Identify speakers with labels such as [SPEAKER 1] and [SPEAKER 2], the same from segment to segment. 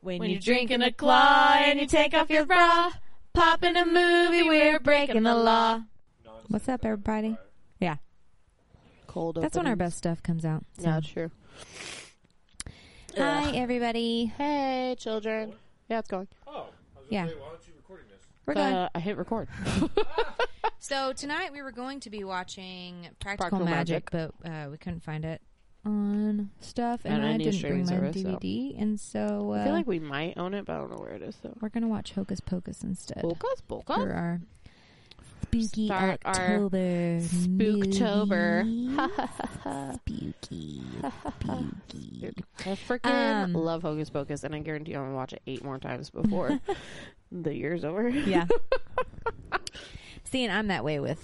[SPEAKER 1] When, you drink in a claw and you take off your bra, pop in a movie, we're breaking the law. What's up, everybody? Yeah,
[SPEAKER 2] Cold.
[SPEAKER 1] that's when our best stuff comes out. So.
[SPEAKER 2] Yeah, true.
[SPEAKER 1] Hi, everybody.
[SPEAKER 2] Hey, children. Yeah, it's going.
[SPEAKER 3] Oh, I was gonna
[SPEAKER 1] Yeah.
[SPEAKER 3] say, why aren't you recording this?
[SPEAKER 1] We're going.
[SPEAKER 2] Uh, I hit record.
[SPEAKER 1] So tonight we were going to be watching Practical,
[SPEAKER 2] Practical
[SPEAKER 1] Magic, but uh, we couldn't find it on stuff, and,
[SPEAKER 2] And I
[SPEAKER 1] I
[SPEAKER 2] need a
[SPEAKER 1] didn't bring
[SPEAKER 2] streaming
[SPEAKER 1] my
[SPEAKER 2] service, so-
[SPEAKER 1] DVD, and so uh,
[SPEAKER 2] I feel like we might own it, but I don't know where it is. So.
[SPEAKER 1] we're gonna watch Hocus Pocus instead
[SPEAKER 2] Bokas,
[SPEAKER 1] for
[SPEAKER 2] bokas.
[SPEAKER 1] our spooky
[SPEAKER 2] Start our
[SPEAKER 1] October,
[SPEAKER 2] Spooktober.
[SPEAKER 1] movies. spooky, spooky.
[SPEAKER 2] I freaking
[SPEAKER 1] Um,
[SPEAKER 2] love Hocus Pocus, and I guarantee I'm gonna watch it eight more times before the year's over.
[SPEAKER 1] Yeah. See, and I'm that way with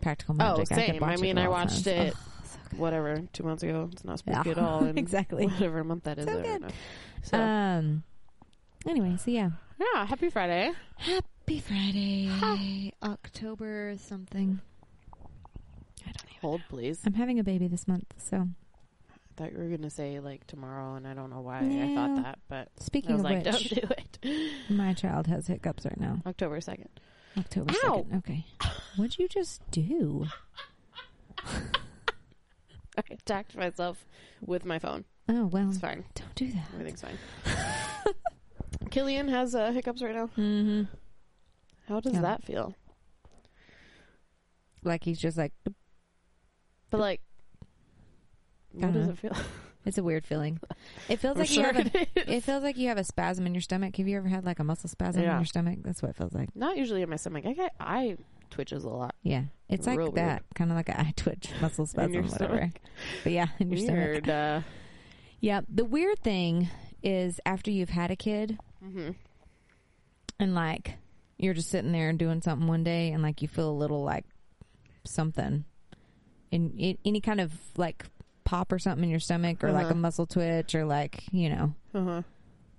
[SPEAKER 1] Practical
[SPEAKER 2] Oh,
[SPEAKER 1] Magic. I, could
[SPEAKER 2] same. I
[SPEAKER 1] watch it
[SPEAKER 2] mean, I
[SPEAKER 1] all
[SPEAKER 2] watched
[SPEAKER 1] times.
[SPEAKER 2] it.
[SPEAKER 1] Ugh, so good.
[SPEAKER 2] Whatever, two months ago. It's not spooky
[SPEAKER 1] Oh, Yeah.
[SPEAKER 2] at all. And
[SPEAKER 1] Exactly.
[SPEAKER 2] Whatever month that is.
[SPEAKER 1] So
[SPEAKER 2] I don't
[SPEAKER 1] good.
[SPEAKER 2] know. So
[SPEAKER 1] Um. Anyway, so yeah.
[SPEAKER 2] yeah, happy Friday.
[SPEAKER 1] Happy Friday, October something. I don't even.
[SPEAKER 2] Hold, please.
[SPEAKER 1] I'm having a baby this month, so
[SPEAKER 2] I thought you were gonna say like tomorrow, and I don't know why I
[SPEAKER 1] No.
[SPEAKER 2] thought that, but
[SPEAKER 1] speaking
[SPEAKER 2] I was
[SPEAKER 1] of
[SPEAKER 2] like,
[SPEAKER 1] which,
[SPEAKER 2] don't do it.
[SPEAKER 1] my child has hiccups right now.
[SPEAKER 2] October second.
[SPEAKER 1] October
[SPEAKER 2] Ow.
[SPEAKER 1] second. Okay, what'd you just do?
[SPEAKER 2] I attacked myself with my phone.
[SPEAKER 1] Oh well,
[SPEAKER 2] It's fine.
[SPEAKER 1] don't do that.
[SPEAKER 2] Everything's fine. Killian has uh, hiccups right now.
[SPEAKER 1] Mm-hmm.
[SPEAKER 2] How does
[SPEAKER 1] Yeah.
[SPEAKER 2] that feel?
[SPEAKER 1] Like he's just like
[SPEAKER 2] But like,
[SPEAKER 1] I
[SPEAKER 2] what
[SPEAKER 1] don't
[SPEAKER 2] does
[SPEAKER 1] know.
[SPEAKER 2] it feel?
[SPEAKER 1] it's a weird feeling. It feels
[SPEAKER 2] I'm
[SPEAKER 1] like
[SPEAKER 2] sure
[SPEAKER 1] you have a,
[SPEAKER 2] it is.
[SPEAKER 1] it feels like you have a spasm in your stomach. Have you ever had like a muscle spasm in
[SPEAKER 2] Yeah.
[SPEAKER 1] your stomach? That's what it feels like.
[SPEAKER 2] Not usually in my stomach. I get eye twitches a lot.
[SPEAKER 1] Yeah, it's like
[SPEAKER 2] Real weird.
[SPEAKER 1] that, kind of like an eye twitch, muscle spasm,
[SPEAKER 2] your
[SPEAKER 1] whatever.
[SPEAKER 2] stomach.
[SPEAKER 1] But yeah, in your stomach.
[SPEAKER 2] Weird. Uh,
[SPEAKER 1] Yeah. The weird thing is after you've had a kid
[SPEAKER 2] mhm.
[SPEAKER 1] and like you're just sitting there and doing something one day and like you feel a little like something in, in any kind of like pop or something in your stomach or like
[SPEAKER 2] Uh-huh.
[SPEAKER 1] a muscle twitch or like, you know,
[SPEAKER 2] Uh-huh.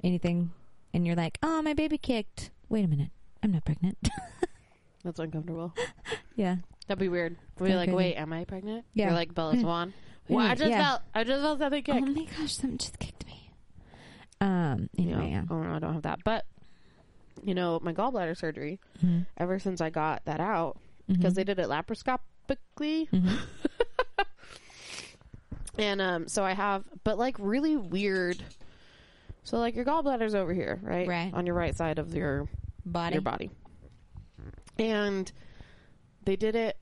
[SPEAKER 1] anything. And you're like, oh, my baby kicked. Wait a minute. I'm not pregnant.
[SPEAKER 2] That's uncomfortable.
[SPEAKER 1] yeah.
[SPEAKER 2] That'd be weird. We're
[SPEAKER 1] kinda
[SPEAKER 2] like,
[SPEAKER 1] crazy.
[SPEAKER 2] wait, am I pregnant?
[SPEAKER 1] Yeah.
[SPEAKER 2] You're like Bella Swan.
[SPEAKER 1] Wait a
[SPEAKER 2] well, I
[SPEAKER 1] minute,
[SPEAKER 2] just
[SPEAKER 1] yeah.
[SPEAKER 2] felt. I just felt something kick.
[SPEAKER 1] Oh my gosh, something just kicked me. Um, anyway, yeah.
[SPEAKER 2] yeah. Oh no, I don't have that. But you know, my gallbladder surgery.
[SPEAKER 1] Mhm.
[SPEAKER 2] Ever since I got that out,
[SPEAKER 1] Mhm.
[SPEAKER 2] because they did it laparoscopically.
[SPEAKER 1] Mhm.
[SPEAKER 2] and um, so I have, but like really weird. So like your gallbladder's over here, right?
[SPEAKER 1] Right.
[SPEAKER 2] on your right side of your
[SPEAKER 1] body.
[SPEAKER 2] your body. And they did it.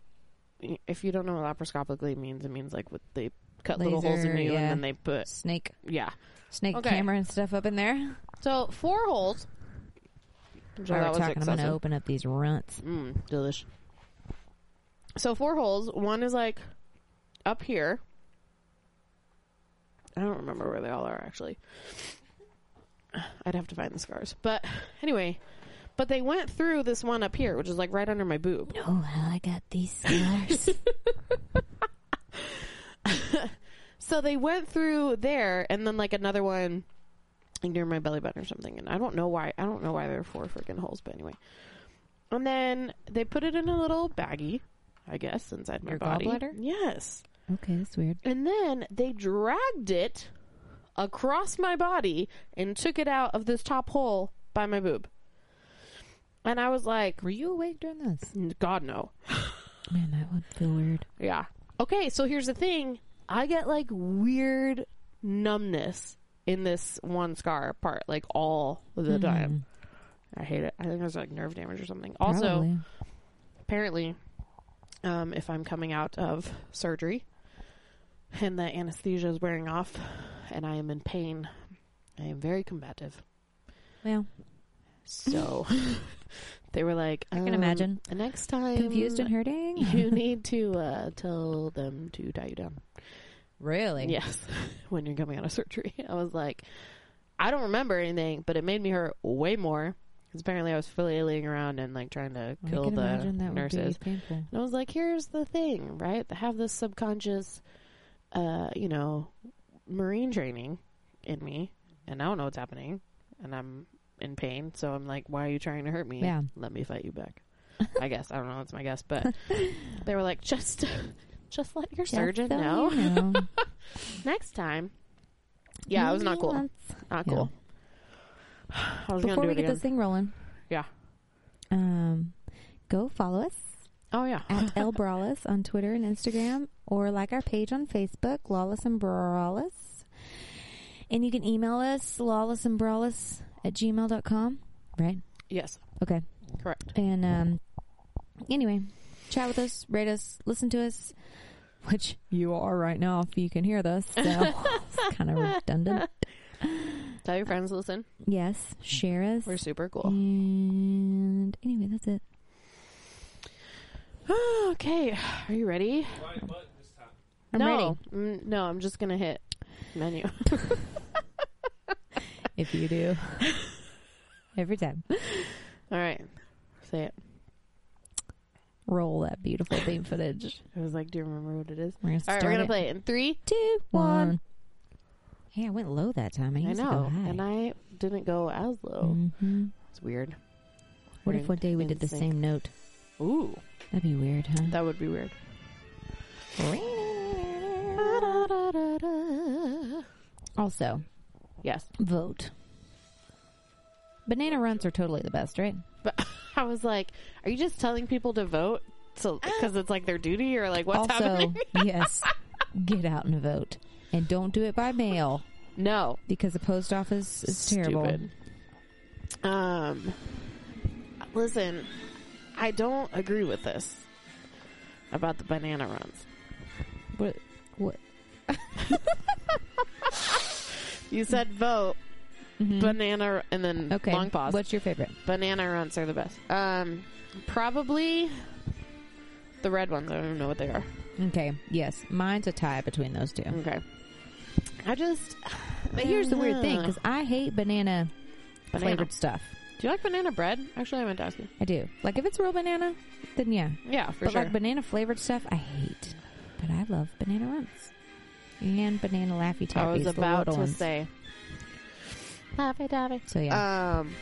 [SPEAKER 2] If you don't know what laparoscopically means, it means like with they cut little holes in
[SPEAKER 1] Laser,
[SPEAKER 2] you
[SPEAKER 1] yeah.
[SPEAKER 2] and then they put
[SPEAKER 1] Snake,
[SPEAKER 2] yeah.
[SPEAKER 1] snake
[SPEAKER 2] Okay.
[SPEAKER 1] camera and stuff up in there.
[SPEAKER 2] So four holes. So
[SPEAKER 1] While
[SPEAKER 2] that
[SPEAKER 1] we're
[SPEAKER 2] was
[SPEAKER 1] talking, I'm going to
[SPEAKER 2] excessive.
[SPEAKER 1] open up these runts.
[SPEAKER 2] Mm, delish. So four holes. One is like up here. I don't remember where they all are actually. I'd have to find the scars. But anyway, but they went through this one up here, which is like right under my boob.
[SPEAKER 1] Oh, how I got these scars.
[SPEAKER 2] So they went through there and then like another one like, near my belly button or something. And I don't know why. I don't know why there are four freaking holes, but anyway. And then they put it in a little baggie, I guess, inside my
[SPEAKER 1] Your
[SPEAKER 2] body.
[SPEAKER 1] gallbladder?
[SPEAKER 2] Yes.
[SPEAKER 1] okay, that's weird.
[SPEAKER 2] And then they dragged it across my body and took it out of this top hole by my boob. And I was like,
[SPEAKER 1] Were you awake during this?
[SPEAKER 2] God, no.
[SPEAKER 1] Man, that would feel weird.
[SPEAKER 2] Yeah. Okay, so here's the thing I get like weird numbness in this one scar part, like all of the time. I hate it. I think there's like nerve damage or something. Also,
[SPEAKER 1] Probably.
[SPEAKER 2] apparently, um, if I'm coming out of surgery and the anesthesia is wearing off and I am in pain, I am very combative.
[SPEAKER 1] well,
[SPEAKER 2] So they were like,
[SPEAKER 1] I can
[SPEAKER 2] um,
[SPEAKER 1] imagine.
[SPEAKER 2] Next time,
[SPEAKER 1] confused and hurting.
[SPEAKER 2] you need to uh, tell them to die you down.
[SPEAKER 1] really?
[SPEAKER 2] Yes, when you're coming out of surgery. I was like, I don't remember anything, but it made me hurt way more. 'Cause apparently I was flailing around and like trying to
[SPEAKER 1] I
[SPEAKER 2] kill
[SPEAKER 1] can
[SPEAKER 2] the
[SPEAKER 1] imagine that
[SPEAKER 2] nurses.
[SPEAKER 1] would be painful.
[SPEAKER 2] And I was like, here's the thing, right? I have this subconscious, uh, you know, marine training in me, and I don't know what's happening, and I'm in pain. So I'm like, why are you trying to hurt me?
[SPEAKER 1] Yeah.
[SPEAKER 2] Let me fight you back. I guess I don't know. That's my guess, but they were like, just, just let your surgeon
[SPEAKER 1] Just so
[SPEAKER 2] know
[SPEAKER 1] you know.
[SPEAKER 2] next time. Yeah, it was not cool.
[SPEAKER 1] Once.
[SPEAKER 2] Not
[SPEAKER 1] Yeah.
[SPEAKER 2] cool. I was
[SPEAKER 1] Before
[SPEAKER 2] gonna
[SPEAKER 1] we
[SPEAKER 2] do
[SPEAKER 1] get
[SPEAKER 2] it
[SPEAKER 1] this
[SPEAKER 2] again.
[SPEAKER 1] thing rolling,
[SPEAKER 2] Yeah.
[SPEAKER 1] um, go follow us
[SPEAKER 2] Oh yeah.
[SPEAKER 1] at El Brawless on Twitter and Instagram, or like our page on Facebook, Lawless and Brawless. And you can email us, lawless and brawless at gmail.com, right?
[SPEAKER 2] Yes.
[SPEAKER 1] Okay.
[SPEAKER 2] Correct.
[SPEAKER 1] And um, anyway, chat with us, rate us, listen to us, which you are right now if you can hear this. So it's kind of redundant.
[SPEAKER 2] Tell your friends. to Listen.
[SPEAKER 1] Yes, share us.
[SPEAKER 2] We're super cool.
[SPEAKER 1] And anyway, that's it.
[SPEAKER 2] okay. Are you ready?
[SPEAKER 1] I'm
[SPEAKER 2] no.
[SPEAKER 1] ready.
[SPEAKER 2] Mm, no. I'm just gonna hit menu.
[SPEAKER 1] If you do. Every time.
[SPEAKER 2] All right. Say it.
[SPEAKER 1] Roll that beautiful theme footage.
[SPEAKER 2] I was like, do you remember what it is?
[SPEAKER 1] We're going to
[SPEAKER 2] All
[SPEAKER 1] start
[SPEAKER 2] right. We're gonna
[SPEAKER 1] it.
[SPEAKER 2] play it in three,
[SPEAKER 1] Two,
[SPEAKER 2] one.
[SPEAKER 1] one. Hey, I went low that time. I,
[SPEAKER 2] I
[SPEAKER 1] used
[SPEAKER 2] know,
[SPEAKER 1] to go high.
[SPEAKER 2] and I didn't go as low.
[SPEAKER 1] hmm
[SPEAKER 2] It's weird.
[SPEAKER 1] What
[SPEAKER 2] We're
[SPEAKER 1] if one day we
[SPEAKER 2] in
[SPEAKER 1] did the
[SPEAKER 2] sync.
[SPEAKER 1] same note?
[SPEAKER 2] Ooh,
[SPEAKER 1] That'd be weird, huh?
[SPEAKER 2] that would be weird.
[SPEAKER 1] Also,
[SPEAKER 2] Yes,
[SPEAKER 1] vote. Banana runs are totally the best, right?
[SPEAKER 2] but I was like, are you just telling people to vote? So because it's like their duty, or like what's
[SPEAKER 1] also,
[SPEAKER 2] happening?
[SPEAKER 1] yes, get out and vote, and don't do it by mail
[SPEAKER 2] No,
[SPEAKER 1] because the post office is terrible.
[SPEAKER 2] Stupid. Um, listen, I don't agree with this about the banana runs.
[SPEAKER 1] What? What?
[SPEAKER 2] You said vote
[SPEAKER 1] Mhm.
[SPEAKER 2] banana, and then
[SPEAKER 1] okay.
[SPEAKER 2] long pause.
[SPEAKER 1] What's your favorite?
[SPEAKER 2] Banana runs are the best. Um, probably the red ones. I don't even know what they are.
[SPEAKER 1] Okay. Yes, mine's a tie between those two.
[SPEAKER 2] Okay. I just.
[SPEAKER 1] But here's the weird thing
[SPEAKER 2] Ugh.
[SPEAKER 1] because I hate banana,
[SPEAKER 2] Banana.
[SPEAKER 1] flavored stuff.
[SPEAKER 2] Do you like banana bread? Actually, I meant to ask you.
[SPEAKER 1] I do. Like if it's real banana, then yeah.
[SPEAKER 2] Yeah, for
[SPEAKER 1] but
[SPEAKER 2] sure.
[SPEAKER 1] like banana flavored stuff, I hate. But I love banana runs and banana laffy
[SPEAKER 2] I
[SPEAKER 1] taffies.
[SPEAKER 2] was
[SPEAKER 1] the
[SPEAKER 2] about
[SPEAKER 1] little
[SPEAKER 2] to
[SPEAKER 1] ones.
[SPEAKER 2] say. Laffy Taffy.
[SPEAKER 1] So yeah,
[SPEAKER 2] Um.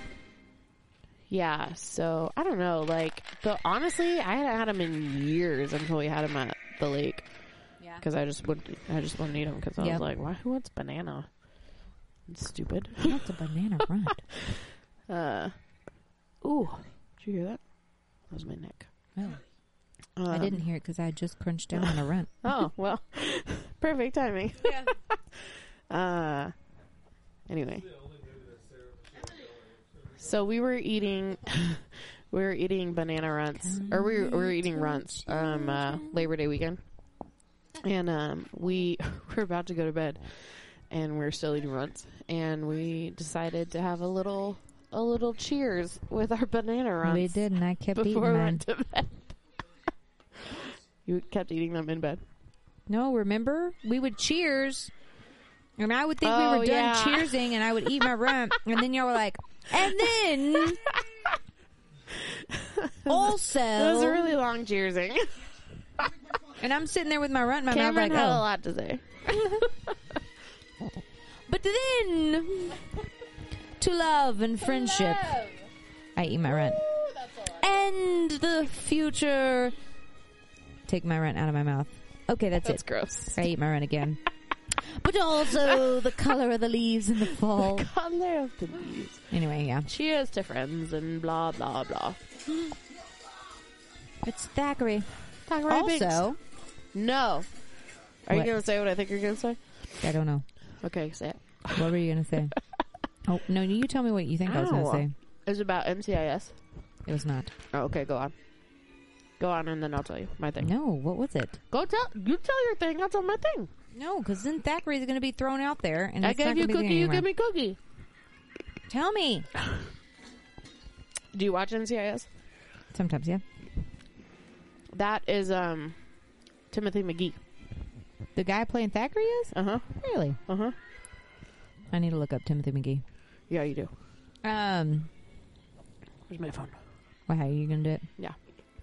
[SPEAKER 2] Yeah, so I don't know. Like, the honestly, I hadn't had them in years until we had them at the lake
[SPEAKER 1] yeah.
[SPEAKER 2] because I just wouldn't. I just wouldn't eat them because I
[SPEAKER 1] Yep.
[SPEAKER 2] was like, why? Who wants banana? It's stupid.
[SPEAKER 1] That's a banana run.
[SPEAKER 2] Uh, ooh, did you hear that? That was my neck.
[SPEAKER 1] Oh,
[SPEAKER 2] Um,
[SPEAKER 1] I didn't hear it because I just crunched down on a run.
[SPEAKER 2] Oh well, perfect timing.
[SPEAKER 1] Yeah.
[SPEAKER 2] Uh, anyway, so we were eating, we were eating banana runts, or we were, we were eating runts. Um, uh, Labor Day weekend, and um, we were about to go to bed, and we were still eating runts, and we decided to have a little, a little cheers with our banana runts.
[SPEAKER 1] We did, and I kept eating
[SPEAKER 2] before we
[SPEAKER 1] mine.
[SPEAKER 2] went to bed. you kept eating them in bed.
[SPEAKER 1] No, remember we would cheers, and I would think we
[SPEAKER 2] Oh,
[SPEAKER 1] were done
[SPEAKER 2] yeah.
[SPEAKER 1] cheersing, and I would eat my run, and then y'all were like, and then also,
[SPEAKER 2] It was a really long cheersing.
[SPEAKER 1] and I'm sitting there with my run in my mouth,
[SPEAKER 2] Cameron
[SPEAKER 1] like,
[SPEAKER 2] had a
[SPEAKER 1] oh,
[SPEAKER 2] lot to say.
[SPEAKER 1] but then to love and friendship, I eat my run, and the future, take my run out of my mouth. Okay, that's,
[SPEAKER 2] That's
[SPEAKER 1] it.
[SPEAKER 2] gross.
[SPEAKER 1] I eat my run again. But also the color of the leaves in the fall.
[SPEAKER 2] Color of the leaves.
[SPEAKER 1] Anyway, yeah.
[SPEAKER 2] Cheers to friends and blah blah blah.
[SPEAKER 1] It's Thackeray.
[SPEAKER 2] Thackeray Binks.
[SPEAKER 1] also,
[SPEAKER 2] no. Are
[SPEAKER 1] What?
[SPEAKER 2] you gonna say what I think you're gonna say?
[SPEAKER 1] I don't know.
[SPEAKER 2] Okay, say it.
[SPEAKER 1] What were you going to say? oh, no, you tell me what you think I was going
[SPEAKER 2] Ow.
[SPEAKER 1] to say.
[SPEAKER 2] It was about MCIS.
[SPEAKER 1] It was not.
[SPEAKER 2] Oh, okay, go on. Go on, and then I'll tell you my thing.
[SPEAKER 1] No, what was it?
[SPEAKER 2] Go tell you tell your thing. I'll tell my thing.
[SPEAKER 1] No, because then Thackeray's going to be thrown out there. and
[SPEAKER 2] I
[SPEAKER 1] it's not
[SPEAKER 2] gave you
[SPEAKER 1] gonna be
[SPEAKER 2] cookie.
[SPEAKER 1] there
[SPEAKER 2] You
[SPEAKER 1] anymore.
[SPEAKER 2] give me cookie.
[SPEAKER 1] Tell me.
[SPEAKER 2] Do you watch NCIS?
[SPEAKER 1] Sometimes, yeah.
[SPEAKER 2] That is um, Timothy McGee.
[SPEAKER 1] The guy playing Thackeray is?
[SPEAKER 2] Uh huh.
[SPEAKER 1] Really?
[SPEAKER 2] Uh huh.
[SPEAKER 1] I need to look up Timothy McGee.
[SPEAKER 2] Yeah, you do.
[SPEAKER 1] Um,
[SPEAKER 2] Where's my phone?
[SPEAKER 1] wow, are you going to do it?
[SPEAKER 2] Yeah.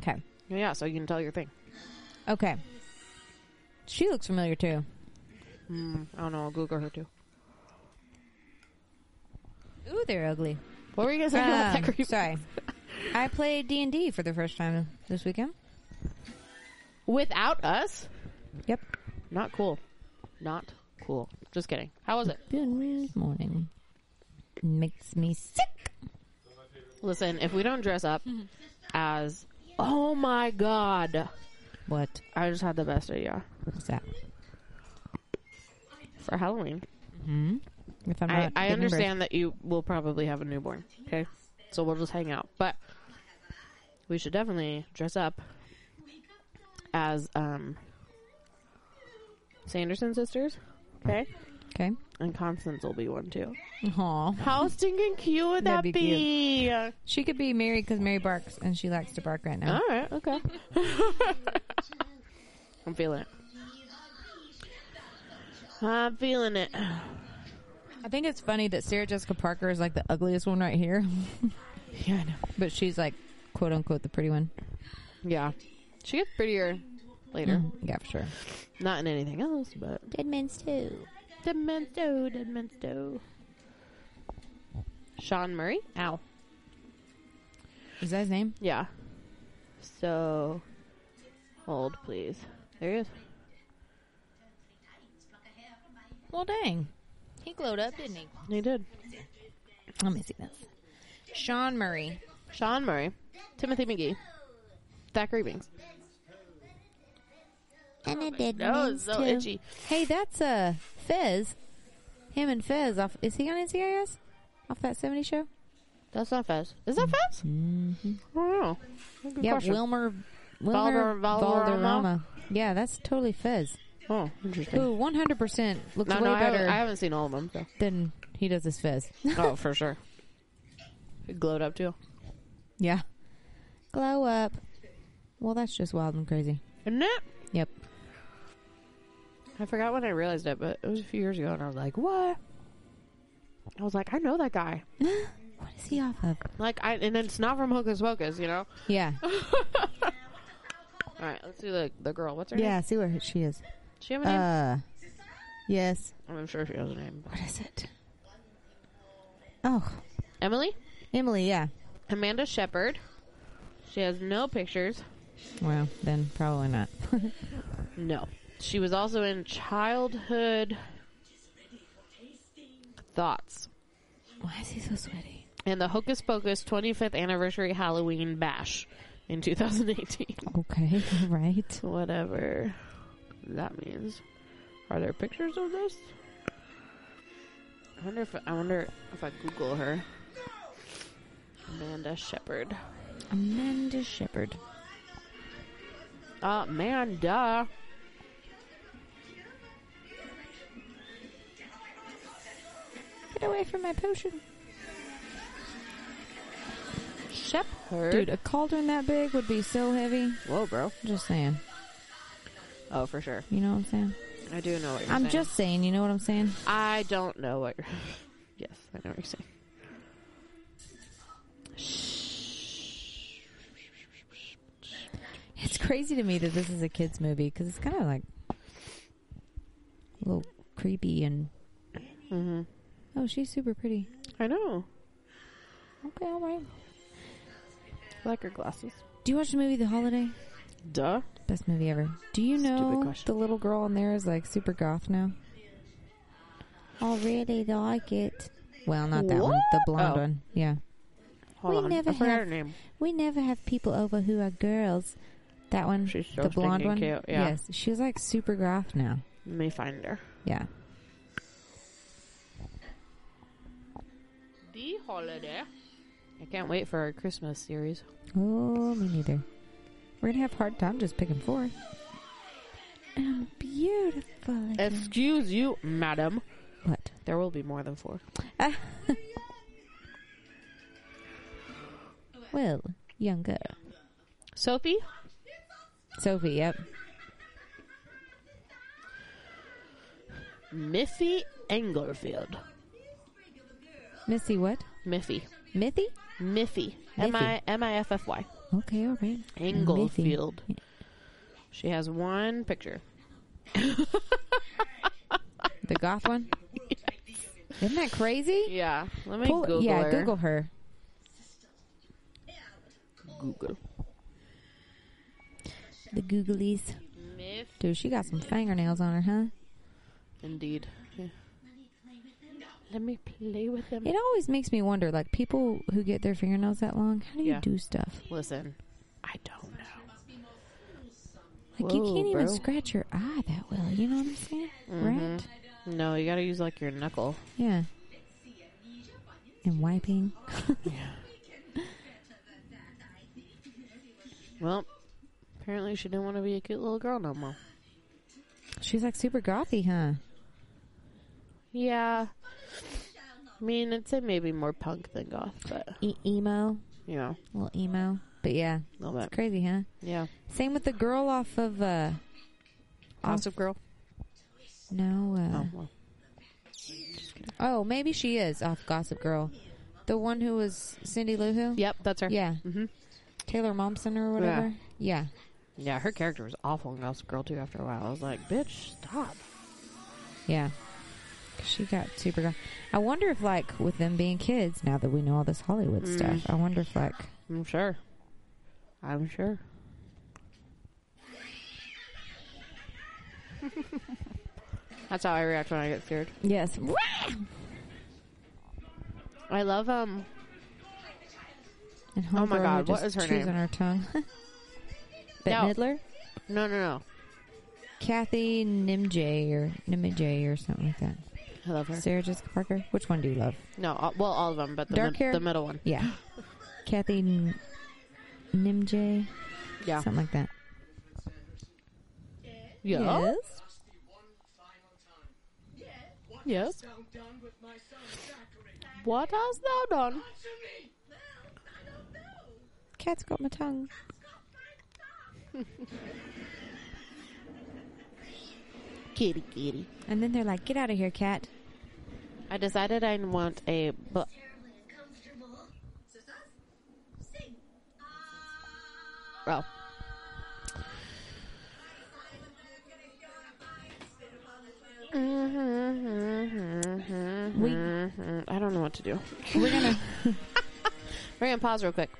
[SPEAKER 1] Okay.
[SPEAKER 2] Yeah, so you can tell your thing.
[SPEAKER 1] Okay. She looks familiar too.
[SPEAKER 2] Mm, I don't know. I'll Google her too.
[SPEAKER 1] Ooh, they're ugly.
[SPEAKER 2] What were you guys saying about
[SPEAKER 1] Um,
[SPEAKER 2] that creep?
[SPEAKER 1] sorry. I played D&D for the first time this weekend.
[SPEAKER 2] Without us?
[SPEAKER 1] Yep.
[SPEAKER 2] Not cool. Not cool. Just kidding. How was it?
[SPEAKER 1] Good morning. Makes me sick.
[SPEAKER 2] Listen, if we don't dress up as, oh my god,
[SPEAKER 1] What
[SPEAKER 2] I just had the best idea
[SPEAKER 1] was that?
[SPEAKER 2] for Halloween.
[SPEAKER 1] Hmm? If I'm
[SPEAKER 2] I,
[SPEAKER 1] not
[SPEAKER 2] I
[SPEAKER 1] giving birth.
[SPEAKER 2] understand that you will probably have a newborn. Okay, so we'll just hang out, but we should definitely dress up as um Sanderson sisters. Okay,
[SPEAKER 1] Okay.
[SPEAKER 2] and Constance will be one too.
[SPEAKER 1] Aw.
[SPEAKER 2] How stinking cute would that
[SPEAKER 1] That'd be cute.
[SPEAKER 2] be?
[SPEAKER 1] She could be Mary because Mary barks and she likes to bark right now.
[SPEAKER 2] All right, okay. I'm feeling it. I'm feeling it.
[SPEAKER 1] I think it's funny that Sarah Jessica Parker is like the ugliest one right here,
[SPEAKER 2] Yeah, I know.
[SPEAKER 1] but she's like quote unquote the pretty one.
[SPEAKER 2] Yeah, she gets prettier later.
[SPEAKER 1] Mm-hmm. Yeah, for sure.
[SPEAKER 2] Not in anything else, but
[SPEAKER 1] Dead man's too.
[SPEAKER 2] Dead man's do, dead man's do. Sean Murray? Ow.
[SPEAKER 1] Is that his name?
[SPEAKER 2] Yeah. So, hold, please. There he is.
[SPEAKER 1] Well, dang. He glowed up, didn't he?
[SPEAKER 2] He did.
[SPEAKER 1] Let me see this. Sean Murray.
[SPEAKER 2] Sean Murray, Timothy McGee, Thackeray Binks.
[SPEAKER 1] And a dead
[SPEAKER 2] No, it's so itchy.
[SPEAKER 1] Hey, that's uh Fez. Him and Fez off. Is he on NCIS? Off that seventy show?
[SPEAKER 2] That's not Fez. Is that Fez? Mm-hmm. I don't know. Good
[SPEAKER 1] yeah,
[SPEAKER 2] question.
[SPEAKER 1] Wilmer. Wilmer
[SPEAKER 2] Valder- Valderrama?
[SPEAKER 1] Valderrama. Yeah, that's totally Fez.
[SPEAKER 2] Oh, interesting.
[SPEAKER 1] Who one hundred percent looks
[SPEAKER 2] No,
[SPEAKER 1] way
[SPEAKER 2] no, I haven't,
[SPEAKER 1] better
[SPEAKER 2] I haven't seen all of them. So.
[SPEAKER 1] than he does his Fez.
[SPEAKER 2] oh, for sure. It glowed up too.
[SPEAKER 1] yeah. Glow up. Well, that's just wild and crazy.
[SPEAKER 2] Isn't it?
[SPEAKER 1] Yep.
[SPEAKER 2] I forgot when I realized it, but it was a few years ago, and I was like, "What?" I was like, "I know that guy."
[SPEAKER 1] What is he off of?
[SPEAKER 2] Like, I and it's not from Hocus Pocus, you know.
[SPEAKER 1] Yeah.
[SPEAKER 2] All right, let's do the the girl. What's her name?
[SPEAKER 1] yeah. See where she is.
[SPEAKER 2] Does she have a name?
[SPEAKER 1] Uh. Yes.
[SPEAKER 2] I'm sure she has a name.
[SPEAKER 1] What is it? Oh,
[SPEAKER 2] Emily,
[SPEAKER 1] Emily. Yeah.
[SPEAKER 2] Amanda Shepard. She has no pictures.
[SPEAKER 1] Well, then probably not.
[SPEAKER 2] No, she was also in Childhood Thoughts
[SPEAKER 1] Why is he so sweaty?
[SPEAKER 2] and the Hocus Pocus 25th Anniversary Halloween Bash in 2018.
[SPEAKER 1] Okay, right.
[SPEAKER 2] whatever that means. Are there pictures of this? I wonder if I wonder if I Google her. Amanda Shepard.
[SPEAKER 1] Amanda Shepard.
[SPEAKER 2] Amanda.
[SPEAKER 1] Get away from my potion.
[SPEAKER 2] Shepard.
[SPEAKER 1] Dude, a cauldron that big would be so heavy.
[SPEAKER 2] Whoa, bro.
[SPEAKER 1] Just saying.
[SPEAKER 2] Oh, for sure.
[SPEAKER 1] You know what I'm saying?
[SPEAKER 2] I do know what you're
[SPEAKER 1] I'm
[SPEAKER 2] saying.
[SPEAKER 1] just saying. You know what I'm saying?
[SPEAKER 2] I don't know what you're. yes, I know what you're saying.
[SPEAKER 1] It's crazy to me that this is a kids movie because it's kind of like a little creepy and. Oh, she's super pretty.
[SPEAKER 2] Mm-hmm. I know.
[SPEAKER 1] Okay, all right.
[SPEAKER 2] I like her glasses.
[SPEAKER 1] Do you watch the movie The Holiday?
[SPEAKER 2] Duh.
[SPEAKER 1] Best movie ever. Do you
[SPEAKER 2] Stupid
[SPEAKER 1] know
[SPEAKER 2] question.
[SPEAKER 1] the little girl in there is like super goth now? I really like it. Well, not that one. The
[SPEAKER 2] What?
[SPEAKER 1] blonde
[SPEAKER 2] Oh.
[SPEAKER 1] one. Yeah.
[SPEAKER 2] Hold
[SPEAKER 1] We
[SPEAKER 2] on.
[SPEAKER 1] never
[SPEAKER 2] I forgot
[SPEAKER 1] have-
[SPEAKER 2] her name.
[SPEAKER 1] We never have people over who are girls. That one.
[SPEAKER 2] She's so
[SPEAKER 1] the blonde
[SPEAKER 2] stinking
[SPEAKER 1] one.
[SPEAKER 2] cute, yeah.
[SPEAKER 1] Yes. She was like super goth now.
[SPEAKER 2] Let me find her.
[SPEAKER 1] Yeah.
[SPEAKER 2] The holiday. I can't wait for our Christmas series.
[SPEAKER 1] Oh, me neither. We're gonna have a hard time just picking four. I'm Um, beautiful. again.
[SPEAKER 2] Excuse you, madam.
[SPEAKER 1] What?
[SPEAKER 2] There will be more than four.
[SPEAKER 1] Well, young girl.
[SPEAKER 2] Sophie?
[SPEAKER 1] Sophie. Yep.
[SPEAKER 2] Miffy Englerfield.
[SPEAKER 1] Missy. What?
[SPEAKER 2] Miffy.
[SPEAKER 1] Mithy.
[SPEAKER 2] Miffy. M I M I F F Y.
[SPEAKER 1] Okay. All right.
[SPEAKER 2] Englefield.
[SPEAKER 1] Miffy.
[SPEAKER 2] She has one picture.
[SPEAKER 1] The goth one? Isn't that crazy?
[SPEAKER 2] Yeah. Let me
[SPEAKER 1] Pull-
[SPEAKER 2] Google
[SPEAKER 1] yeah,
[SPEAKER 2] her.
[SPEAKER 1] Google her.
[SPEAKER 2] Google.
[SPEAKER 1] The Googlies.
[SPEAKER 2] Miff.
[SPEAKER 1] Dude, she got some fingernails on her, huh?
[SPEAKER 2] Indeed. Yeah. Let me play with them.
[SPEAKER 1] It always makes me wonder, like people who get their fingernails that long, how do you
[SPEAKER 2] Yeah.
[SPEAKER 1] do stuff?
[SPEAKER 2] Listen, I don't know.
[SPEAKER 1] Like you
[SPEAKER 2] Whoa,
[SPEAKER 1] can't even
[SPEAKER 2] bro. Mm-hmm.
[SPEAKER 1] scratch your eye that well. You know what I'm saying? Right?
[SPEAKER 2] No, you gotta use like your knuckle.
[SPEAKER 1] Yeah. And wiping.
[SPEAKER 2] Well, apparently she didn't want to be a cute little girl no more.
[SPEAKER 1] She's like super gothy, huh?
[SPEAKER 2] Yeah. I mean, I'd say maybe more punk than goth, but
[SPEAKER 1] E- emo,
[SPEAKER 2] you know,
[SPEAKER 1] little emo. But yeah,
[SPEAKER 2] a little bit.
[SPEAKER 1] crazy, huh?
[SPEAKER 2] Yeah.
[SPEAKER 1] Same with the girl off of uh
[SPEAKER 2] Gossip Girl.
[SPEAKER 1] no uh,
[SPEAKER 2] Oh, well.
[SPEAKER 1] Oh, maybe she is off Gossip Girl. The one who was Cindy Lou Who?
[SPEAKER 2] Yep, that's her.
[SPEAKER 1] Yeah.
[SPEAKER 2] Mhm.
[SPEAKER 1] Taylor Momsen or whatever. Yeah.
[SPEAKER 2] Yeah, her character was awful in Gossip Girl too. After a while, I was like, "Bitch, stop."
[SPEAKER 1] Yeah. 'Cause She got super go- I wonder if like with them being kids now that we know all this Hollywood
[SPEAKER 2] Hmm.
[SPEAKER 1] stuff, I wonder if like
[SPEAKER 2] I'm sure. I'm sure. That's how I react when I get scared.
[SPEAKER 1] Yes.
[SPEAKER 2] Oh I love um.
[SPEAKER 1] And
[SPEAKER 2] Oh my
[SPEAKER 1] homegirl who
[SPEAKER 2] God, what
[SPEAKER 1] just
[SPEAKER 2] is her
[SPEAKER 1] chews
[SPEAKER 2] name?
[SPEAKER 1] on her tongue. Bette
[SPEAKER 2] No.
[SPEAKER 1] Midler?
[SPEAKER 2] No, no, no.
[SPEAKER 1] Kathy Nimjay or Nimjay or something like that.
[SPEAKER 2] I love her.
[SPEAKER 1] Sarah Jessica Parker. Which one do you love?
[SPEAKER 2] No, all, well, all of them, but the,
[SPEAKER 1] Dark
[SPEAKER 2] mid-
[SPEAKER 1] hair?
[SPEAKER 2] the middle one.
[SPEAKER 1] Yeah. Kathy N- Nimjay.
[SPEAKER 2] Yeah.
[SPEAKER 1] Something like that.
[SPEAKER 2] Yeah.
[SPEAKER 1] Yes.
[SPEAKER 2] Yes. Oh, What hast thou done?
[SPEAKER 1] Cat's got my tongue.
[SPEAKER 2] Kitty, kitty.
[SPEAKER 1] And then they're like, get out of here, cat.
[SPEAKER 2] I decided I want a. Bu- oh. Mm-hmm,
[SPEAKER 1] We,
[SPEAKER 2] Mm, I don't know what to do.
[SPEAKER 1] we're gonna.
[SPEAKER 2] We're gonna pause real quick.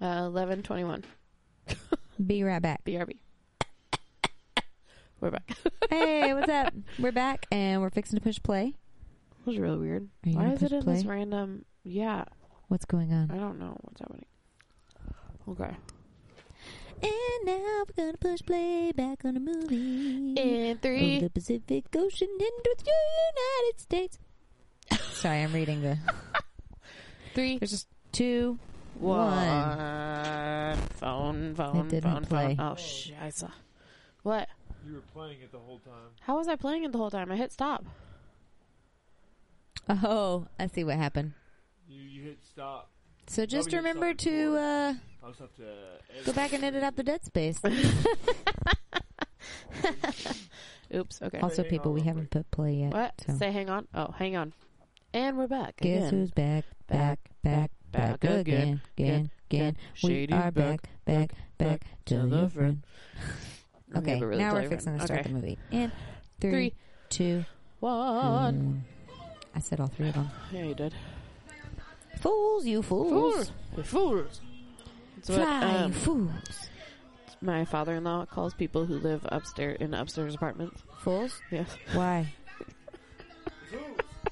[SPEAKER 2] Uh, Eleven twenty-one.
[SPEAKER 1] Be right back.
[SPEAKER 2] BRB. We're back. that
[SPEAKER 1] hey, what's up? We're back and we're fixing to push play.
[SPEAKER 2] was really weird.
[SPEAKER 1] Are you
[SPEAKER 2] Why
[SPEAKER 1] gonna
[SPEAKER 2] is it
[SPEAKER 1] push
[SPEAKER 2] in this
[SPEAKER 1] play?
[SPEAKER 2] random? Yeah,
[SPEAKER 1] What's going on?
[SPEAKER 2] I don't know what's happening. Okay.
[SPEAKER 1] And now we're gonna push play back on a movie
[SPEAKER 2] In
[SPEAKER 1] of
[SPEAKER 2] three.
[SPEAKER 1] the Pacific Ocean and with the United States. Sorry, I'm reading the.
[SPEAKER 2] Three.
[SPEAKER 1] There's just two.
[SPEAKER 2] One.
[SPEAKER 1] One.
[SPEAKER 2] Phone, phone,
[SPEAKER 1] didn't
[SPEAKER 2] phone,
[SPEAKER 1] play.
[SPEAKER 2] phone. Oh, shit, I saw. What?
[SPEAKER 3] You were playing it the whole time.
[SPEAKER 2] How was I playing it the whole time? I hit stop.
[SPEAKER 1] Oh, I see what happened.
[SPEAKER 3] You, you hit stop.
[SPEAKER 1] So just
[SPEAKER 3] Probably
[SPEAKER 1] remember
[SPEAKER 3] just something
[SPEAKER 1] to uh,
[SPEAKER 3] I'll just have to uh, edit
[SPEAKER 1] go back and edit out the dead space.
[SPEAKER 2] Oops, okay.
[SPEAKER 1] also,
[SPEAKER 3] Hang
[SPEAKER 1] people,
[SPEAKER 3] on
[SPEAKER 1] we
[SPEAKER 3] real
[SPEAKER 1] haven't put play yet.
[SPEAKER 2] what?
[SPEAKER 1] So.
[SPEAKER 2] Say hang on. Oh, hang on. And we're back.
[SPEAKER 1] Guess
[SPEAKER 2] again.
[SPEAKER 1] who's back, back, back, back, again, again, again. We
[SPEAKER 2] Shady
[SPEAKER 1] are
[SPEAKER 2] back,
[SPEAKER 1] back, back, back to
[SPEAKER 2] the
[SPEAKER 1] the
[SPEAKER 2] friend.
[SPEAKER 1] friend.
[SPEAKER 2] We
[SPEAKER 1] Okay,
[SPEAKER 2] have a really
[SPEAKER 1] now we're
[SPEAKER 2] clever-
[SPEAKER 1] fixing to start
[SPEAKER 2] okay.
[SPEAKER 1] the movie. In
[SPEAKER 2] Three,
[SPEAKER 1] three, two,
[SPEAKER 2] one.
[SPEAKER 1] one. I said all three of them.
[SPEAKER 2] Yeah, you did.
[SPEAKER 1] Fools, you Mm. fools.
[SPEAKER 2] Fools. That's what
[SPEAKER 1] Fly,
[SPEAKER 2] um,
[SPEAKER 1] you fools.
[SPEAKER 2] my father-in-law calls people who live upstairs in upstairs apartments.
[SPEAKER 1] Fools?
[SPEAKER 2] Yes.
[SPEAKER 1] Why?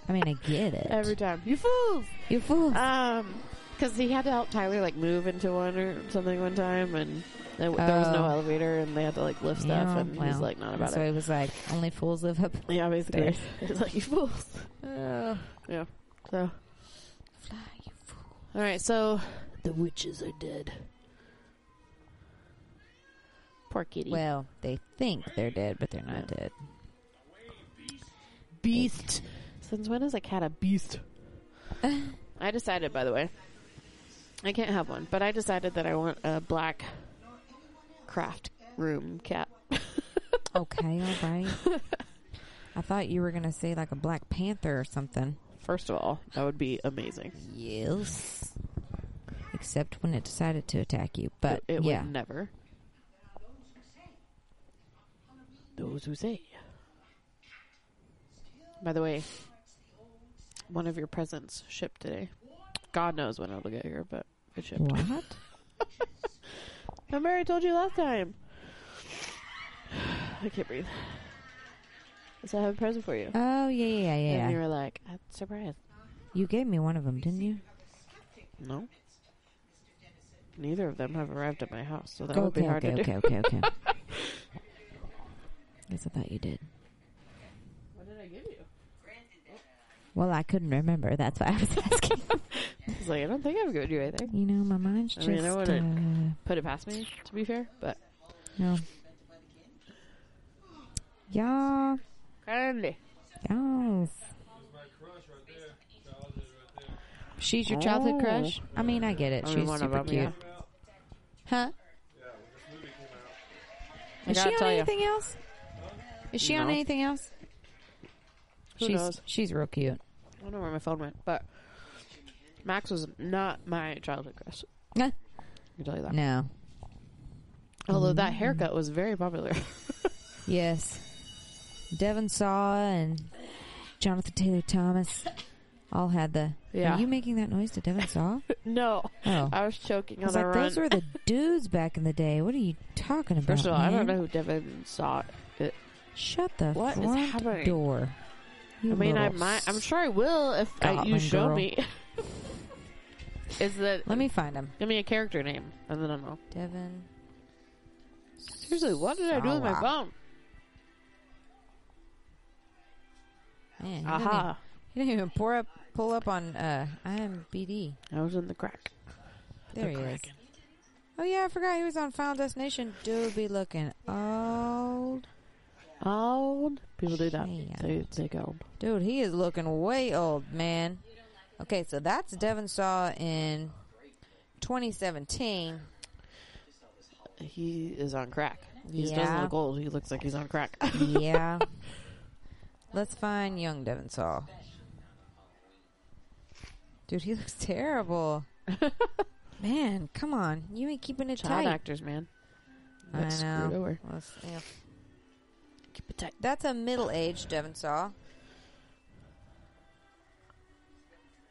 [SPEAKER 1] I mean, I get it.
[SPEAKER 2] Every time. You fools.
[SPEAKER 1] you fools.
[SPEAKER 2] Um, because he had to help Tyler like move into one or something one time, and there, w there was no
[SPEAKER 1] Oh.
[SPEAKER 2] elevator, and they had to like lift stuff,
[SPEAKER 1] Yeah,
[SPEAKER 2] and he's
[SPEAKER 1] well,
[SPEAKER 2] like, not about
[SPEAKER 1] so
[SPEAKER 2] it.
[SPEAKER 1] it was like, only fools live up.
[SPEAKER 2] Yeah, basically, he's like, you fools.
[SPEAKER 1] Oh.
[SPEAKER 2] Yeah. So,
[SPEAKER 1] Fly, you fools.
[SPEAKER 2] all right. So, the witches are dead. Poor kitty.
[SPEAKER 1] Well, they think they're dead, but they're not dead.
[SPEAKER 2] beast. Since when is a cat a beast? I decided, by the way, I can't have one, but I decided that I want a black craft room cat.
[SPEAKER 1] Okay, all right. I thought you were gonna say like a Black Panther or something.
[SPEAKER 2] First of all, that would be amazing.
[SPEAKER 1] Yes. Except when it decided to attack you, but
[SPEAKER 2] it, it
[SPEAKER 1] yeah,
[SPEAKER 2] would never. Those who say. By the way, one of your presents shipped today. God knows when it'll get here, but it shipped.
[SPEAKER 1] what?
[SPEAKER 2] Remember I told you last time. I can't breathe. So I have a present for you.
[SPEAKER 1] Oh, yeah, yeah, yeah, yeah,
[SPEAKER 2] And you
[SPEAKER 1] yeah.
[SPEAKER 2] were like, I'm surprised.
[SPEAKER 1] You gave me one of them, didn't you?
[SPEAKER 2] No. Neither of them have arrived at my house, so that would be
[SPEAKER 1] okay,
[SPEAKER 2] hard
[SPEAKER 1] okay,
[SPEAKER 2] to do.
[SPEAKER 1] okay, okay, okay, Guess I thought you did.
[SPEAKER 2] What did I give you?
[SPEAKER 1] Well, I couldn't remember. That's why I was asking.
[SPEAKER 2] I was like, I don't think I've given you anything.
[SPEAKER 1] you know, my mind's
[SPEAKER 2] I
[SPEAKER 1] just.
[SPEAKER 2] mean, I wouldn't-
[SPEAKER 1] uh,
[SPEAKER 2] Put it past me, to be fair, but
[SPEAKER 1] no. Yeah.
[SPEAKER 2] candy.
[SPEAKER 1] Yes. She's your childhood
[SPEAKER 2] Oh.
[SPEAKER 1] crush? I mean, I get it.
[SPEAKER 2] I mean,
[SPEAKER 1] She's
[SPEAKER 2] one of
[SPEAKER 1] super
[SPEAKER 2] them,
[SPEAKER 1] cute.
[SPEAKER 2] yeah.
[SPEAKER 1] Huh?
[SPEAKER 2] I
[SPEAKER 1] Is she
[SPEAKER 2] gotta
[SPEAKER 1] on
[SPEAKER 2] tell you.
[SPEAKER 1] anything else? Is she on
[SPEAKER 2] No.
[SPEAKER 1] anything else?
[SPEAKER 2] Who
[SPEAKER 1] she's
[SPEAKER 2] knows?
[SPEAKER 1] she's real cute.
[SPEAKER 2] I don't know where my phone went, but Max was not my childhood crush.
[SPEAKER 1] Eh,
[SPEAKER 2] I can tell you that.
[SPEAKER 1] no. Mm.
[SPEAKER 2] Although that haircut was very popular.
[SPEAKER 1] Yes. Devin Saw and Jonathan Taylor Thomas all had the.
[SPEAKER 2] Yeah.
[SPEAKER 1] Are you making that noise to Devin Saw?
[SPEAKER 2] no,
[SPEAKER 1] Oh.
[SPEAKER 2] I was choking
[SPEAKER 1] I
[SPEAKER 2] on
[SPEAKER 1] was
[SPEAKER 2] the
[SPEAKER 1] like,
[SPEAKER 2] run.
[SPEAKER 1] those were the dudes back in the day. What are you talking about?
[SPEAKER 2] First of all, I
[SPEAKER 1] man?
[SPEAKER 2] don't know who Devin saw. It.
[SPEAKER 1] Shut the
[SPEAKER 2] What is
[SPEAKER 1] front
[SPEAKER 2] happening?
[SPEAKER 1] door. You
[SPEAKER 2] I mean, I
[SPEAKER 1] little
[SPEAKER 2] might. I'm sure I will if I, you
[SPEAKER 1] Scotland
[SPEAKER 2] show
[SPEAKER 1] girl.
[SPEAKER 2] me. Is that?
[SPEAKER 1] Let me find him.
[SPEAKER 2] give me a character name, and then I'll know.
[SPEAKER 1] Devin.
[SPEAKER 2] Seriously, what did I do with my
[SPEAKER 1] Sawa.
[SPEAKER 2] phone?
[SPEAKER 1] Man, he doesn't even-
[SPEAKER 2] Aha!
[SPEAKER 1] He didn't even pour up, pull up on uh, IMBD.
[SPEAKER 2] I was in the crack.
[SPEAKER 1] There he
[SPEAKER 2] the
[SPEAKER 1] is. Oh yeah, I forgot he was on Final Destination. Dude, be looking old.
[SPEAKER 2] Old people do that.
[SPEAKER 1] Shit.
[SPEAKER 2] They they go.
[SPEAKER 1] Dude, he is looking way old, man. Okay, so that's Devin Saw in 2017.
[SPEAKER 2] He is on crack. He just
[SPEAKER 1] Yeah.
[SPEAKER 2] doesn't look old. He looks like he's on crack.
[SPEAKER 1] yeah. Let's find young Devin Saw. Dude, he looks terrible. man, come on. You ain't keeping it
[SPEAKER 2] Child
[SPEAKER 1] tight.
[SPEAKER 2] actors, man.
[SPEAKER 1] I
[SPEAKER 2] Got screwed
[SPEAKER 1] know.
[SPEAKER 2] over.
[SPEAKER 1] Let's- yeah.
[SPEAKER 2] Keep it tight.
[SPEAKER 1] That's a middle-aged Devin Saw.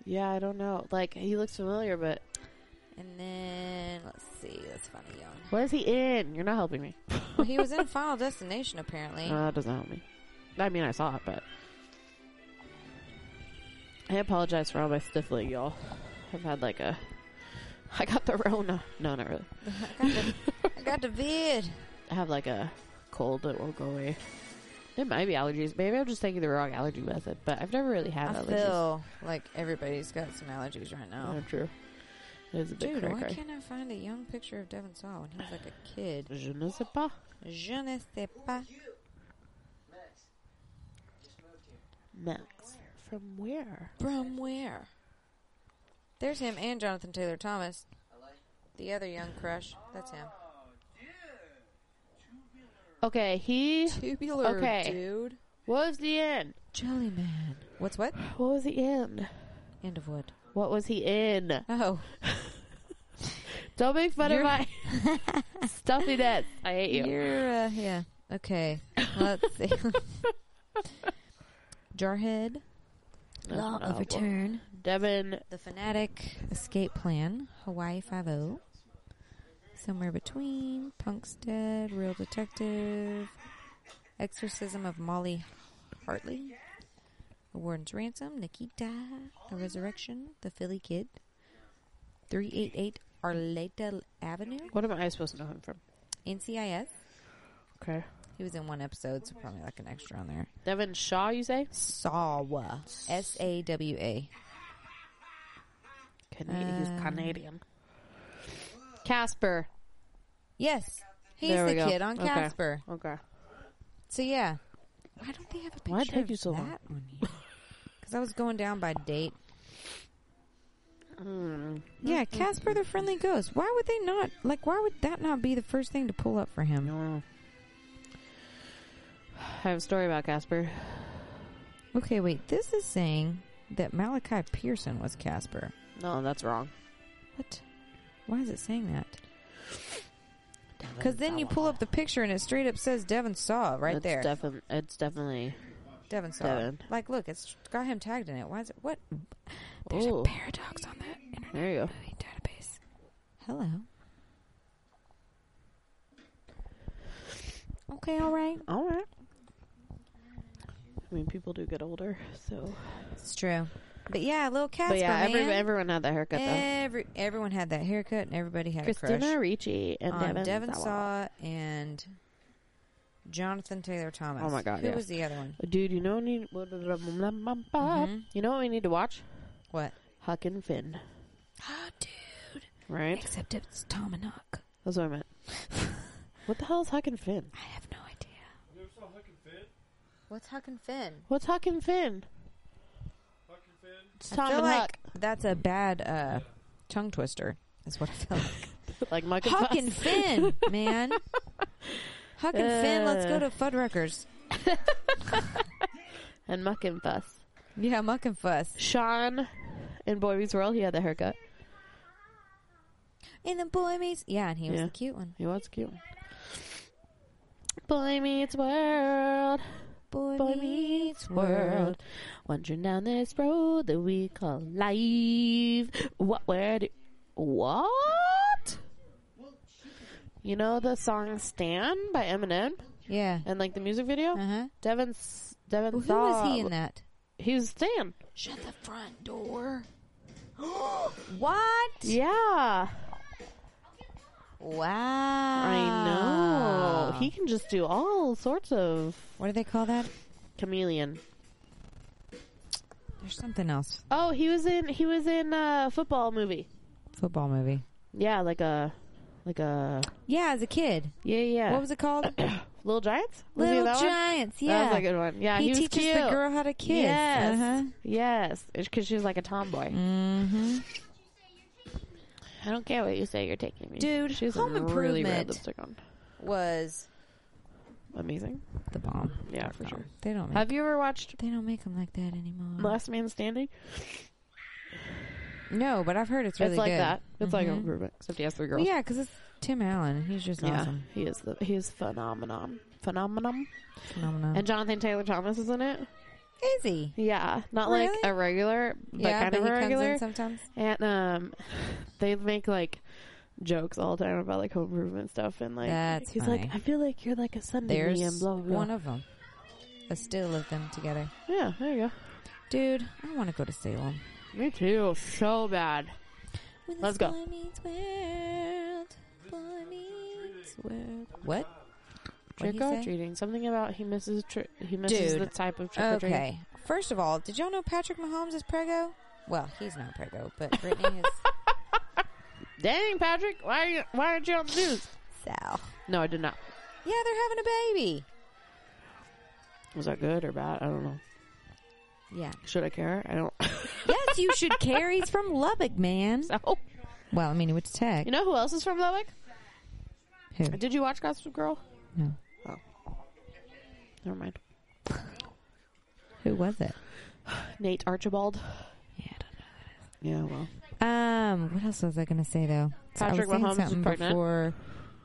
[SPEAKER 2] Yeah, I don't know. Like he looks familiar, but
[SPEAKER 1] And then let's see, that's funny, young.
[SPEAKER 2] what is he in? You're not helping me.
[SPEAKER 1] Well, he was in Final Destination apparently.
[SPEAKER 2] No, that Uh, doesn't help me. I mean, I saw it, but I apologize for all my sniffling, y'all. I've had like a. I got the Rona. No, not really.
[SPEAKER 1] I, got the, I got the vid.
[SPEAKER 2] I have like a cold that won't go away. It might be allergies. Maybe I'm just taking the wrong allergy method, but I've never really had
[SPEAKER 1] I
[SPEAKER 2] allergies.
[SPEAKER 1] feel like everybody's got some allergies right now.
[SPEAKER 2] Yeah, true. It is a big
[SPEAKER 1] Dude,
[SPEAKER 2] cray
[SPEAKER 1] why
[SPEAKER 2] cray.
[SPEAKER 1] can't I find a young picture of Devin Saw when he was like a kid?
[SPEAKER 2] Je ne sais pas.
[SPEAKER 1] Je ne sais pas.
[SPEAKER 2] Max. From where?
[SPEAKER 1] From where? There's him and Jonathan Taylor Thomas. The other young crush. That's him.
[SPEAKER 2] Okay, he
[SPEAKER 1] Tubular
[SPEAKER 2] Okay.
[SPEAKER 1] dude.
[SPEAKER 2] was the end.
[SPEAKER 1] Jelly man. What's what?
[SPEAKER 2] What was he in?
[SPEAKER 1] End of what?
[SPEAKER 2] What was he in?
[SPEAKER 1] Oh.
[SPEAKER 2] Don't make fun
[SPEAKER 1] You're-
[SPEAKER 2] of my stuffiness. I hate you.
[SPEAKER 1] You're, uh, yeah. Okay. Let's see. Jarhead.
[SPEAKER 2] No,
[SPEAKER 1] Law
[SPEAKER 2] no,
[SPEAKER 1] of
[SPEAKER 2] well-
[SPEAKER 1] Return.
[SPEAKER 2] uh, Devin.
[SPEAKER 1] The Fanatic. Escape Plan. Hawaii Five O. Somewhere Between. Punk's Dead. Real Detective. Exorcism of Molly Hartley. The Warden's Ransom. Nikita. The Resurrection. The Philly Kid. 388 Arleta Avenue.
[SPEAKER 2] What am I supposed to know him from?
[SPEAKER 1] NCIS.
[SPEAKER 2] Okay.
[SPEAKER 1] He was in one episode, so probably like an extra on there.
[SPEAKER 2] Devin Shaw, you say?
[SPEAKER 1] Sawa. S A W A.
[SPEAKER 2] Can-
[SPEAKER 1] Um,
[SPEAKER 2] he's Canadian. Casper.
[SPEAKER 1] Yes. He's
[SPEAKER 2] There we
[SPEAKER 1] the
[SPEAKER 2] go.
[SPEAKER 1] kid on
[SPEAKER 2] Okay.
[SPEAKER 1] Casper.
[SPEAKER 2] Okay.
[SPEAKER 1] So, yeah. Why don't they have a picture
[SPEAKER 2] Why'd it take
[SPEAKER 1] of
[SPEAKER 2] you so
[SPEAKER 1] that
[SPEAKER 2] long?
[SPEAKER 1] on here? Because I was going down by date. Yeah, Casper the Friendly Ghost. Why would they not? Like, why would that not be the first thing to pull up for him?
[SPEAKER 2] No. I have a story about Casper.
[SPEAKER 1] Okay, wait. This is saying that Malachi Pearson was Casper.
[SPEAKER 2] No, that's wrong.
[SPEAKER 1] What? Why is it saying that? Because then you pull up the picture and it straight up says Devin Saw right
[SPEAKER 2] it's
[SPEAKER 1] there.
[SPEAKER 2] defin- it's definitely.
[SPEAKER 1] Devin Saw.
[SPEAKER 2] Devin.
[SPEAKER 1] Like, look, it's got him tagged in it. Why is it? What? There's
[SPEAKER 2] Ooh,
[SPEAKER 1] a paradox on that internet
[SPEAKER 2] there you go.
[SPEAKER 1] movie database. Hello. Okay, all right.
[SPEAKER 2] All right. I mean, people do get older, so.
[SPEAKER 1] It's true. But yeah, little Casper,
[SPEAKER 2] but yeah, every,
[SPEAKER 1] man.
[SPEAKER 2] everyone had that haircut though.
[SPEAKER 1] Every- everyone had that haircut, and everybody had a
[SPEAKER 2] Christina
[SPEAKER 1] crush
[SPEAKER 2] Ricci and
[SPEAKER 1] on
[SPEAKER 2] Devin,
[SPEAKER 1] Devin
[SPEAKER 2] Sawa.
[SPEAKER 1] Saw and Jonathan Taylor Thomas.
[SPEAKER 2] Oh my God,
[SPEAKER 1] Who
[SPEAKER 2] yeah.
[SPEAKER 1] was the other one?
[SPEAKER 2] Dude, you know need
[SPEAKER 1] Mhm.
[SPEAKER 2] you know what we need to watch?
[SPEAKER 1] What?
[SPEAKER 2] Huck and Finn,
[SPEAKER 1] Oh, dude.
[SPEAKER 2] right?
[SPEAKER 1] Except it's Tom and Huck.
[SPEAKER 2] That's what I meant. What the hell is Huck and Finn?
[SPEAKER 1] I have no idea.
[SPEAKER 3] You ever saw Huck and Finn?
[SPEAKER 1] What's Huck and Finn?
[SPEAKER 2] What's Huck and Finn?
[SPEAKER 3] Huck and Finn?
[SPEAKER 2] It's Tom
[SPEAKER 1] I feel
[SPEAKER 2] and
[SPEAKER 1] like that's a bad uh, tongue twister. Is what I feel like.
[SPEAKER 2] Huck, like Mike and
[SPEAKER 1] Huck
[SPEAKER 2] Fuss.
[SPEAKER 1] and Finn, man. Huck and Finn, let's go
[SPEAKER 2] Uh.
[SPEAKER 1] to Fuddruckers.
[SPEAKER 2] and Muck and Fuss.
[SPEAKER 1] Yeah, Muck and Fuss.
[SPEAKER 2] Sean in Boy Meets World, he had the haircut.
[SPEAKER 1] In the boy meets. Yeah, and he was
[SPEAKER 2] Yeah.
[SPEAKER 1] the cute one.
[SPEAKER 2] He was cute. Boy Meets World,
[SPEAKER 1] Boy,
[SPEAKER 2] Boy
[SPEAKER 1] meets
[SPEAKER 2] Meets
[SPEAKER 1] world.
[SPEAKER 2] World, wandering down this road that we call life. What word? What? You know the song "Stan" by Eminem
[SPEAKER 1] Yeah.
[SPEAKER 2] and like the music video.
[SPEAKER 1] Uh huh.
[SPEAKER 2] Devin, S- Devin
[SPEAKER 1] Well, who
[SPEAKER 2] Sawa.
[SPEAKER 1] was he in that?
[SPEAKER 2] He was Stan.
[SPEAKER 1] Shut the front door. what?
[SPEAKER 2] Yeah,
[SPEAKER 1] Wow.
[SPEAKER 2] I
[SPEAKER 1] Ah.
[SPEAKER 2] know. He can just do all sorts of
[SPEAKER 1] What do they call that?
[SPEAKER 2] chameleon.
[SPEAKER 1] There's something else.
[SPEAKER 2] Oh, he was in he was in a football movie.
[SPEAKER 1] Football movie.
[SPEAKER 2] Yeah, like a like a
[SPEAKER 1] Yeah, as a kid.
[SPEAKER 2] yeah yeah.
[SPEAKER 1] What was it called?
[SPEAKER 2] Little Giants? Was he in
[SPEAKER 1] Little
[SPEAKER 2] that one?
[SPEAKER 1] Giants. Yeah.
[SPEAKER 2] That was a good one. Yeah,
[SPEAKER 1] he,
[SPEAKER 2] he, was
[SPEAKER 1] teaches
[SPEAKER 2] cute.
[SPEAKER 1] the girl how to kiss.
[SPEAKER 2] Yes,
[SPEAKER 1] Uh-huh.
[SPEAKER 2] yes, because she was like a tomboy.
[SPEAKER 1] Mm-hmm.
[SPEAKER 2] I don't care what you say. You're taking me,
[SPEAKER 1] Dude,
[SPEAKER 2] She's
[SPEAKER 1] Home
[SPEAKER 2] really
[SPEAKER 1] Improvement.
[SPEAKER 2] red lipstick on.
[SPEAKER 1] Was
[SPEAKER 2] Amazing.
[SPEAKER 1] the bomb.
[SPEAKER 2] Yeah, for
[SPEAKER 1] No,
[SPEAKER 2] sure.
[SPEAKER 1] They don't. Make,
[SPEAKER 2] Have you ever watched
[SPEAKER 1] they don't make them like that anymore.
[SPEAKER 2] Last Man Standing?
[SPEAKER 1] no, but I've heard it's really
[SPEAKER 2] it's like
[SPEAKER 1] good.
[SPEAKER 2] that. It's like Home
[SPEAKER 1] Mhm.
[SPEAKER 2] Improvement, except he has three
[SPEAKER 1] Well,
[SPEAKER 2] girls.
[SPEAKER 1] yeah, because it's Tim Allen. He's just
[SPEAKER 2] Yeah,
[SPEAKER 1] awesome. Uh-huh.
[SPEAKER 2] he is the he is phenomenon, phenomenon.
[SPEAKER 1] Phenomenal.
[SPEAKER 2] And Jonathan Taylor Thomas is in it.
[SPEAKER 1] Is he?
[SPEAKER 2] Yeah, not like
[SPEAKER 1] Really?
[SPEAKER 2] a regular, but
[SPEAKER 1] yeah,
[SPEAKER 2] kind
[SPEAKER 1] but
[SPEAKER 2] of
[SPEAKER 1] he
[SPEAKER 2] a
[SPEAKER 1] comes
[SPEAKER 2] regular.
[SPEAKER 1] in sometimes.
[SPEAKER 2] And um, they make like jokes all the time about like home improvement stuff, and like
[SPEAKER 1] That's
[SPEAKER 2] he's
[SPEAKER 1] funny.
[SPEAKER 2] like, I feel like you're like a son to
[SPEAKER 1] There's
[SPEAKER 2] me, and blah blah. blah.
[SPEAKER 1] one of them. A still of them together.
[SPEAKER 2] yeah, there you
[SPEAKER 1] Dude, I want to go to Salem.
[SPEAKER 2] go. Me too, so bad.
[SPEAKER 1] When
[SPEAKER 2] Let's
[SPEAKER 1] this
[SPEAKER 2] go.
[SPEAKER 1] boy meets world, boy meets world. What? What'd
[SPEAKER 2] Trick
[SPEAKER 1] he
[SPEAKER 2] or
[SPEAKER 1] say?
[SPEAKER 2] treating, something about he misses tri- he misses
[SPEAKER 1] Dude.
[SPEAKER 2] the type of trick or treating.
[SPEAKER 1] Okay. First of all, did y'all know Patrick Mahomes is prego? Well, he's not prego, but Brittany is
[SPEAKER 2] Dang, Patrick, why are you, why aren't you on the news?
[SPEAKER 1] Sal.
[SPEAKER 2] No, I did not.
[SPEAKER 1] Yeah, they're having a baby.
[SPEAKER 2] Was that good or bad? I don't know.
[SPEAKER 1] Yeah.
[SPEAKER 2] Should I care? I don't.
[SPEAKER 1] Yes, you should care. He's from Lubbock, man.
[SPEAKER 2] so,
[SPEAKER 1] Well, I mean, he went to Tech.
[SPEAKER 2] you know who else is from Lubbock?
[SPEAKER 1] Who?
[SPEAKER 2] Did you watch Gossip Girl? Oh.
[SPEAKER 1] No.
[SPEAKER 2] Never mind.
[SPEAKER 1] Who was it?
[SPEAKER 2] Nate Archibald.
[SPEAKER 1] Yeah, I don't know.
[SPEAKER 2] Yeah, well,
[SPEAKER 1] Um, what else was I going to say though? So
[SPEAKER 2] Patrick
[SPEAKER 1] I was saying
[SPEAKER 2] Mahomes is
[SPEAKER 1] something
[SPEAKER 2] pregnant.
[SPEAKER 1] before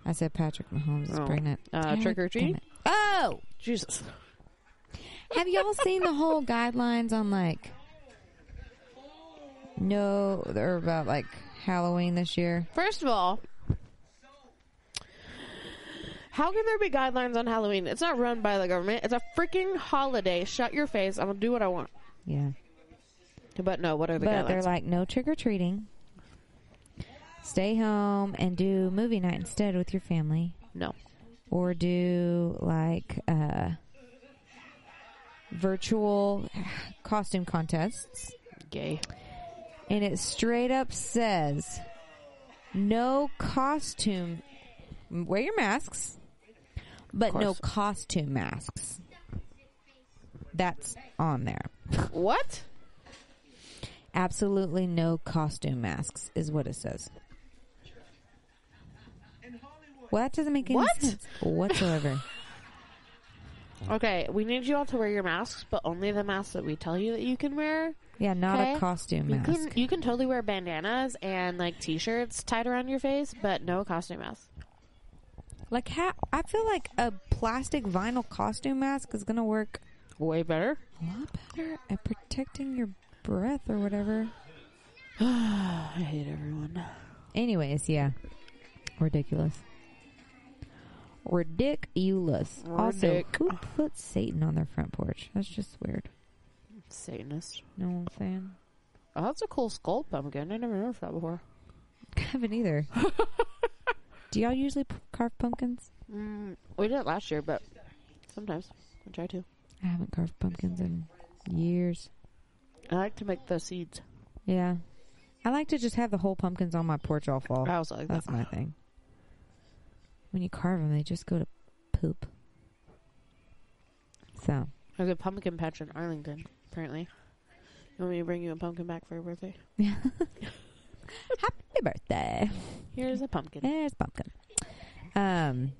[SPEAKER 1] I said Patrick Mahomes is
[SPEAKER 2] Oh.
[SPEAKER 1] pregnant.
[SPEAKER 2] Uh,
[SPEAKER 1] Damn it,
[SPEAKER 2] trick or treat?
[SPEAKER 1] damn it. Oh,
[SPEAKER 2] Jesus.
[SPEAKER 1] have y'all seen the whole guidelines on like no or about like Halloween this year?
[SPEAKER 2] First of all, how can there be guidelines on Halloween? It's not run by the government. It's a freaking holiday. Shut your face. I'm gonna do what I want.
[SPEAKER 1] Yeah,
[SPEAKER 2] But no, what are the
[SPEAKER 1] but they're
[SPEAKER 2] guidelines?
[SPEAKER 1] like no trick or treating. Stay home and do movie night instead with your family,
[SPEAKER 2] no.
[SPEAKER 1] or do like uh, virtual costume contests.
[SPEAKER 2] Gay.
[SPEAKER 1] and it straight up says no costume wear your masks but no
[SPEAKER 2] course.
[SPEAKER 1] costume masks that's on there
[SPEAKER 2] What?
[SPEAKER 1] absolutely no costume masks is what it says well that doesn't make any
[SPEAKER 2] What?
[SPEAKER 1] sense whatsoever
[SPEAKER 2] Okay, we need you all to wear your masks, but only the masks that we tell you that you can wear.
[SPEAKER 1] yeah not a
[SPEAKER 2] Okay.
[SPEAKER 1] costume
[SPEAKER 2] You
[SPEAKER 1] mask
[SPEAKER 2] can you can totally wear bandanas and like t-shirts tied around your face, but no costume masks.
[SPEAKER 1] like ha- i feel like a plastic vinyl costume mask is gonna work
[SPEAKER 2] Way better.
[SPEAKER 1] a lot better at protecting your breath or whatever.
[SPEAKER 2] I hate everyone.
[SPEAKER 1] Anyways, yeah. Ridiculous. Ridiculous. Also,
[SPEAKER 2] Ridic-
[SPEAKER 1] who put Satan on their front porch? That's just weird.
[SPEAKER 2] Satanist.
[SPEAKER 1] You know what I'm saying?
[SPEAKER 2] Oh, that's a cool skull pumpkin. I never noticed that before.
[SPEAKER 1] I haven't either. Do y'all usually p- carve pumpkins?
[SPEAKER 2] Mm, we did it last year, but sometimes I try to.
[SPEAKER 1] I haven't carved pumpkins in years.
[SPEAKER 2] I like to make the seeds.
[SPEAKER 1] Yeah. I like to just have the whole pumpkins on my porch all fall.
[SPEAKER 2] I also like that.
[SPEAKER 1] Oh, That's my thing. When you carve them, they just go to poop. So,
[SPEAKER 2] There's a pumpkin patch in Arlington, apparently. You want me to bring you a pumpkin back for your birthday?
[SPEAKER 1] happy birthday.
[SPEAKER 2] Here's a pumpkin.
[SPEAKER 1] There's pumpkin. Um,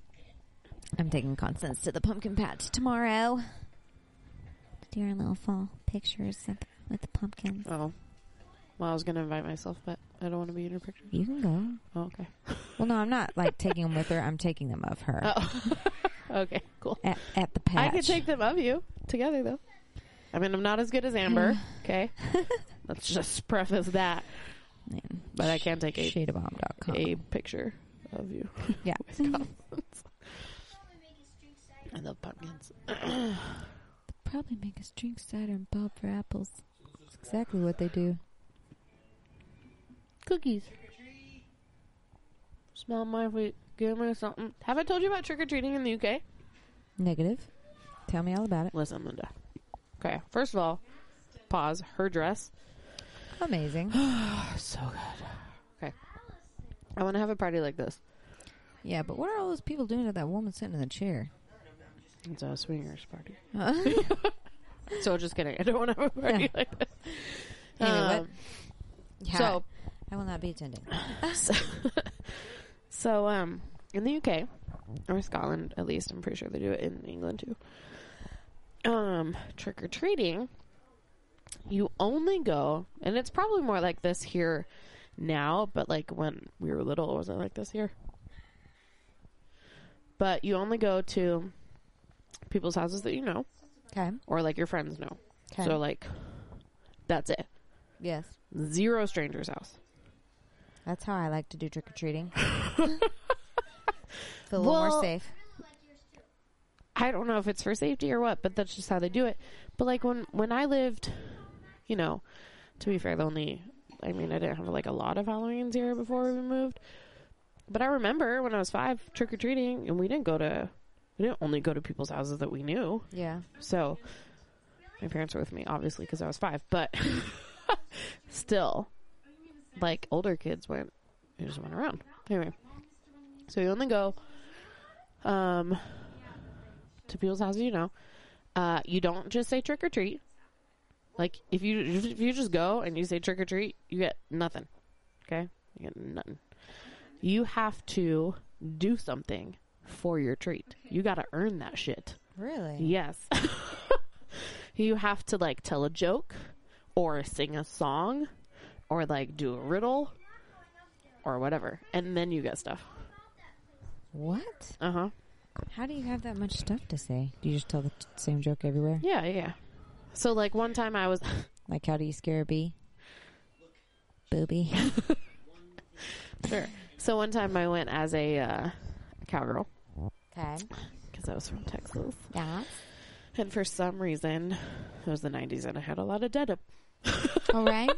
[SPEAKER 1] I'm taking Constance to the pumpkin patch tomorrow. Do our little fall pictures of- with the pumpkins.
[SPEAKER 2] Oh. Well, I was going to invite myself, but I don't want to be in your picture.
[SPEAKER 1] You can go.
[SPEAKER 2] Oh, okay.
[SPEAKER 1] Well, no, I'm not like taking them with her. I'm taking them of her
[SPEAKER 2] Oh. okay, cool.
[SPEAKER 1] at, at the patch.
[SPEAKER 2] I could take them of you together, though. I mean, I'm not as good as Amber, okay? Let's just preface that.
[SPEAKER 1] Man,
[SPEAKER 2] But I can take a,
[SPEAKER 1] shadabomb.com.
[SPEAKER 2] a picture of you.
[SPEAKER 1] Yeah.
[SPEAKER 2] with confidence. I love pumpkins.
[SPEAKER 1] Probably make us drink cider and bob for apples. That's exactly what they do.
[SPEAKER 2] Cookies. Smell my feet. Give me something. Have I told you about trick or treating in the UK?
[SPEAKER 1] Negative. Tell me all about it.
[SPEAKER 2] Listen, Linda. Okay, first of all, pause. Her dress.
[SPEAKER 1] Amazing.
[SPEAKER 2] Oh, So good. Okay. I want to have a party like this.
[SPEAKER 1] yeah, but what are all those people doing to that woman sitting in the chair?
[SPEAKER 2] It's a swingers party. So just kidding. I don't want to have a party
[SPEAKER 1] Yeah.
[SPEAKER 2] like this.
[SPEAKER 1] Anyway, what?
[SPEAKER 2] Um,
[SPEAKER 1] Yeah,
[SPEAKER 2] So,
[SPEAKER 1] I will not be attending.
[SPEAKER 2] so, so, um, in the UK or Scotland, at least, I'm pretty sure they do it in England too. Um, trick or treating, you only go, and it's probably more like this here now, but like when we were little, it wasn't like this here. But you only go to people's houses that you know,
[SPEAKER 1] Okay.
[SPEAKER 2] or like your friends know.
[SPEAKER 1] Okay.
[SPEAKER 2] So like, that's it.
[SPEAKER 1] yes.
[SPEAKER 2] Zero strangers' house.
[SPEAKER 1] That's how I like to do trick or treating. Feel a little more
[SPEAKER 2] Well-
[SPEAKER 1] safe.
[SPEAKER 2] I don't know if it's for safety or what, but that's just how they do it. But like when when I lived, you know, to be fair, the only I mean, I didn't have like a lot of Halloweens here before we moved. But I remember when I was five, trick or treating, and we didn't go to we didn't only go to people's houses that we knew.
[SPEAKER 1] Yeah.
[SPEAKER 2] So my parents were with me, obviously, because I was five. But still, like older kids went, they just went around anyway. So you only go um, to people's houses, you know. Uh, you don't just say trick or treat. Like if you if you just go and you say trick or treat, you get nothing. Okay, you get nothing. You have to do something for your treat. You got to earn that shit.
[SPEAKER 1] Really?
[SPEAKER 2] Yes. you have to like tell a joke or sing a song or like do a riddle or whatever. And then you get stuff.
[SPEAKER 1] What?
[SPEAKER 2] Uh huh.
[SPEAKER 1] How do you have that much stuff to say? Do you just tell the t- same joke everywhere?
[SPEAKER 2] Yeah, yeah, yeah. So like one time I was
[SPEAKER 1] Like, how do you scare a bee? Booby.
[SPEAKER 2] sure. So one time I went as a uh, cowgirl
[SPEAKER 1] Okay.
[SPEAKER 2] because I was from Texas.
[SPEAKER 1] Yeah.
[SPEAKER 2] And for some reason, it was the 90s and I had a lot of dead up.
[SPEAKER 1] All right.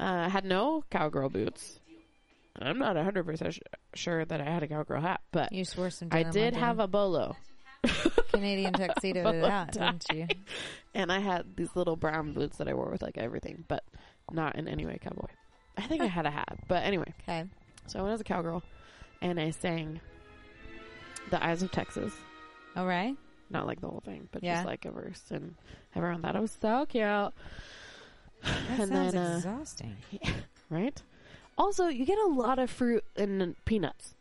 [SPEAKER 2] Uh, I had no cowgirl boots. I'm not 100% sh- sure that I had a cowgirl hat, but
[SPEAKER 1] You swore some.
[SPEAKER 2] I did have a bolo.
[SPEAKER 1] Canadian tuxedo to that, didn't you?
[SPEAKER 2] And I had these little brown boots that I wore with like everything, but not in any way cowboy. I think I had a hat, but anyway.
[SPEAKER 1] Okay.
[SPEAKER 2] So I went as a cowgirl, and I sang "The Eyes of Texas,"
[SPEAKER 1] All right.
[SPEAKER 2] not like the whole thing, but
[SPEAKER 1] Yeah.
[SPEAKER 2] just like a verse, and everyone thought it was so cute,
[SPEAKER 1] That
[SPEAKER 2] And
[SPEAKER 1] sounds
[SPEAKER 2] then, uh,
[SPEAKER 1] exhausting.
[SPEAKER 2] right? Also, you get a lot of fruit and peanuts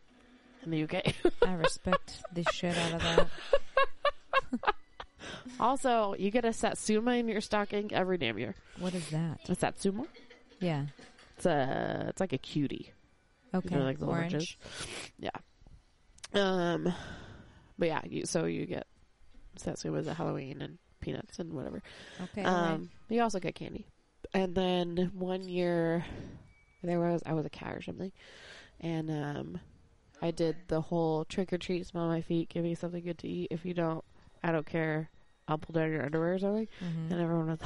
[SPEAKER 2] in the UK.
[SPEAKER 1] I respect the shit out of that.
[SPEAKER 2] also, you get a satsuma in your stocking every damn year.
[SPEAKER 1] What is that?
[SPEAKER 2] A satsuma?
[SPEAKER 1] Yeah.
[SPEAKER 2] It's a it's like a cutie.
[SPEAKER 1] Okay.
[SPEAKER 2] You know, like the
[SPEAKER 1] Orange.
[SPEAKER 2] oranges. Yeah. Um, but yeah, you, so you get satsuma at Halloween and peanuts and whatever.
[SPEAKER 1] Okay. all right.
[SPEAKER 2] Um, you also get candy. And then one year, there was I was a cat or something, and um, I did the whole trick or treat, smell my feet, give me something good to eat. If you don't, I don't care. I'll pull down your underwear or something.
[SPEAKER 1] Mhm.
[SPEAKER 2] And everyone was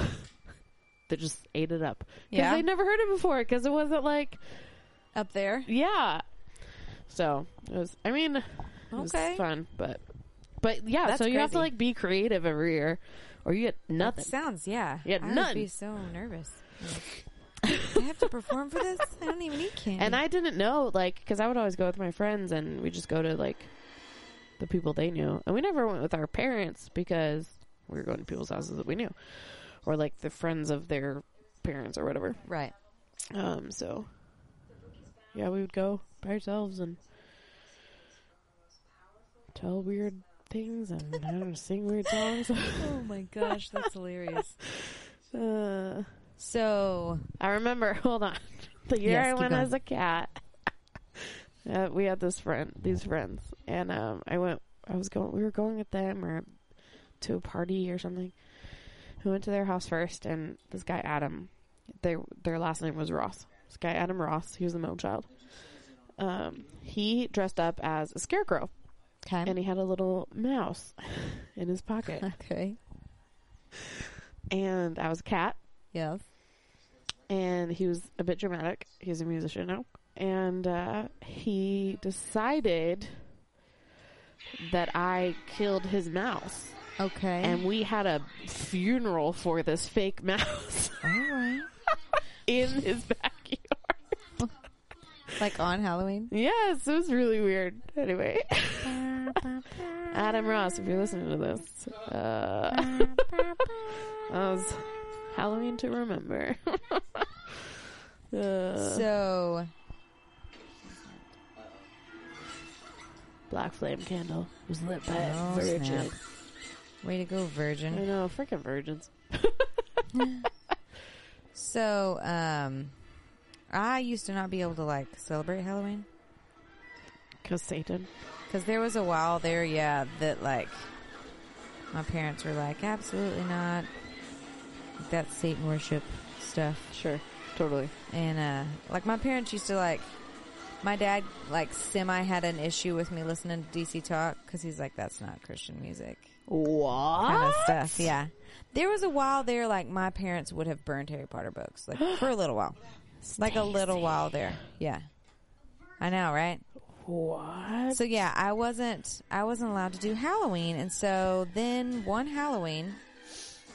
[SPEAKER 2] that just ate it up because
[SPEAKER 1] Yeah.
[SPEAKER 2] they never heard it before because it wasn't like
[SPEAKER 1] Up there.
[SPEAKER 2] yeah. So it was. I mean, it was
[SPEAKER 1] Okay.
[SPEAKER 2] fun, but but yeah.
[SPEAKER 1] That's
[SPEAKER 2] so you have to
[SPEAKER 1] crazy.
[SPEAKER 2] like be creative every year, or you get nothing.
[SPEAKER 1] That sounds yeah.
[SPEAKER 2] Yeah,
[SPEAKER 1] I would
[SPEAKER 2] none.
[SPEAKER 1] be so nervous. I have to perform for this. I don't even eat candy.
[SPEAKER 2] And I didn't know, like, because I would always go with my friends, and we just go to like the people they knew, and we never went with our parents because we were going to people's houses that we knew, or like the friends of their parents or whatever.
[SPEAKER 1] right.
[SPEAKER 2] Um, so yeah, we would go by ourselves and tell weird things and I don't know, sing weird songs.
[SPEAKER 1] Oh my gosh, that's hilarious.
[SPEAKER 2] Uh,
[SPEAKER 1] So
[SPEAKER 2] I remember. Hold on, the year
[SPEAKER 1] Yes,
[SPEAKER 2] I
[SPEAKER 1] keep
[SPEAKER 2] went
[SPEAKER 1] going.
[SPEAKER 2] as a cat. Uh, we had this friend, these friends, and um, I went. I was going. We were going with them or to a party or something. We went to their house first, and this guy Adam, their their last name was Ross. This guy Adam Ross. He was the middle child. Um, he dressed up as a scarecrow,
[SPEAKER 1] okay.
[SPEAKER 2] and he had a little mouse in his pocket.
[SPEAKER 1] Okay.
[SPEAKER 2] and I was a cat,
[SPEAKER 1] Yes.
[SPEAKER 2] and he was a bit dramatic. He's a musician now. And uh, he decided that I killed his mouse.
[SPEAKER 1] Okay.
[SPEAKER 2] And we had a funeral for this fake mouse
[SPEAKER 1] All right.
[SPEAKER 2] in his backyard.
[SPEAKER 1] Like on Halloween.
[SPEAKER 2] Yes, it was really weird. Anyway, Adam Ross, if you're listening to this, uh, that was Halloween to remember. Uh,
[SPEAKER 1] So
[SPEAKER 2] black flame candle was lit by
[SPEAKER 1] Oh,
[SPEAKER 2] a virgin.
[SPEAKER 1] way to go,
[SPEAKER 2] I
[SPEAKER 1] Virgin.
[SPEAKER 2] know, freaking virgins.
[SPEAKER 1] So um, I used to not be able to like celebrate Halloween.
[SPEAKER 2] Cause Satan.
[SPEAKER 1] Because there was a while there, yeah, that like my parents were like, absolutely not. That's Satan worship stuff.
[SPEAKER 2] Sure, totally.
[SPEAKER 1] And uh, like my parents used to like, my dad like semi had an issue with me listening to DC Talk because he's like, that's not Christian music
[SPEAKER 2] What?
[SPEAKER 1] kind of stuff. Yeah. There was a while there, like my parents would have burned Harry Potter books, like for a little while, like a little while there. Yeah, I know, right?
[SPEAKER 2] What?
[SPEAKER 1] So yeah, I wasn't I wasn't allowed to do Halloween, and so then one Halloween,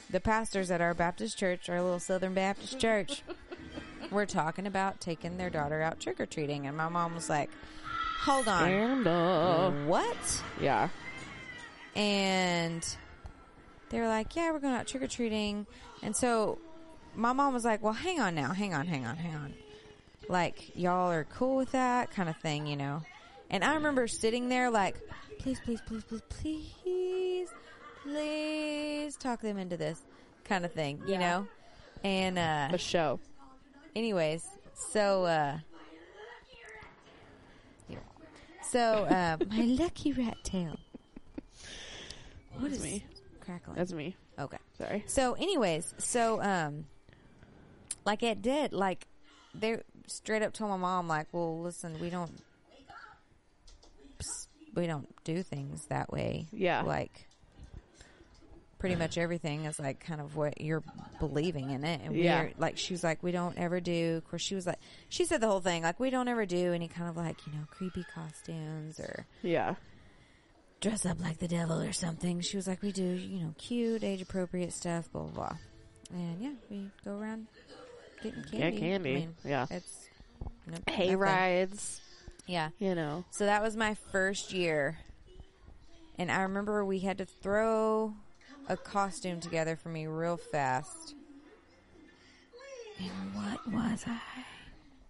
[SPEAKER 1] the pastors at our Baptist church, our little Southern Baptist church, were talking about taking their daughter out trick or treating, and my mom was like, "Hold on,
[SPEAKER 2] And uh,
[SPEAKER 1] Mm. what?"
[SPEAKER 2] yeah.
[SPEAKER 1] And they were like, "Yeah, we're going out trick or treating," and so my mom was like, "Well, hang on now, hang on, hang on, hang on." like y'all are cool with that kind of thing, you know. And I remember sitting there like, please, please, please, please, please, please talk them into this kind of thing, you know. And uh
[SPEAKER 2] A show.
[SPEAKER 1] anyways, so uh so uh my lucky rat tail. What
[SPEAKER 2] That's
[SPEAKER 1] is
[SPEAKER 2] me.
[SPEAKER 1] crackling?
[SPEAKER 2] That's me.
[SPEAKER 1] okay.
[SPEAKER 2] Sorry.
[SPEAKER 1] So, anyways, so um, like it did, like they straight up told my mom, like, well, listen, we don't, ps- we don't do things that way.
[SPEAKER 2] Yeah.
[SPEAKER 1] Like, pretty much everything is like kind of what you're believing in it, and
[SPEAKER 2] Yeah.
[SPEAKER 1] we're like, she was like, we don't ever do. Of course, she was like, she said the whole thing, like, we don't ever do any kind of like you know creepy costumes or
[SPEAKER 2] Yeah.
[SPEAKER 1] dress up like the devil or something. She was like, we do, you know, cute, age appropriate stuff, blah, blah, blah. And yeah, we go around getting
[SPEAKER 2] Yeah,
[SPEAKER 1] candy.
[SPEAKER 2] candy.
[SPEAKER 1] I mean,
[SPEAKER 2] yeah.
[SPEAKER 1] it's no,
[SPEAKER 2] Hay
[SPEAKER 1] nothing.
[SPEAKER 2] rides.
[SPEAKER 1] Yeah.
[SPEAKER 2] You know.
[SPEAKER 1] So that was my first year. And I remember we had to throw a costume together for me real fast. And what was I?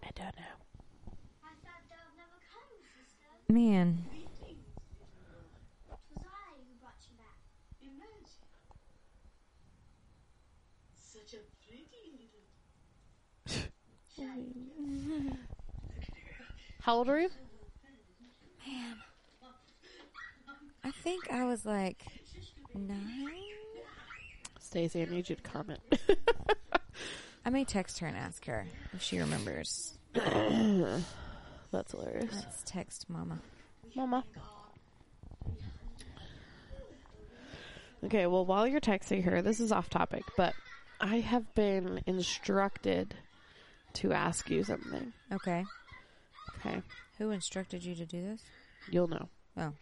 [SPEAKER 2] I don't know.
[SPEAKER 1] Man,
[SPEAKER 2] How old are you?
[SPEAKER 1] I think I was like nine.
[SPEAKER 2] Stacey, I need you to comment.
[SPEAKER 1] I may text her and ask her if she remembers.
[SPEAKER 2] That's hilarious.
[SPEAKER 1] Let's text Mama.
[SPEAKER 2] Mama. Okay, well, while you're texting her, this is off topic, but I have been instructed to ask you something.
[SPEAKER 1] Okay.
[SPEAKER 2] Okay,
[SPEAKER 1] Who instructed you to do this?
[SPEAKER 2] you'll know.
[SPEAKER 1] Oh.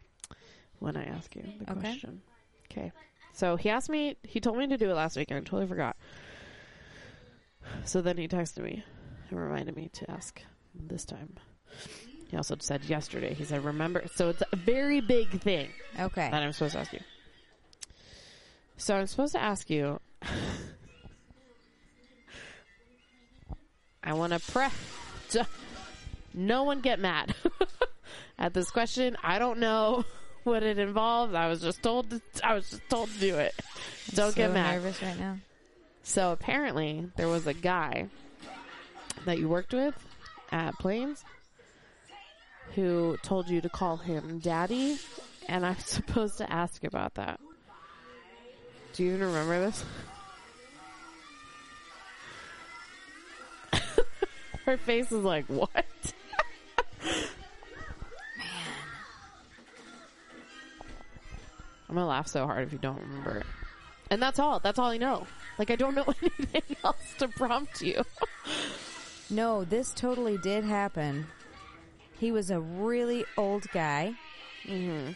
[SPEAKER 2] when I ask you the
[SPEAKER 1] Okay.
[SPEAKER 2] question. Okay. So he asked me, he told me to do it last week and I totally forgot. So then he texted me and reminded me to ask this time. He also said yesterday, he said, remember, so it's a very big thing
[SPEAKER 1] Okay.
[SPEAKER 2] that I'm supposed to ask you. So I'm supposed to ask you. I want to prep. No one get mad at this question. I don't know what it involves. I was just told. To, I was just told to do it. Don't
[SPEAKER 1] so
[SPEAKER 2] get mad.
[SPEAKER 1] nervous right now.
[SPEAKER 2] So apparently, there was a guy that you worked with at Plains who told you to call him daddy, and I'm supposed to ask about that. Do you even remember this? Her face is like, what? I'm gonna laugh so hard if you don't remember it. And that's all. That's all I know. Like I don't know anything else to prompt you.
[SPEAKER 1] No, this totally did happen. He was a really old guy. Mm-hmm.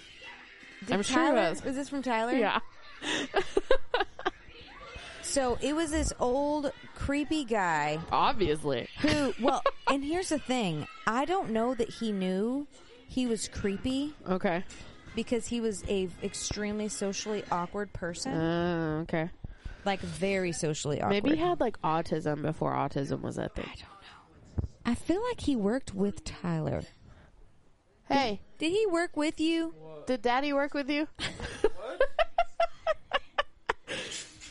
[SPEAKER 2] I'm sure it was.
[SPEAKER 1] Was this from Tyler?
[SPEAKER 2] yeah.
[SPEAKER 1] So it was this old, creepy guy
[SPEAKER 2] Obviously.
[SPEAKER 1] who, well, and here's the thing. I don't know that he knew he was creepy
[SPEAKER 2] Okay.
[SPEAKER 1] because he was a extremely socially awkward person.
[SPEAKER 2] Uh, okay.
[SPEAKER 1] like, very socially awkward.
[SPEAKER 2] Maybe he had like autism before autism was a thing.
[SPEAKER 1] I feel like he worked with Tyler.
[SPEAKER 2] Hey,
[SPEAKER 1] Did he work with you?
[SPEAKER 2] did Daddy work with you?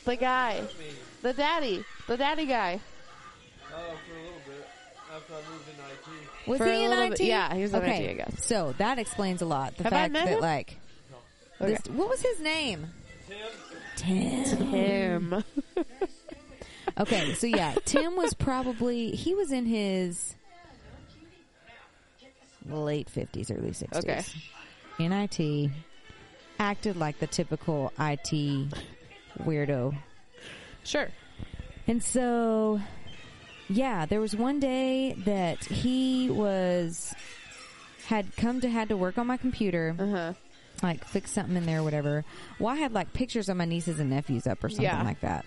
[SPEAKER 2] the guy, the daddy, the daddy guy.
[SPEAKER 3] Oh, for a little bit. After I moved into IT.
[SPEAKER 1] Was
[SPEAKER 2] For
[SPEAKER 1] he
[SPEAKER 2] a
[SPEAKER 1] in
[SPEAKER 2] little
[SPEAKER 1] IT?
[SPEAKER 2] bit- yeah, he was in
[SPEAKER 1] okay.
[SPEAKER 2] IT, I guess.
[SPEAKER 1] So that explains a lot. The
[SPEAKER 2] Have I
[SPEAKER 1] fact
[SPEAKER 2] met
[SPEAKER 1] that
[SPEAKER 2] him?
[SPEAKER 1] like, this, what was his name?
[SPEAKER 3] Tim,
[SPEAKER 1] Tim.
[SPEAKER 2] Him.
[SPEAKER 1] Okay, so yeah, Tim was probably he was in his late fifties, early sixties.
[SPEAKER 2] Okay.
[SPEAKER 1] In IT, acted like the typical IT weirdo
[SPEAKER 2] Sure.
[SPEAKER 1] And so, yeah, there was one day that he was had come to had to work on my computer,
[SPEAKER 2] Uh huh.
[SPEAKER 1] like fix something in there, or whatever. Well, I had like pictures of my nieces and nephews up or something
[SPEAKER 2] Yeah.
[SPEAKER 1] like that.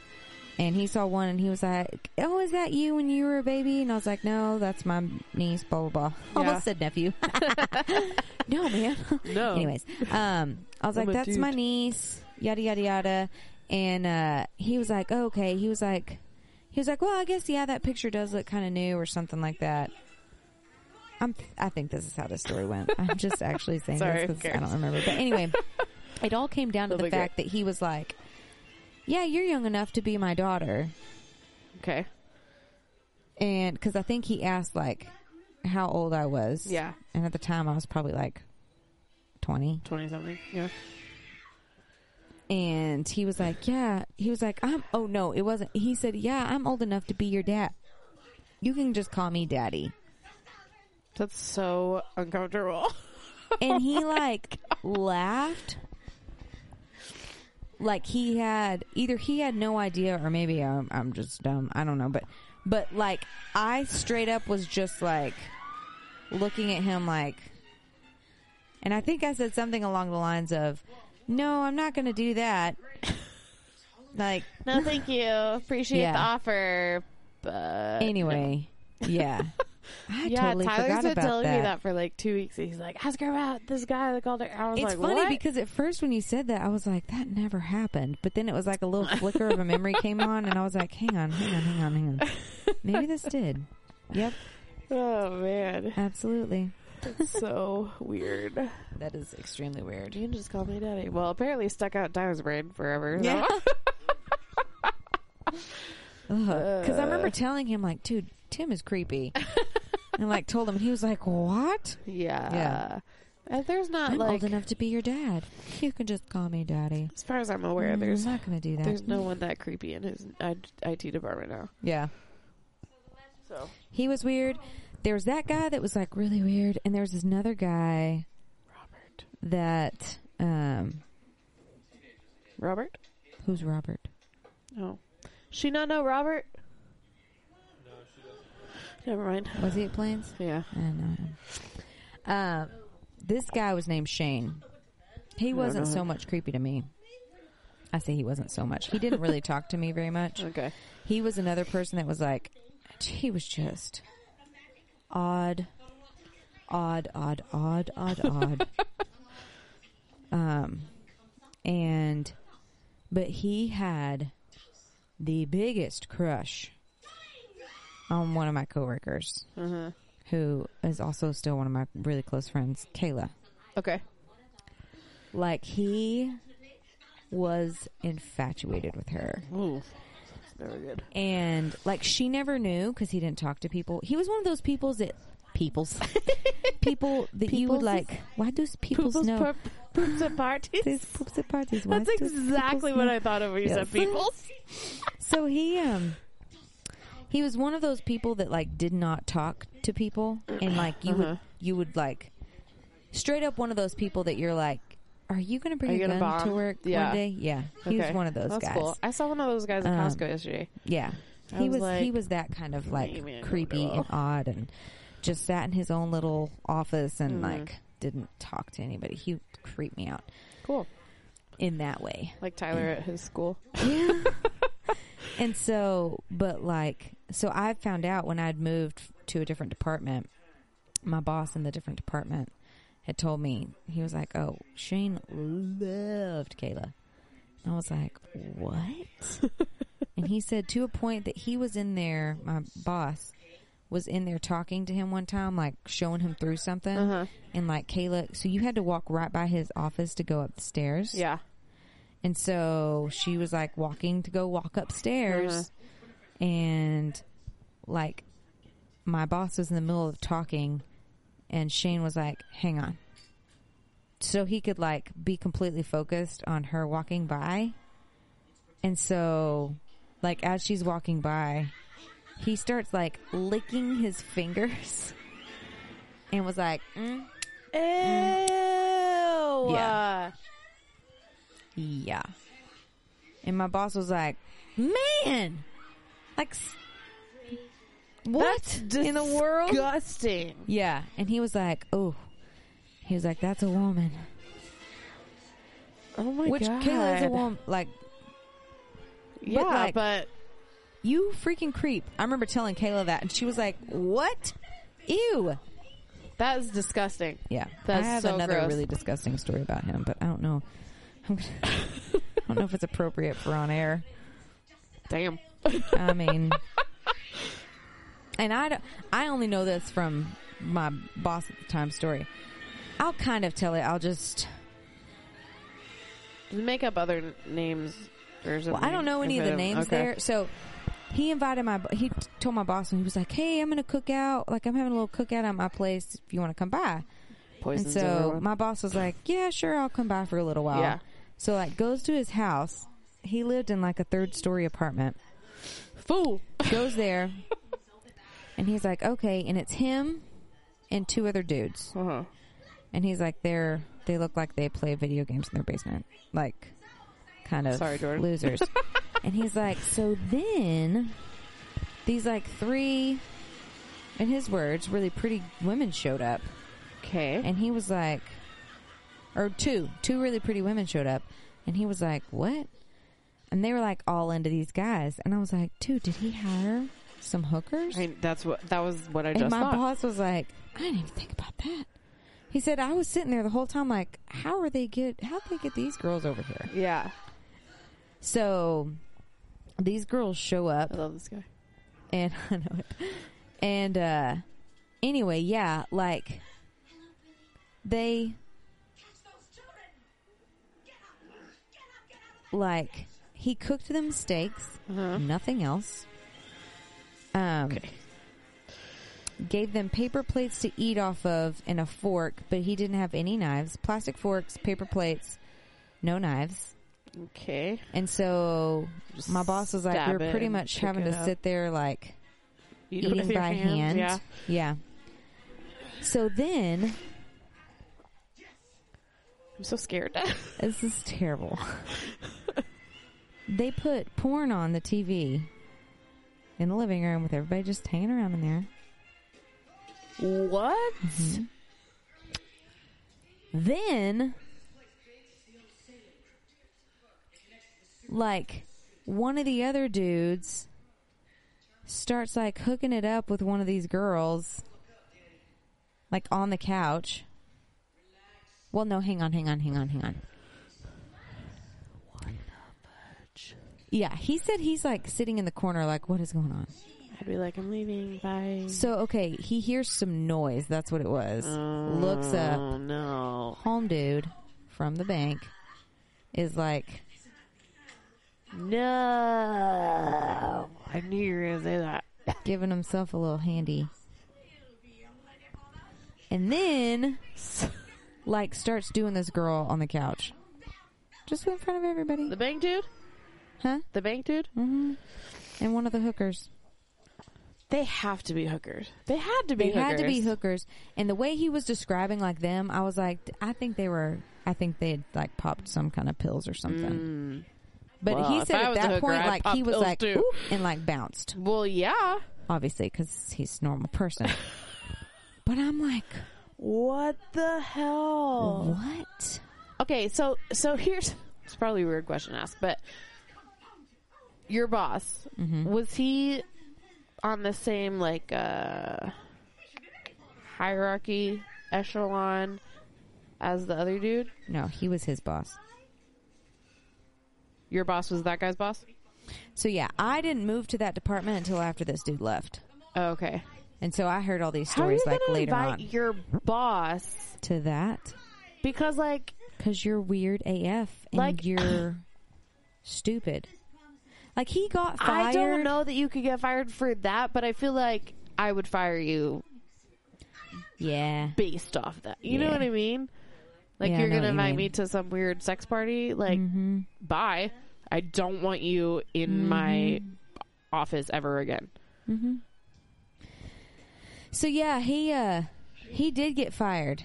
[SPEAKER 1] And he saw one and he was like, "Oh, is that you when you were a baby?" And I was like, "No, that's my niece." Blah blah blah. Almost said nephew. no, man.
[SPEAKER 2] No.
[SPEAKER 1] Anyways, um, I was
[SPEAKER 2] Oh.
[SPEAKER 1] like,
[SPEAKER 2] I'm a
[SPEAKER 1] "That's my
[SPEAKER 2] dude."
[SPEAKER 1] niece." Yada yada yada, and uh, he was like, oh, "Okay." He was like, "He was like, well, I guess yeah, that picture does look kind of new or something like that." I'm, I think this is how the story went. I'm just actually saying this
[SPEAKER 2] Sorry, who
[SPEAKER 1] because I don't
[SPEAKER 2] cares?
[SPEAKER 1] remember. But anyway, it all came down to
[SPEAKER 2] That'll
[SPEAKER 1] the
[SPEAKER 2] be
[SPEAKER 1] fact that he was like, "Yeah, you're young enough to be my daughter,"
[SPEAKER 2] Okay.
[SPEAKER 1] and because I think he asked like how old I was.
[SPEAKER 2] Yeah.
[SPEAKER 1] and at the time I was probably like twenty.
[SPEAKER 2] Twenty something. Yeah.
[SPEAKER 1] and he was like, "Yeah." He was like, "I'm." Oh no, it wasn't. He said, "Yeah, I'm old enough to be your dad. You can just call me daddy."
[SPEAKER 2] That's so uncomfortable.
[SPEAKER 1] And he like laughed, like he had either he had no idea or maybe I'm, I'm just dumb. I don't know, but but like I straight up was just like looking at him like, and I think I said something along the lines of, "No, I'm not going to do that." like
[SPEAKER 2] No, thank you. Appreciate
[SPEAKER 1] Yeah.
[SPEAKER 2] offer. But
[SPEAKER 1] Anyway, yeah. I
[SPEAKER 2] yeah,
[SPEAKER 1] totally
[SPEAKER 2] Tyler's
[SPEAKER 1] forgot
[SPEAKER 2] been
[SPEAKER 1] about
[SPEAKER 2] telling
[SPEAKER 1] that.
[SPEAKER 2] me that for like two weeks. He's like, ask her about this guy that called her. I was
[SPEAKER 1] It's
[SPEAKER 2] like,
[SPEAKER 1] funny
[SPEAKER 2] what?
[SPEAKER 1] because at first when you said that, I was like, that never happened. But then it was like a little flicker of a memory came on, and I was like, hang on, hang on, hang on, hang on. Maybe this did. Yep,
[SPEAKER 2] oh man,
[SPEAKER 1] absolutely.
[SPEAKER 2] it's so weird.
[SPEAKER 1] That is extremely weird.
[SPEAKER 2] You can just call me daddy. Well, apparently stuck out Tyler's brain forever. so-
[SPEAKER 1] Yeah. Because
[SPEAKER 2] Uh.
[SPEAKER 1] I remember telling him, like, dude, Tim is creepy. and like told him, and he was like, what?
[SPEAKER 2] yeah.
[SPEAKER 1] Yeah.
[SPEAKER 2] And there's not
[SPEAKER 1] I'm
[SPEAKER 2] like,
[SPEAKER 1] old enough to be your dad. You can just call me daddy.
[SPEAKER 2] as far as I'm aware,
[SPEAKER 1] Mm,
[SPEAKER 2] there's
[SPEAKER 1] I'm not going to do that.
[SPEAKER 2] there's no one that creepy in his I- IT department now.
[SPEAKER 1] Yeah.
[SPEAKER 2] So
[SPEAKER 1] He was weird. There was that guy that was like really weird, and there was this another guy.
[SPEAKER 2] Robert.
[SPEAKER 1] that um,
[SPEAKER 2] Robert?
[SPEAKER 1] who's Robert?
[SPEAKER 2] No. She not know Robert?
[SPEAKER 3] No, she doesn't.
[SPEAKER 2] Never mind.
[SPEAKER 1] Was he at Plains?
[SPEAKER 2] Yeah.
[SPEAKER 1] I don't know him. Um, this guy was named Shane. He wasn't
[SPEAKER 2] know
[SPEAKER 1] so
[SPEAKER 2] him.
[SPEAKER 1] much creepy to me. I say he wasn't so much. He didn't really talk to me very much.
[SPEAKER 2] Okay.
[SPEAKER 1] He was another person that was like, he was just odd, odd, odd, odd, odd, odd. um, and, but he had the biggest crush on one of my coworkers
[SPEAKER 2] Uh-huh.
[SPEAKER 1] who is also still one of my really close friends, Kayla.
[SPEAKER 2] Okay.
[SPEAKER 1] Like he was infatuated with her.
[SPEAKER 2] Ooh. Very good.
[SPEAKER 1] And like she never knew cuz he didn't talk to people. He was one of those peoples that peoples people that you would
[SPEAKER 2] Peoples?
[SPEAKER 1] like why do peoples
[SPEAKER 2] Pooples
[SPEAKER 1] know
[SPEAKER 2] pop- poops at parties.
[SPEAKER 1] these poops at parties? Why
[SPEAKER 2] That's
[SPEAKER 1] do peoples
[SPEAKER 2] exactly what
[SPEAKER 1] know?
[SPEAKER 2] I thought of when you
[SPEAKER 1] Yes.
[SPEAKER 2] said peoples.
[SPEAKER 1] So he um he was one of those people that like did not talk to people and like you
[SPEAKER 2] Uh-huh.
[SPEAKER 1] would you would like straight up one of those people that you're like are you going to bring
[SPEAKER 2] Are
[SPEAKER 1] a
[SPEAKER 2] you
[SPEAKER 1] gun
[SPEAKER 2] gonna
[SPEAKER 1] to
[SPEAKER 2] bomb?
[SPEAKER 1] work
[SPEAKER 2] Yeah.
[SPEAKER 1] one day? Yeah. He was
[SPEAKER 2] Okay.
[SPEAKER 1] one of those
[SPEAKER 2] That's
[SPEAKER 1] guys.
[SPEAKER 2] cool. I saw one of those guys at
[SPEAKER 1] Um,
[SPEAKER 2] Costco yesterday.
[SPEAKER 1] Yeah.
[SPEAKER 2] I
[SPEAKER 1] He
[SPEAKER 2] was
[SPEAKER 1] was he
[SPEAKER 2] like,
[SPEAKER 1] was that kind of like
[SPEAKER 2] "Maybe I don't
[SPEAKER 1] creepy
[SPEAKER 2] know."
[SPEAKER 1] and odd and just sat in his own little office and
[SPEAKER 2] Mhm.
[SPEAKER 1] like didn't talk to anybody. He creeped me out
[SPEAKER 2] Cool.
[SPEAKER 1] in that way.
[SPEAKER 2] Like Tyler at his school.
[SPEAKER 1] Yeah. and so, but like, so I found out when I'd moved to a different department, my boss in the different department had told me, he was like, oh, Shane loved Kayla. And I was like, what? and he said to a point that he was in there, my boss was in there talking to him one time, like showing him through something.
[SPEAKER 2] Uh-huh.
[SPEAKER 1] And like Kayla, so you had to walk right by his office to go up the stairs.
[SPEAKER 2] Yeah.
[SPEAKER 1] And so she was like walking to go walk upstairs. And like my boss was in the middle of talking and Shane was like, hang on. So he could like be completely focused on her walking by. And so like as she's walking by, he starts like licking his fingers and was like, mm,
[SPEAKER 2] Ew.
[SPEAKER 1] Yeah. Yeah. And my boss was like, man, like, s- what
[SPEAKER 2] That's
[SPEAKER 1] in the world?
[SPEAKER 2] Disgusting.
[SPEAKER 1] Yeah. And he was like, oh, he was like, that's a woman.
[SPEAKER 2] Oh my
[SPEAKER 1] Which
[SPEAKER 2] god.
[SPEAKER 1] Kayla is a woman. Like,
[SPEAKER 2] Yeah, but,
[SPEAKER 1] like- you freaking creep. I remember telling Kayla that and she was like, what? Ew.
[SPEAKER 2] that is disgusting.
[SPEAKER 1] Yeah.
[SPEAKER 2] That's
[SPEAKER 1] I have
[SPEAKER 2] so
[SPEAKER 1] another
[SPEAKER 2] gross.
[SPEAKER 1] really disgusting story about him, but I don't know. I'm gonna, I don't know if it's appropriate for on air.
[SPEAKER 2] Damn.
[SPEAKER 1] I mean, and I, don't- I only know this from my boss at the time story. I'll kind of tell it. I'll just,
[SPEAKER 2] Make up other n- names or something.
[SPEAKER 1] well, I don't know any
[SPEAKER 2] if
[SPEAKER 1] of the
[SPEAKER 2] I don't-
[SPEAKER 1] names
[SPEAKER 2] okay.
[SPEAKER 1] there. So he invited my, he t- told my boss and he was like, Hey, I'm going to cook out. Like I'm having a little cookout at my place if you want to come by. And
[SPEAKER 2] Poisons
[SPEAKER 1] so
[SPEAKER 2] everyone.
[SPEAKER 1] my boss was like, yeah, sure. I'll come by for a little while.
[SPEAKER 2] Yeah.
[SPEAKER 1] So like goes to his house. He lived in like a third story apartment.
[SPEAKER 2] Fool.
[SPEAKER 1] goes there and he's like okay and it's him and two other dudes
[SPEAKER 2] Uh-huh.
[SPEAKER 1] and he's like they're they look like they play video games in their basement like kind of
[SPEAKER 2] Sorry, Jordan.
[SPEAKER 1] losers and he's like so then these like three in his words really pretty women showed up
[SPEAKER 2] Okay.
[SPEAKER 1] and he was like, or two, two really pretty women showed up, and he was like, what? And they were like all into these guys, and I was like, dude, did he hire some hookers?
[SPEAKER 2] I, that's what that was what I
[SPEAKER 1] and
[SPEAKER 2] just
[SPEAKER 1] my
[SPEAKER 2] thought.
[SPEAKER 1] boss was like, I didn't even think about that. He said I was sitting there the whole time, like, how are they get? How they get these girls over here?
[SPEAKER 2] yeah.
[SPEAKER 1] So these girls show up,
[SPEAKER 2] I love this guy.
[SPEAKER 1] and I know it. And uh anyway, yeah, like they like he cooked them steaks,
[SPEAKER 2] Uh-huh.
[SPEAKER 1] nothing else. Um
[SPEAKER 2] Okay.
[SPEAKER 1] gave them paper plates to eat off of and a fork, but he didn't have any knives, plastic forks, paper plates, no knives.
[SPEAKER 2] Okay.
[SPEAKER 1] And so
[SPEAKER 2] Just
[SPEAKER 1] my boss was like,
[SPEAKER 2] stab
[SPEAKER 1] "You're
[SPEAKER 2] it
[SPEAKER 1] pretty
[SPEAKER 2] and
[SPEAKER 1] much
[SPEAKER 2] pick
[SPEAKER 1] having
[SPEAKER 2] it
[SPEAKER 1] to
[SPEAKER 2] up.
[SPEAKER 1] sit there like
[SPEAKER 2] Eat it
[SPEAKER 1] eating
[SPEAKER 2] with your
[SPEAKER 1] by hand.
[SPEAKER 2] hands, Yeah.
[SPEAKER 1] Yeah. So then
[SPEAKER 2] I'm so scared.
[SPEAKER 1] This is terrible. they put porn on the TV in the living room with everybody just hanging around in there.
[SPEAKER 2] what?
[SPEAKER 1] Then, like, one of the other dudes starts, like, hooking it up with one of these girls, like, on the couch. Well, no, hang on, hang on, hang on, hang on. Yeah, he said he's like sitting in the corner, like, what is going on?
[SPEAKER 2] I'd be like, I'm leaving. Bye.
[SPEAKER 1] So, okay, he hears some noise. That's what it was. Looks up
[SPEAKER 2] Oh no.
[SPEAKER 1] home dude from the bank is like,
[SPEAKER 2] No. I knew you were gonna say that.
[SPEAKER 1] giving himself a little handy. And then, like, starts doing this girl on the couch. Just in front of everybody.
[SPEAKER 2] The bank dude?
[SPEAKER 1] Huh?
[SPEAKER 2] The bank dude?
[SPEAKER 1] hmm And one of the hookers.
[SPEAKER 2] They have to be hookers. They had to be
[SPEAKER 1] They
[SPEAKER 2] hookers.
[SPEAKER 1] had to be hookers. And the way he was describing, like, them, I was like, I think they were, I think they had, like, popped some kind of pills or something. But
[SPEAKER 2] Mm. Well,
[SPEAKER 1] he
[SPEAKER 2] if
[SPEAKER 1] said
[SPEAKER 2] I
[SPEAKER 1] at
[SPEAKER 2] was a
[SPEAKER 1] that
[SPEAKER 2] hooker,
[SPEAKER 1] point,
[SPEAKER 2] I'd
[SPEAKER 1] like,
[SPEAKER 2] pop
[SPEAKER 1] he was
[SPEAKER 2] pills
[SPEAKER 1] like,
[SPEAKER 2] too.
[SPEAKER 1] "Oop," and, like, bounced.
[SPEAKER 2] Well, yeah.
[SPEAKER 1] obviously because he's a normal person but i'm like
[SPEAKER 2] What the hell?
[SPEAKER 1] what
[SPEAKER 2] Okay, so so here's it's probably a weird question to ask, but your boss
[SPEAKER 1] Mm-hmm.
[SPEAKER 2] was he on the same like uh hierarchy echelon as the other dude?
[SPEAKER 1] no he was his boss
[SPEAKER 2] Your boss was that guy's boss?
[SPEAKER 1] so yeah i didn't move to that department until after this dude left
[SPEAKER 2] Oh, okay.
[SPEAKER 1] and so i heard all these
[SPEAKER 2] How are
[SPEAKER 1] stories
[SPEAKER 2] you
[SPEAKER 1] like
[SPEAKER 2] gonna
[SPEAKER 1] later
[SPEAKER 2] invite
[SPEAKER 1] on
[SPEAKER 2] your boss?
[SPEAKER 1] to that
[SPEAKER 2] Because like
[SPEAKER 1] because you're weird af and
[SPEAKER 2] Like-
[SPEAKER 1] you're stupid like he got fired
[SPEAKER 2] I don't know that you could get fired for that, but I feel like I would fire you
[SPEAKER 1] yeah
[SPEAKER 2] based off that. You know
[SPEAKER 1] Yeah.
[SPEAKER 2] what I mean? Like
[SPEAKER 1] Yeah, I
[SPEAKER 2] you're
[SPEAKER 1] know what
[SPEAKER 2] gonna
[SPEAKER 1] you
[SPEAKER 2] invite
[SPEAKER 1] mean. Mm-hmm.
[SPEAKER 2] me to some weird sex party? Like, bye. I don't want you in my office ever again.
[SPEAKER 1] so yeah he uh he did get fired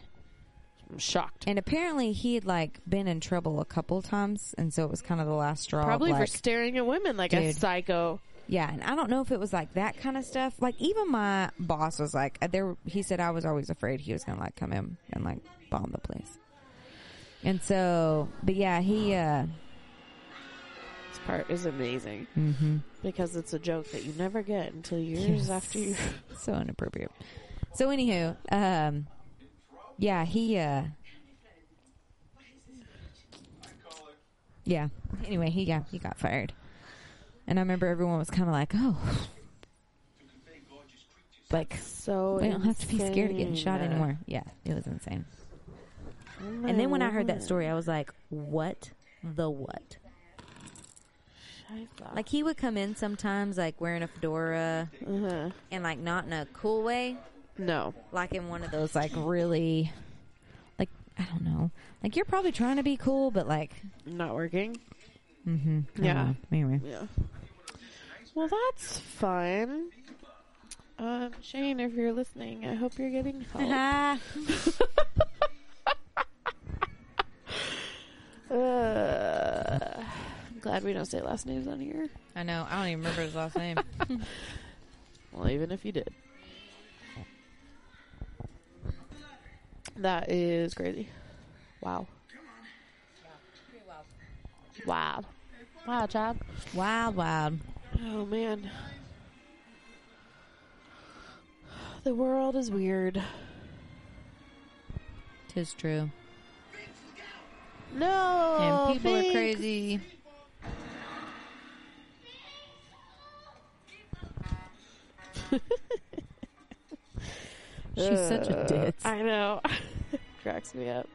[SPEAKER 2] I'm shocked.
[SPEAKER 1] and apparently he had like been in trouble a couple times and so it was kind of the last straw of,
[SPEAKER 2] Probably for
[SPEAKER 1] like-
[SPEAKER 2] staring at women like a
[SPEAKER 1] Dude.
[SPEAKER 2] psycho.
[SPEAKER 1] Yeah, and I don't know if it was like that kind of stuff. Like even my boss was like, uh, there. He said I was always afraid he was gonna like come in and like bomb the place. And so, but yeah, he. uh
[SPEAKER 2] This part is amazing
[SPEAKER 1] mm-hmm.
[SPEAKER 2] because it's a joke that you never get until years
[SPEAKER 1] Yes.
[SPEAKER 2] after you.
[SPEAKER 1] So inappropriate. So anywho, um, yeah, he. uh Yeah. Anyway, he got he got fired, and I remember everyone was kind of like, oh, like
[SPEAKER 2] So
[SPEAKER 1] They don't have to be scared of getting shot
[SPEAKER 2] insane.
[SPEAKER 1] anymore. Yeah, it was insane.
[SPEAKER 2] Oh my
[SPEAKER 1] And then when I heard that
[SPEAKER 2] lord.
[SPEAKER 1] story, I was like, what the what?
[SPEAKER 2] Shiza.
[SPEAKER 1] Like, he would come in sometimes, like, wearing a fedora
[SPEAKER 2] Uh-huh.
[SPEAKER 1] and, like, not in a cool way,
[SPEAKER 2] no,
[SPEAKER 1] like, in one of those, like, really, like, I don't know. Like, you're probably trying to be cool, but, like,
[SPEAKER 2] not working.
[SPEAKER 1] mm-hmm.
[SPEAKER 2] Yeah. know.
[SPEAKER 1] Anyway.
[SPEAKER 2] Yeah. Well, that's fun. Um, Shane, if you're listening, I hope you're getting help. uh, I'm glad we don't say last names on here.
[SPEAKER 1] I know. I don't even remember his last name.
[SPEAKER 2] Well, even if you did. That is crazy. Wow. Wow. Wow, child.
[SPEAKER 1] wild, wild.
[SPEAKER 2] Oh, man. The world is weird.
[SPEAKER 1] Tis true.
[SPEAKER 2] No.
[SPEAKER 1] and people
[SPEAKER 2] Fink.
[SPEAKER 1] are crazy. She's such a
[SPEAKER 2] Uh,
[SPEAKER 1] ditz.
[SPEAKER 2] I know. Cracks me up.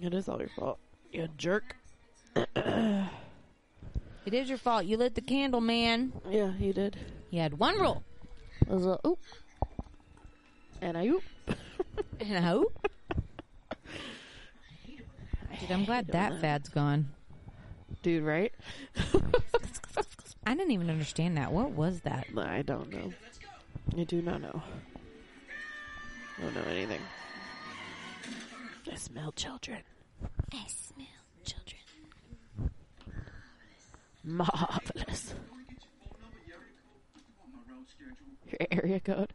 [SPEAKER 2] It is all your fault. You jerk.
[SPEAKER 1] It is your fault. You lit the candle, man.
[SPEAKER 2] Yeah, you did.
[SPEAKER 1] You had one rule.
[SPEAKER 2] I was like, oop. And I oop.
[SPEAKER 1] And I hope. Dude, I'm glad that fad's gone.
[SPEAKER 2] Dude, right?
[SPEAKER 1] I didn't even understand that. What was that?
[SPEAKER 2] No, I don't know. I do not know. I don't know anything. I smell children.
[SPEAKER 1] I smell children.
[SPEAKER 2] Marvelous. Your area code.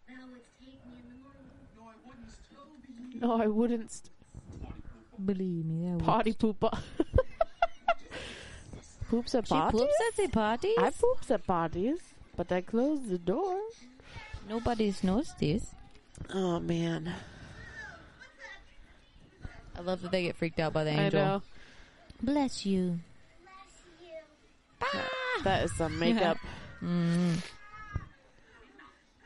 [SPEAKER 2] No, I wouldn't. St-
[SPEAKER 1] Believe me, that
[SPEAKER 2] potty poopa. poops at
[SPEAKER 1] She
[SPEAKER 2] bodies?
[SPEAKER 1] poops at the parties.
[SPEAKER 2] I poops at bodies, but I close the door.
[SPEAKER 1] Nobody knows this.
[SPEAKER 2] Oh, man.
[SPEAKER 1] I love that they get freaked out by the
[SPEAKER 2] I
[SPEAKER 1] angel.
[SPEAKER 2] know.
[SPEAKER 1] Bless you.
[SPEAKER 2] That is some makeup.
[SPEAKER 1] Mm.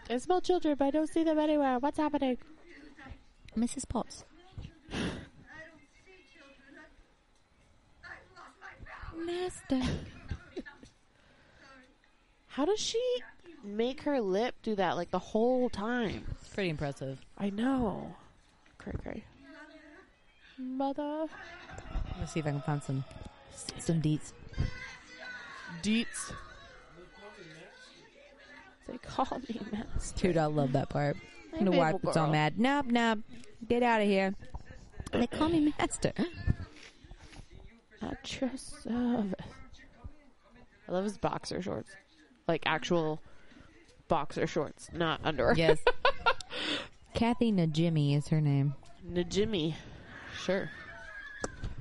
[SPEAKER 2] I smell children, but I don't see them anywhere. What's happening?
[SPEAKER 1] Mrs. Potts. Master.
[SPEAKER 2] How does she make her lip do that like the whole time?
[SPEAKER 1] It's pretty impressive.
[SPEAKER 2] I know. Cray cray. Mother.
[SPEAKER 1] Let me see if I can find some some deets.
[SPEAKER 2] Deets. They call me master.
[SPEAKER 1] Dude, I love that part.
[SPEAKER 2] My
[SPEAKER 1] And the
[SPEAKER 2] baby
[SPEAKER 1] wife was all
[SPEAKER 2] girl.
[SPEAKER 1] mad. Nope, nope. Get out of here. They call me master.
[SPEAKER 2] At your service. I love his boxer shorts. Like actual boxer shorts, not underwear.
[SPEAKER 1] yes. Kathy Najimy is her name.
[SPEAKER 2] Najimi. Sure.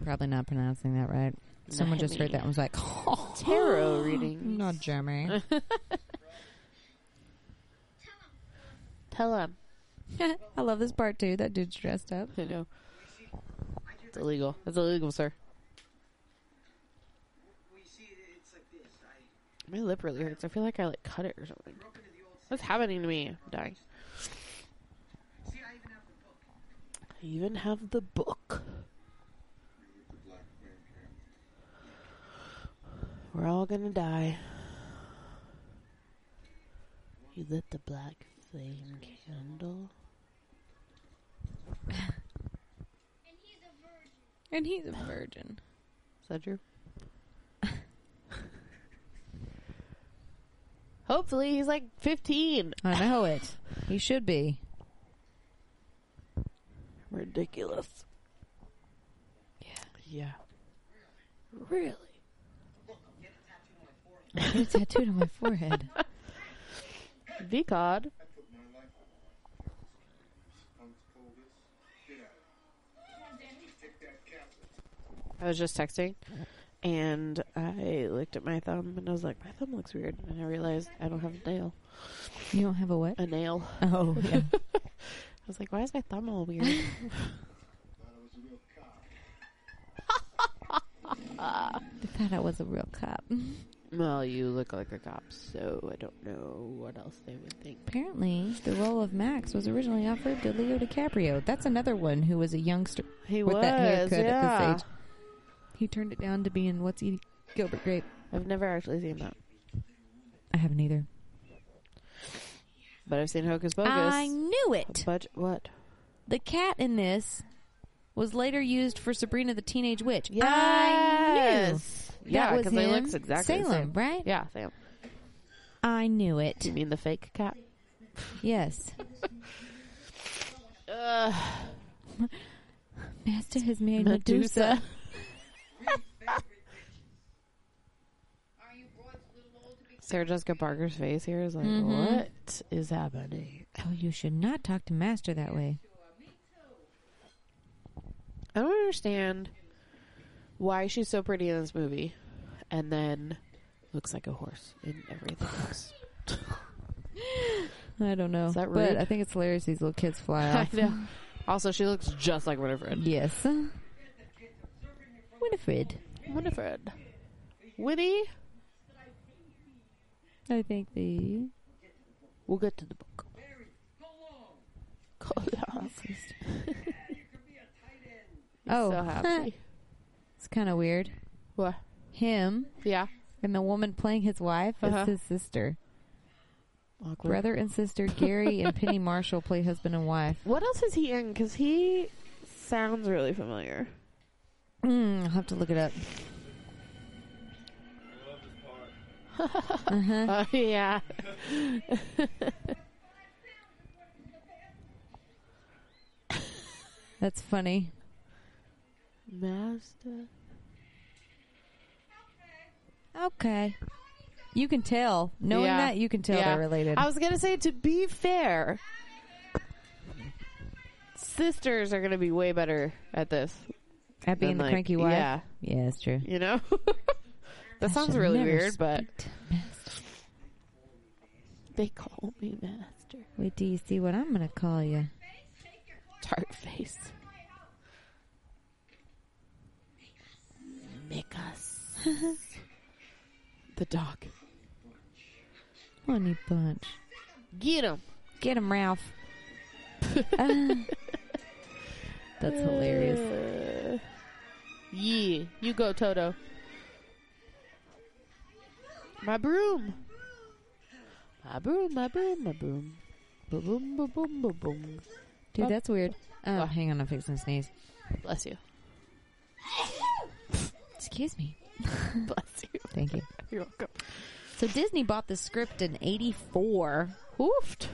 [SPEAKER 1] Probably not pronouncing that right. Someone just heard that and was like, oh,
[SPEAKER 2] Tarot reading.
[SPEAKER 1] not Jimmy.
[SPEAKER 2] Tell him.
[SPEAKER 1] I love this part too. That dude's dressed up.
[SPEAKER 2] I know. It's illegal. It's illegal, sir. My lip really hurts. I feel like I like cut it or something. What's happening to me? I'm dying. I even have the book. We're all gonna die. You lit the black flame candle.
[SPEAKER 1] And he's a virgin.
[SPEAKER 2] Is that true? Hopefully, he's like 15.
[SPEAKER 1] I know it. He should be.
[SPEAKER 2] Ridiculous. Yeah. Yeah. Really?
[SPEAKER 1] Get a tattooed on my forehead.
[SPEAKER 2] VCOD. I was just texting and I looked at my thumb and I was like, my thumb looks weird. And I realized I don't have a nail.
[SPEAKER 1] You don't have a what?
[SPEAKER 2] A nail.
[SPEAKER 1] Oh, yeah.
[SPEAKER 2] I was like, why is my thumb all weird?
[SPEAKER 1] I thought I was a real cop.
[SPEAKER 2] well, you look like a cop, so I don't know what else they would think.
[SPEAKER 1] Apparently, the role of Max was originally offered to Leo DiCaprio. That's another one who was a youngster
[SPEAKER 2] He
[SPEAKER 1] with
[SPEAKER 2] was,
[SPEAKER 1] that haircut
[SPEAKER 2] yeah.
[SPEAKER 1] at this age. He turned it down to be in What's Eating Gilbert Grape.
[SPEAKER 2] I've never actually seen that,
[SPEAKER 1] I haven't either.
[SPEAKER 2] but I've seen Hocus Pocus.
[SPEAKER 1] I knew it.
[SPEAKER 2] But what?
[SPEAKER 1] The cat in this was later used for Sabrina the Teenage Witch. I knew.
[SPEAKER 2] Yes. Yeah,
[SPEAKER 1] that was
[SPEAKER 2] because
[SPEAKER 1] him.
[SPEAKER 2] they looks exactly
[SPEAKER 1] Salem,
[SPEAKER 2] the same.
[SPEAKER 1] right?
[SPEAKER 2] Yeah, Sam.
[SPEAKER 1] I knew
[SPEAKER 2] Do you
[SPEAKER 1] it.
[SPEAKER 2] mean the fake cat?
[SPEAKER 1] Yes.
[SPEAKER 2] Ugh.
[SPEAKER 1] Master has married
[SPEAKER 2] Medusa.
[SPEAKER 1] Medusa.
[SPEAKER 2] Sarah Jessica Parker's face here is like,
[SPEAKER 1] Mhm.
[SPEAKER 2] what is happening?
[SPEAKER 1] Oh, you should not talk to Master that way.
[SPEAKER 2] I don't understand why she's so pretty in this movie, and then looks like a horse in everything else.
[SPEAKER 1] I don't know.
[SPEAKER 2] Is that rude?
[SPEAKER 1] But I think it's hilarious these little kids fly
[SPEAKER 2] I
[SPEAKER 1] off.
[SPEAKER 2] know. Also, she looks just like Winifred.
[SPEAKER 1] yes. Winifred.
[SPEAKER 2] Winifred. Winnie.
[SPEAKER 1] I think the
[SPEAKER 2] We'll get to the book. Go long.
[SPEAKER 1] Oh
[SPEAKER 2] so happy.
[SPEAKER 1] it's kinda weird.
[SPEAKER 2] What?
[SPEAKER 1] Him
[SPEAKER 2] Yeah.
[SPEAKER 1] and the woman playing his wife
[SPEAKER 2] Uh-huh.
[SPEAKER 1] is his sister.
[SPEAKER 2] Awkward.
[SPEAKER 1] Brother and sister Gary and Penny Marshall play husband and wife.
[SPEAKER 2] What else is he in? Because he sounds really familiar.
[SPEAKER 1] Mm, I'll have to look it up.
[SPEAKER 3] I love this part.
[SPEAKER 1] Uh-huh.
[SPEAKER 2] Oh, yeah.
[SPEAKER 1] Uh, That's funny.
[SPEAKER 2] Mazda.
[SPEAKER 1] Okay. You can tell. Knowing
[SPEAKER 2] Yeah.
[SPEAKER 1] that, you can tell
[SPEAKER 2] Yeah.
[SPEAKER 1] they're related.
[SPEAKER 2] I was gonna say to be fair, sisters are gonna be way better at this.
[SPEAKER 1] At being
[SPEAKER 2] than,
[SPEAKER 1] the
[SPEAKER 2] like-
[SPEAKER 1] cranky wife.
[SPEAKER 2] Yeah,
[SPEAKER 1] Yeah, that's true.
[SPEAKER 2] you know.
[SPEAKER 1] I
[SPEAKER 2] that sounds
[SPEAKER 1] should
[SPEAKER 2] really
[SPEAKER 1] never
[SPEAKER 2] weird,
[SPEAKER 1] speak
[SPEAKER 2] but
[SPEAKER 1] to Master.
[SPEAKER 2] they call me master.
[SPEAKER 1] Wait till you see what I'm going to call you.
[SPEAKER 2] Tart face. Make us. the dog.
[SPEAKER 1] Honey Bunch.
[SPEAKER 2] Get him.
[SPEAKER 1] Get him, Ralph. Ah. that's hilarious.
[SPEAKER 2] Uh, yeah, you go, Toto. My broom. My broom, my broom, my broom. Boom, boom, boom, boom, boom, boom.
[SPEAKER 1] Dude, that's weird. Oh, hang on. I'm fixing to sneeze.
[SPEAKER 2] Bless you.
[SPEAKER 1] Excuse me.
[SPEAKER 2] Bless you.
[SPEAKER 1] Thank you.
[SPEAKER 2] You're welcome.
[SPEAKER 1] So Disney bought the script in 84.
[SPEAKER 2] Hoofed.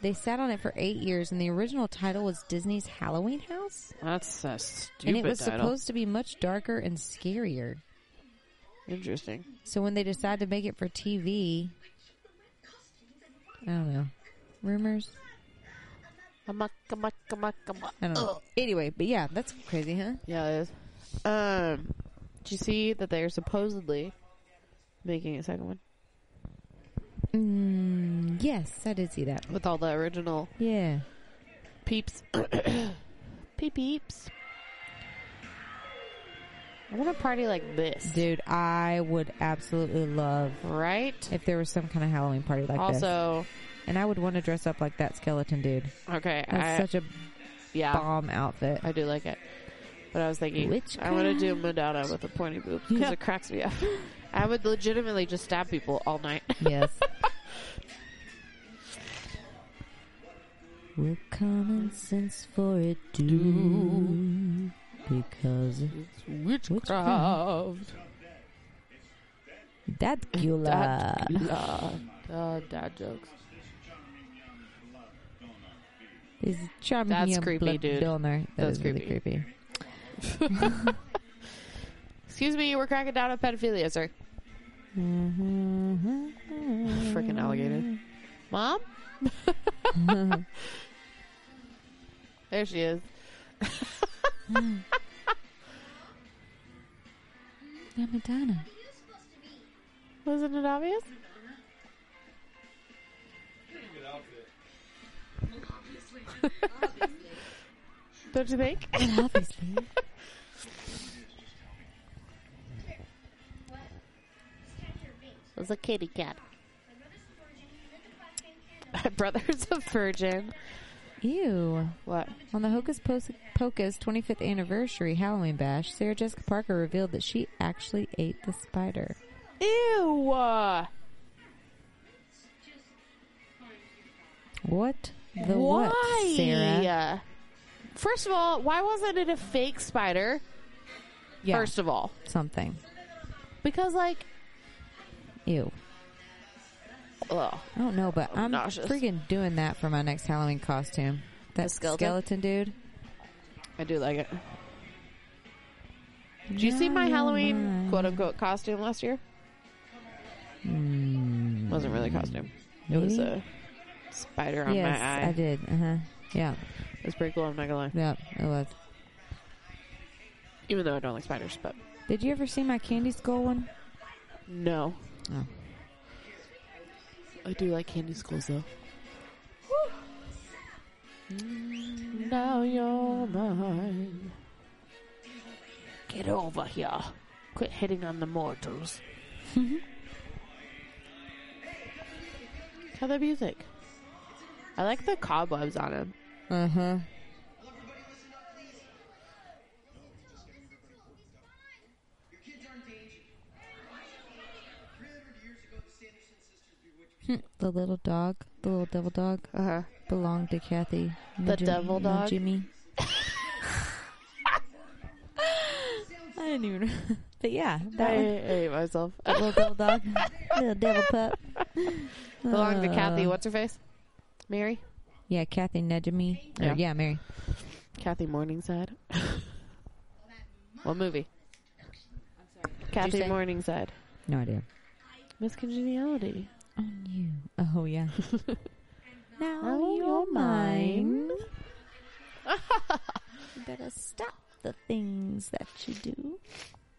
[SPEAKER 1] They sat on it for eight years, and the original title was Disney's Halloween House,
[SPEAKER 2] That's a stupid
[SPEAKER 1] and it was
[SPEAKER 2] title.
[SPEAKER 1] supposed to be much darker and scarier.
[SPEAKER 2] Interesting.
[SPEAKER 1] So when they decided to make it for TV, I don't know, rumors.
[SPEAKER 2] Amok, amok, amok, amok.
[SPEAKER 1] I don't know. Anyway, but yeah, that's crazy, huh?
[SPEAKER 2] Oh. Yeah, it is. Um, do you see that they're supposedly making a second one
[SPEAKER 1] Mm, yes, I did see that.
[SPEAKER 2] with all the original
[SPEAKER 1] Yeah.
[SPEAKER 2] peeps? Peep peeps. I want to party like this,
[SPEAKER 1] Dude, I would absolutely love
[SPEAKER 2] right?
[SPEAKER 1] if there was some kind of Halloween party like this.
[SPEAKER 2] also,
[SPEAKER 1] And I would want to dress up like that skeleton dude.
[SPEAKER 2] okay, I,
[SPEAKER 1] That's such a
[SPEAKER 2] yeah,
[SPEAKER 1] bomb outfit.
[SPEAKER 2] I do like it. But I was thinking, I want to do Madonna with a pointy boob because
[SPEAKER 1] Yeah.
[SPEAKER 2] it cracks me up. I would legitimately just stab people all night.
[SPEAKER 1] Yes. Will common sense for it do? Because witchcraft. that gula.
[SPEAKER 2] Uh, dad jokes.
[SPEAKER 1] is charming
[SPEAKER 2] That's
[SPEAKER 1] young
[SPEAKER 2] creepy,
[SPEAKER 1] blood
[SPEAKER 2] dude.
[SPEAKER 1] donor. That
[SPEAKER 2] That's
[SPEAKER 1] is really creepy.
[SPEAKER 2] Excuse me, we're cracking down on pedophilia, sir.
[SPEAKER 1] Mm-hmm.
[SPEAKER 2] Freaking alligator. Mom? there she is.
[SPEAKER 1] Yeah, Madonna.
[SPEAKER 2] Wasn't it obvious?
[SPEAKER 3] Good outfit.
[SPEAKER 2] Don't you think?
[SPEAKER 1] Well, obviously.
[SPEAKER 2] It's a kitty cat. My brother's a virgin.
[SPEAKER 1] Ew.
[SPEAKER 2] What?
[SPEAKER 1] On the Hocus Pos- Pocus 25th anniversary Halloween bash, Sarah Jessica Parker revealed that she actually ate the spider.
[SPEAKER 2] Ew! uh,
[SPEAKER 1] What the
[SPEAKER 2] why?
[SPEAKER 1] what, Sarah?
[SPEAKER 2] First of all, why wasn't it a fake spider?
[SPEAKER 1] Yeah,
[SPEAKER 2] First of all,
[SPEAKER 1] something.
[SPEAKER 2] because like,
[SPEAKER 1] Ew.
[SPEAKER 2] ugh.
[SPEAKER 1] I don't know, but I'm,
[SPEAKER 2] Obnoxious.
[SPEAKER 1] freaking doing that for my next Halloween costume. That
[SPEAKER 2] The skeleton?
[SPEAKER 1] dude.
[SPEAKER 2] I do like it. Did you see my Halloween quote unquote costume last year?
[SPEAKER 1] Mm.
[SPEAKER 2] Wasn't really a costume. It was
[SPEAKER 1] Maybe?
[SPEAKER 2] a spider on
[SPEAKER 1] yes,
[SPEAKER 2] my eye.
[SPEAKER 1] I did. Uh huh. Yeah.
[SPEAKER 2] It was pretty cool. I'm not gonna lie.
[SPEAKER 1] Yeah. It was.
[SPEAKER 2] Even though I don't like spiders, but
[SPEAKER 1] Did you ever see my candy skull one?
[SPEAKER 2] no,
[SPEAKER 1] Oh.
[SPEAKER 2] I do like candy skulls though. Now you're mine. Get over here. Quit hitting on the mortals. How the music? I like the cobwebs on him.
[SPEAKER 1] Uh huh. Hmm, The little dog, the little devil dog,
[SPEAKER 2] Uh huh.
[SPEAKER 1] belonged to Kathy.
[SPEAKER 2] The devil
[SPEAKER 1] no
[SPEAKER 2] dog?
[SPEAKER 1] Jimmy. I didn't even. But yeah,
[SPEAKER 2] I,
[SPEAKER 1] that one.
[SPEAKER 2] I hate myself.
[SPEAKER 1] little devil dog, little devil pup.
[SPEAKER 2] Belong to Kathy.
[SPEAKER 1] Uh,
[SPEAKER 2] What's her face? Mary.
[SPEAKER 1] Yeah, Kathy Najimy. Or,
[SPEAKER 2] Yeah.
[SPEAKER 1] yeah. Mary.
[SPEAKER 2] Kathy Morningside. what movie? Kathy
[SPEAKER 1] say?
[SPEAKER 2] Morningside.
[SPEAKER 1] No idea.
[SPEAKER 2] Miss Congeniality.
[SPEAKER 1] On you. Oh yeah. now
[SPEAKER 2] Now
[SPEAKER 1] you're
[SPEAKER 2] you're mine.
[SPEAKER 1] mine. you better stop the things that you do.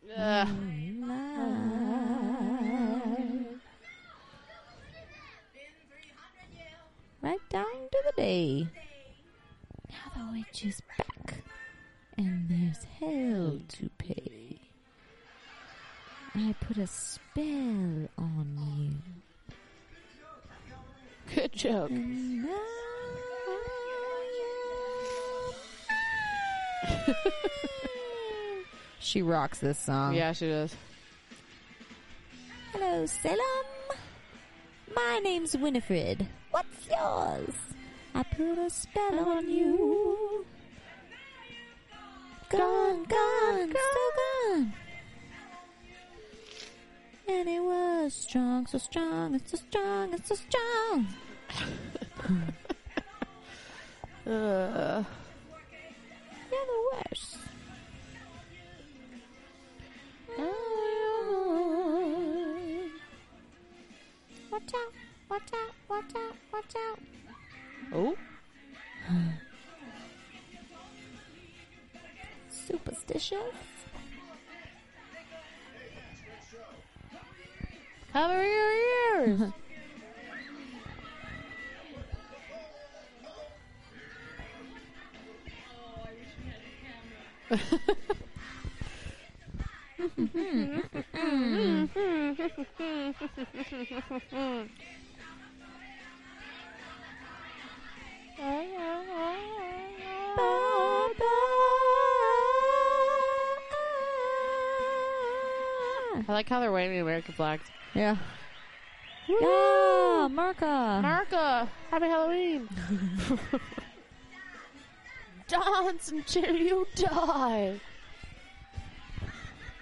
[SPEAKER 1] in life. Right down to the day. Now the witch is back, and there's hell to pay. I put a spell on you.
[SPEAKER 2] Good joke.
[SPEAKER 1] And now you're mine. she rocks this song.
[SPEAKER 2] Yeah, she does.
[SPEAKER 1] Hello, Salem. My name's Winifred. What's yours? I put a spell on you. Gone, gone, so gone. And it was strong, so strong, it's so strong, it's so strong.
[SPEAKER 2] Uh,
[SPEAKER 1] You're the worst. Watch out, watch out, watch out, watch out.
[SPEAKER 2] oh,
[SPEAKER 1] Superstitious?
[SPEAKER 2] cover your ears. I like how they're waving American flags.
[SPEAKER 1] Yeah. Yeah,
[SPEAKER 2] Uh-huh.
[SPEAKER 1] Marka.
[SPEAKER 2] America, happy Halloween. Dance until you die.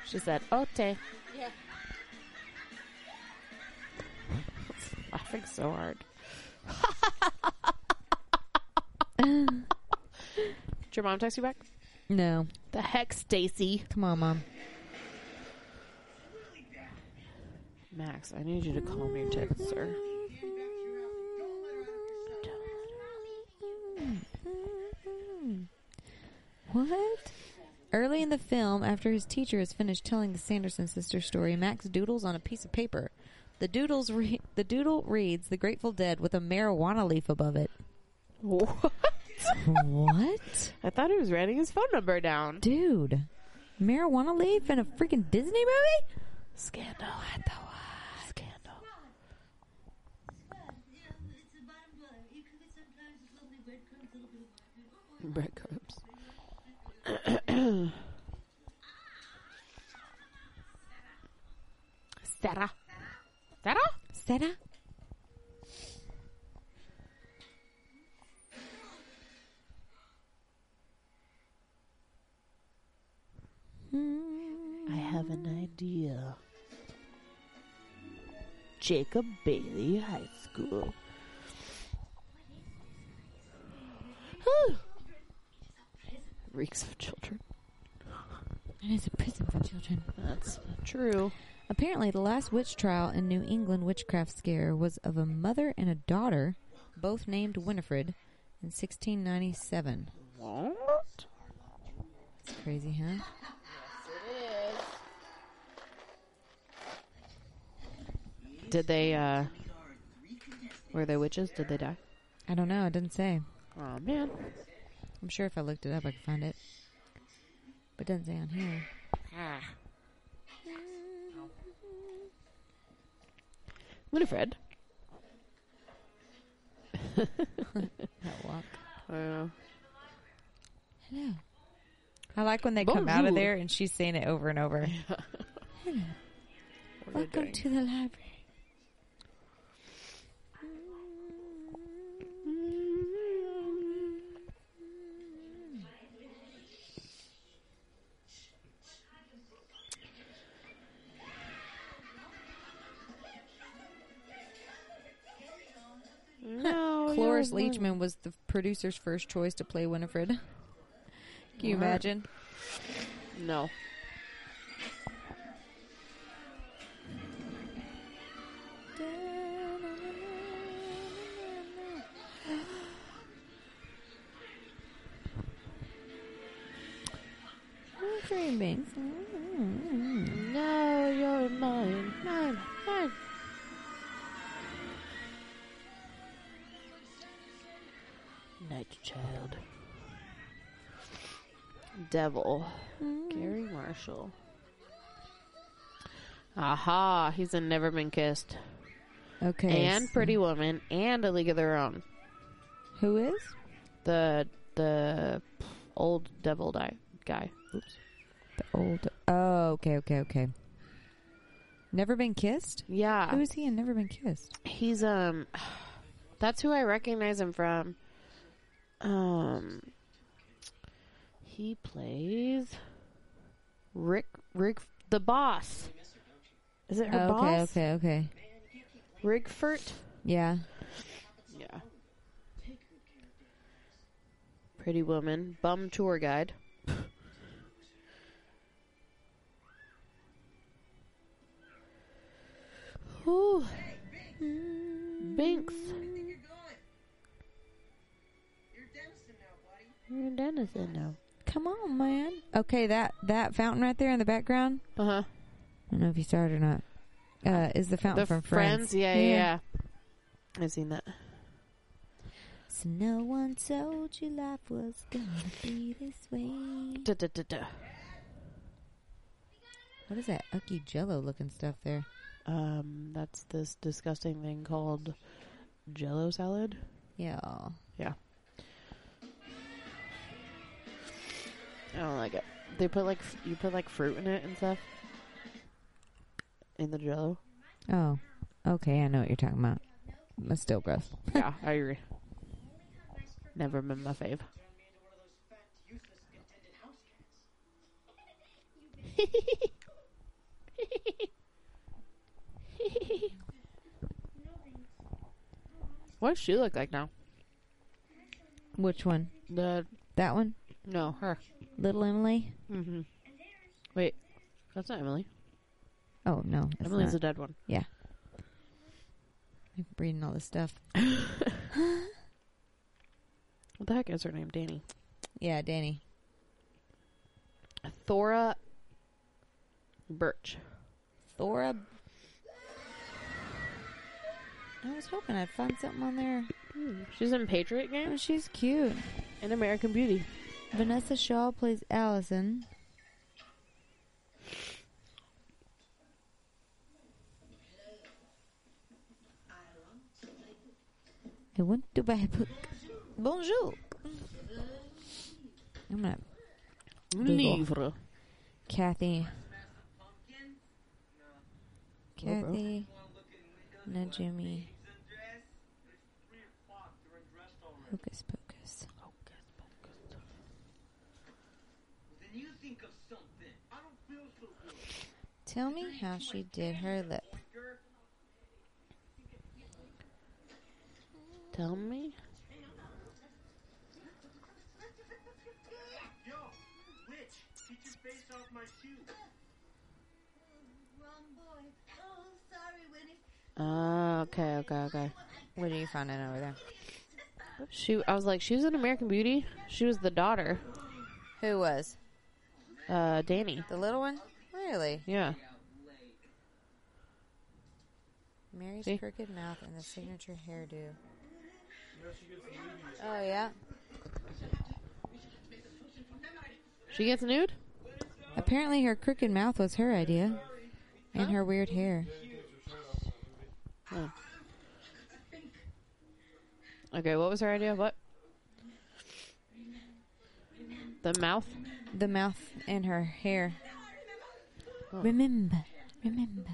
[SPEAKER 2] She said, "Ote."
[SPEAKER 3] Yeah.
[SPEAKER 2] Laughing so hard. Did your mom text you back?
[SPEAKER 1] no.
[SPEAKER 2] The heck, Stacy.
[SPEAKER 1] Come on, Mom.
[SPEAKER 2] Max, I need you to calm your tits, sir.
[SPEAKER 1] What? Early in the film, after his teacher has finished telling the Sanderson sister story, Max doodles on a piece of paper. The doodles re- the doodle reads "The Grateful Dead" with a marijuana leaf above it.
[SPEAKER 2] What?
[SPEAKER 1] what,
[SPEAKER 2] I thought he was writing his phone number down.
[SPEAKER 1] dude? Marijuana leaf in a freaking Disney movie?
[SPEAKER 2] Scandal at the Scandal. Breadcrumbs. Sarah. Sarah?
[SPEAKER 1] Sarah?
[SPEAKER 2] I have an idea. Jacob Bailey High School. Whew. Reeks of children.
[SPEAKER 1] It is a prison for children.
[SPEAKER 2] That's true.
[SPEAKER 1] Apparently, the last witch trial in New England witchcraft scare was of a mother and a daughter, both named Winifred, in 1697.
[SPEAKER 2] What?
[SPEAKER 1] It's crazy, huh?
[SPEAKER 2] Did they, uh. Were they witches? Did they die?
[SPEAKER 1] I don't know. It didn't say.
[SPEAKER 2] Oh, man.
[SPEAKER 1] I'm sure if I looked it up, I could find it. But it doesn't say on here.
[SPEAKER 2] Ah. Winifred.
[SPEAKER 1] That walk.
[SPEAKER 2] Uh,
[SPEAKER 1] Hello. I like when they come out of there and she's saying it over and over. Welcome to the library.
[SPEAKER 2] no, Oh,
[SPEAKER 1] Cloris Leachman was the producer's first choice to play Winifred. Can you
[SPEAKER 2] Alright.
[SPEAKER 1] imagine?
[SPEAKER 2] No.
[SPEAKER 1] Dreaming.
[SPEAKER 2] No, you're mine. Mine. Mine. Night child. Devil. Gary Marshall. Aha, he's in Never Been Kissed.
[SPEAKER 1] Okay.
[SPEAKER 2] And
[SPEAKER 1] so-
[SPEAKER 2] Pretty Woman and A League of Their Own.
[SPEAKER 1] Who is?
[SPEAKER 2] The the old devil die guy. Oops.
[SPEAKER 1] The old. Oh, okay, okay, okay. Never been kissed?
[SPEAKER 2] Yeah.
[SPEAKER 1] Who is he and never been kissed?
[SPEAKER 2] He's um that's who I recognize him from. Um he plays Rick Rick the boss. Is it her
[SPEAKER 1] Oh, okay,
[SPEAKER 2] boss?
[SPEAKER 1] okay, okay.
[SPEAKER 2] Rigfert?
[SPEAKER 1] Yeah.
[SPEAKER 2] Yeah. Pretty woman, bum tour guide. Ooh. Binks. You're a Dennison now.
[SPEAKER 1] Come on, man. Okay, that that fountain right there in the background.
[SPEAKER 2] Uh huh.
[SPEAKER 1] I don't know if you started or not. Uh, is the fountain
[SPEAKER 2] The
[SPEAKER 1] from
[SPEAKER 2] friends,
[SPEAKER 1] Friends?
[SPEAKER 2] Yeah, yeah, yeah. I've seen that.
[SPEAKER 1] So no one told you life was gonna be this way.
[SPEAKER 2] Da, da, da, da.
[SPEAKER 1] What is that ucky jello looking stuff there?
[SPEAKER 2] Um, that's this disgusting thing called Jello salad.
[SPEAKER 1] Yeah.
[SPEAKER 2] I don't like it. They put like f- you put like fruit in it and stuff. In the jello.
[SPEAKER 1] Oh. Okay, I know what you're talking about. That's still gross.
[SPEAKER 2] yeah, I agree. Never been my fave. what does she look like now?
[SPEAKER 1] Which one?
[SPEAKER 2] The
[SPEAKER 1] That one?
[SPEAKER 2] no, her.
[SPEAKER 1] Little Emily?
[SPEAKER 2] Mm-hmm. Wait, that's not Emily.
[SPEAKER 1] Oh no, it's
[SPEAKER 2] Emily's
[SPEAKER 1] not.
[SPEAKER 2] a dead one.
[SPEAKER 1] I'm reading all this stuff.
[SPEAKER 2] What the heck is her name? Danny.
[SPEAKER 1] Yeah, Danny.
[SPEAKER 2] Thora Birch.
[SPEAKER 1] Thora. I was hoping I'd find something on there.
[SPEAKER 2] She's in Patriot
[SPEAKER 1] Oh,
[SPEAKER 2] Game
[SPEAKER 1] she's cute.
[SPEAKER 2] and American Beauty.
[SPEAKER 1] Vanessa Shaw plays Allison. I want to buy a book. Bonjour. I'm gonna
[SPEAKER 2] Livre.
[SPEAKER 1] Kathy.
[SPEAKER 2] Hello, bro.
[SPEAKER 1] Kathy. No, Jimmy. Hocus pocus. Tell me how she did her lip.
[SPEAKER 2] Tell me. Oh, okay, okay, okay.
[SPEAKER 1] What are you finding over there?
[SPEAKER 2] She, I was like, she was in American Beauty. She was the daughter,
[SPEAKER 1] Who was?
[SPEAKER 2] uh, Danny.
[SPEAKER 1] The little one? Really?
[SPEAKER 2] Yeah,
[SPEAKER 1] Mary's
[SPEAKER 2] See?
[SPEAKER 1] crooked mouth and the signature hairdo. Oh, yeah?
[SPEAKER 2] she gets nude.
[SPEAKER 1] Apparently, her crooked mouth was her idea. And her weird hair.
[SPEAKER 2] Oh. Okay, what was her idea? What? The mouth.
[SPEAKER 1] The mouth and her hair. Remember. Remember.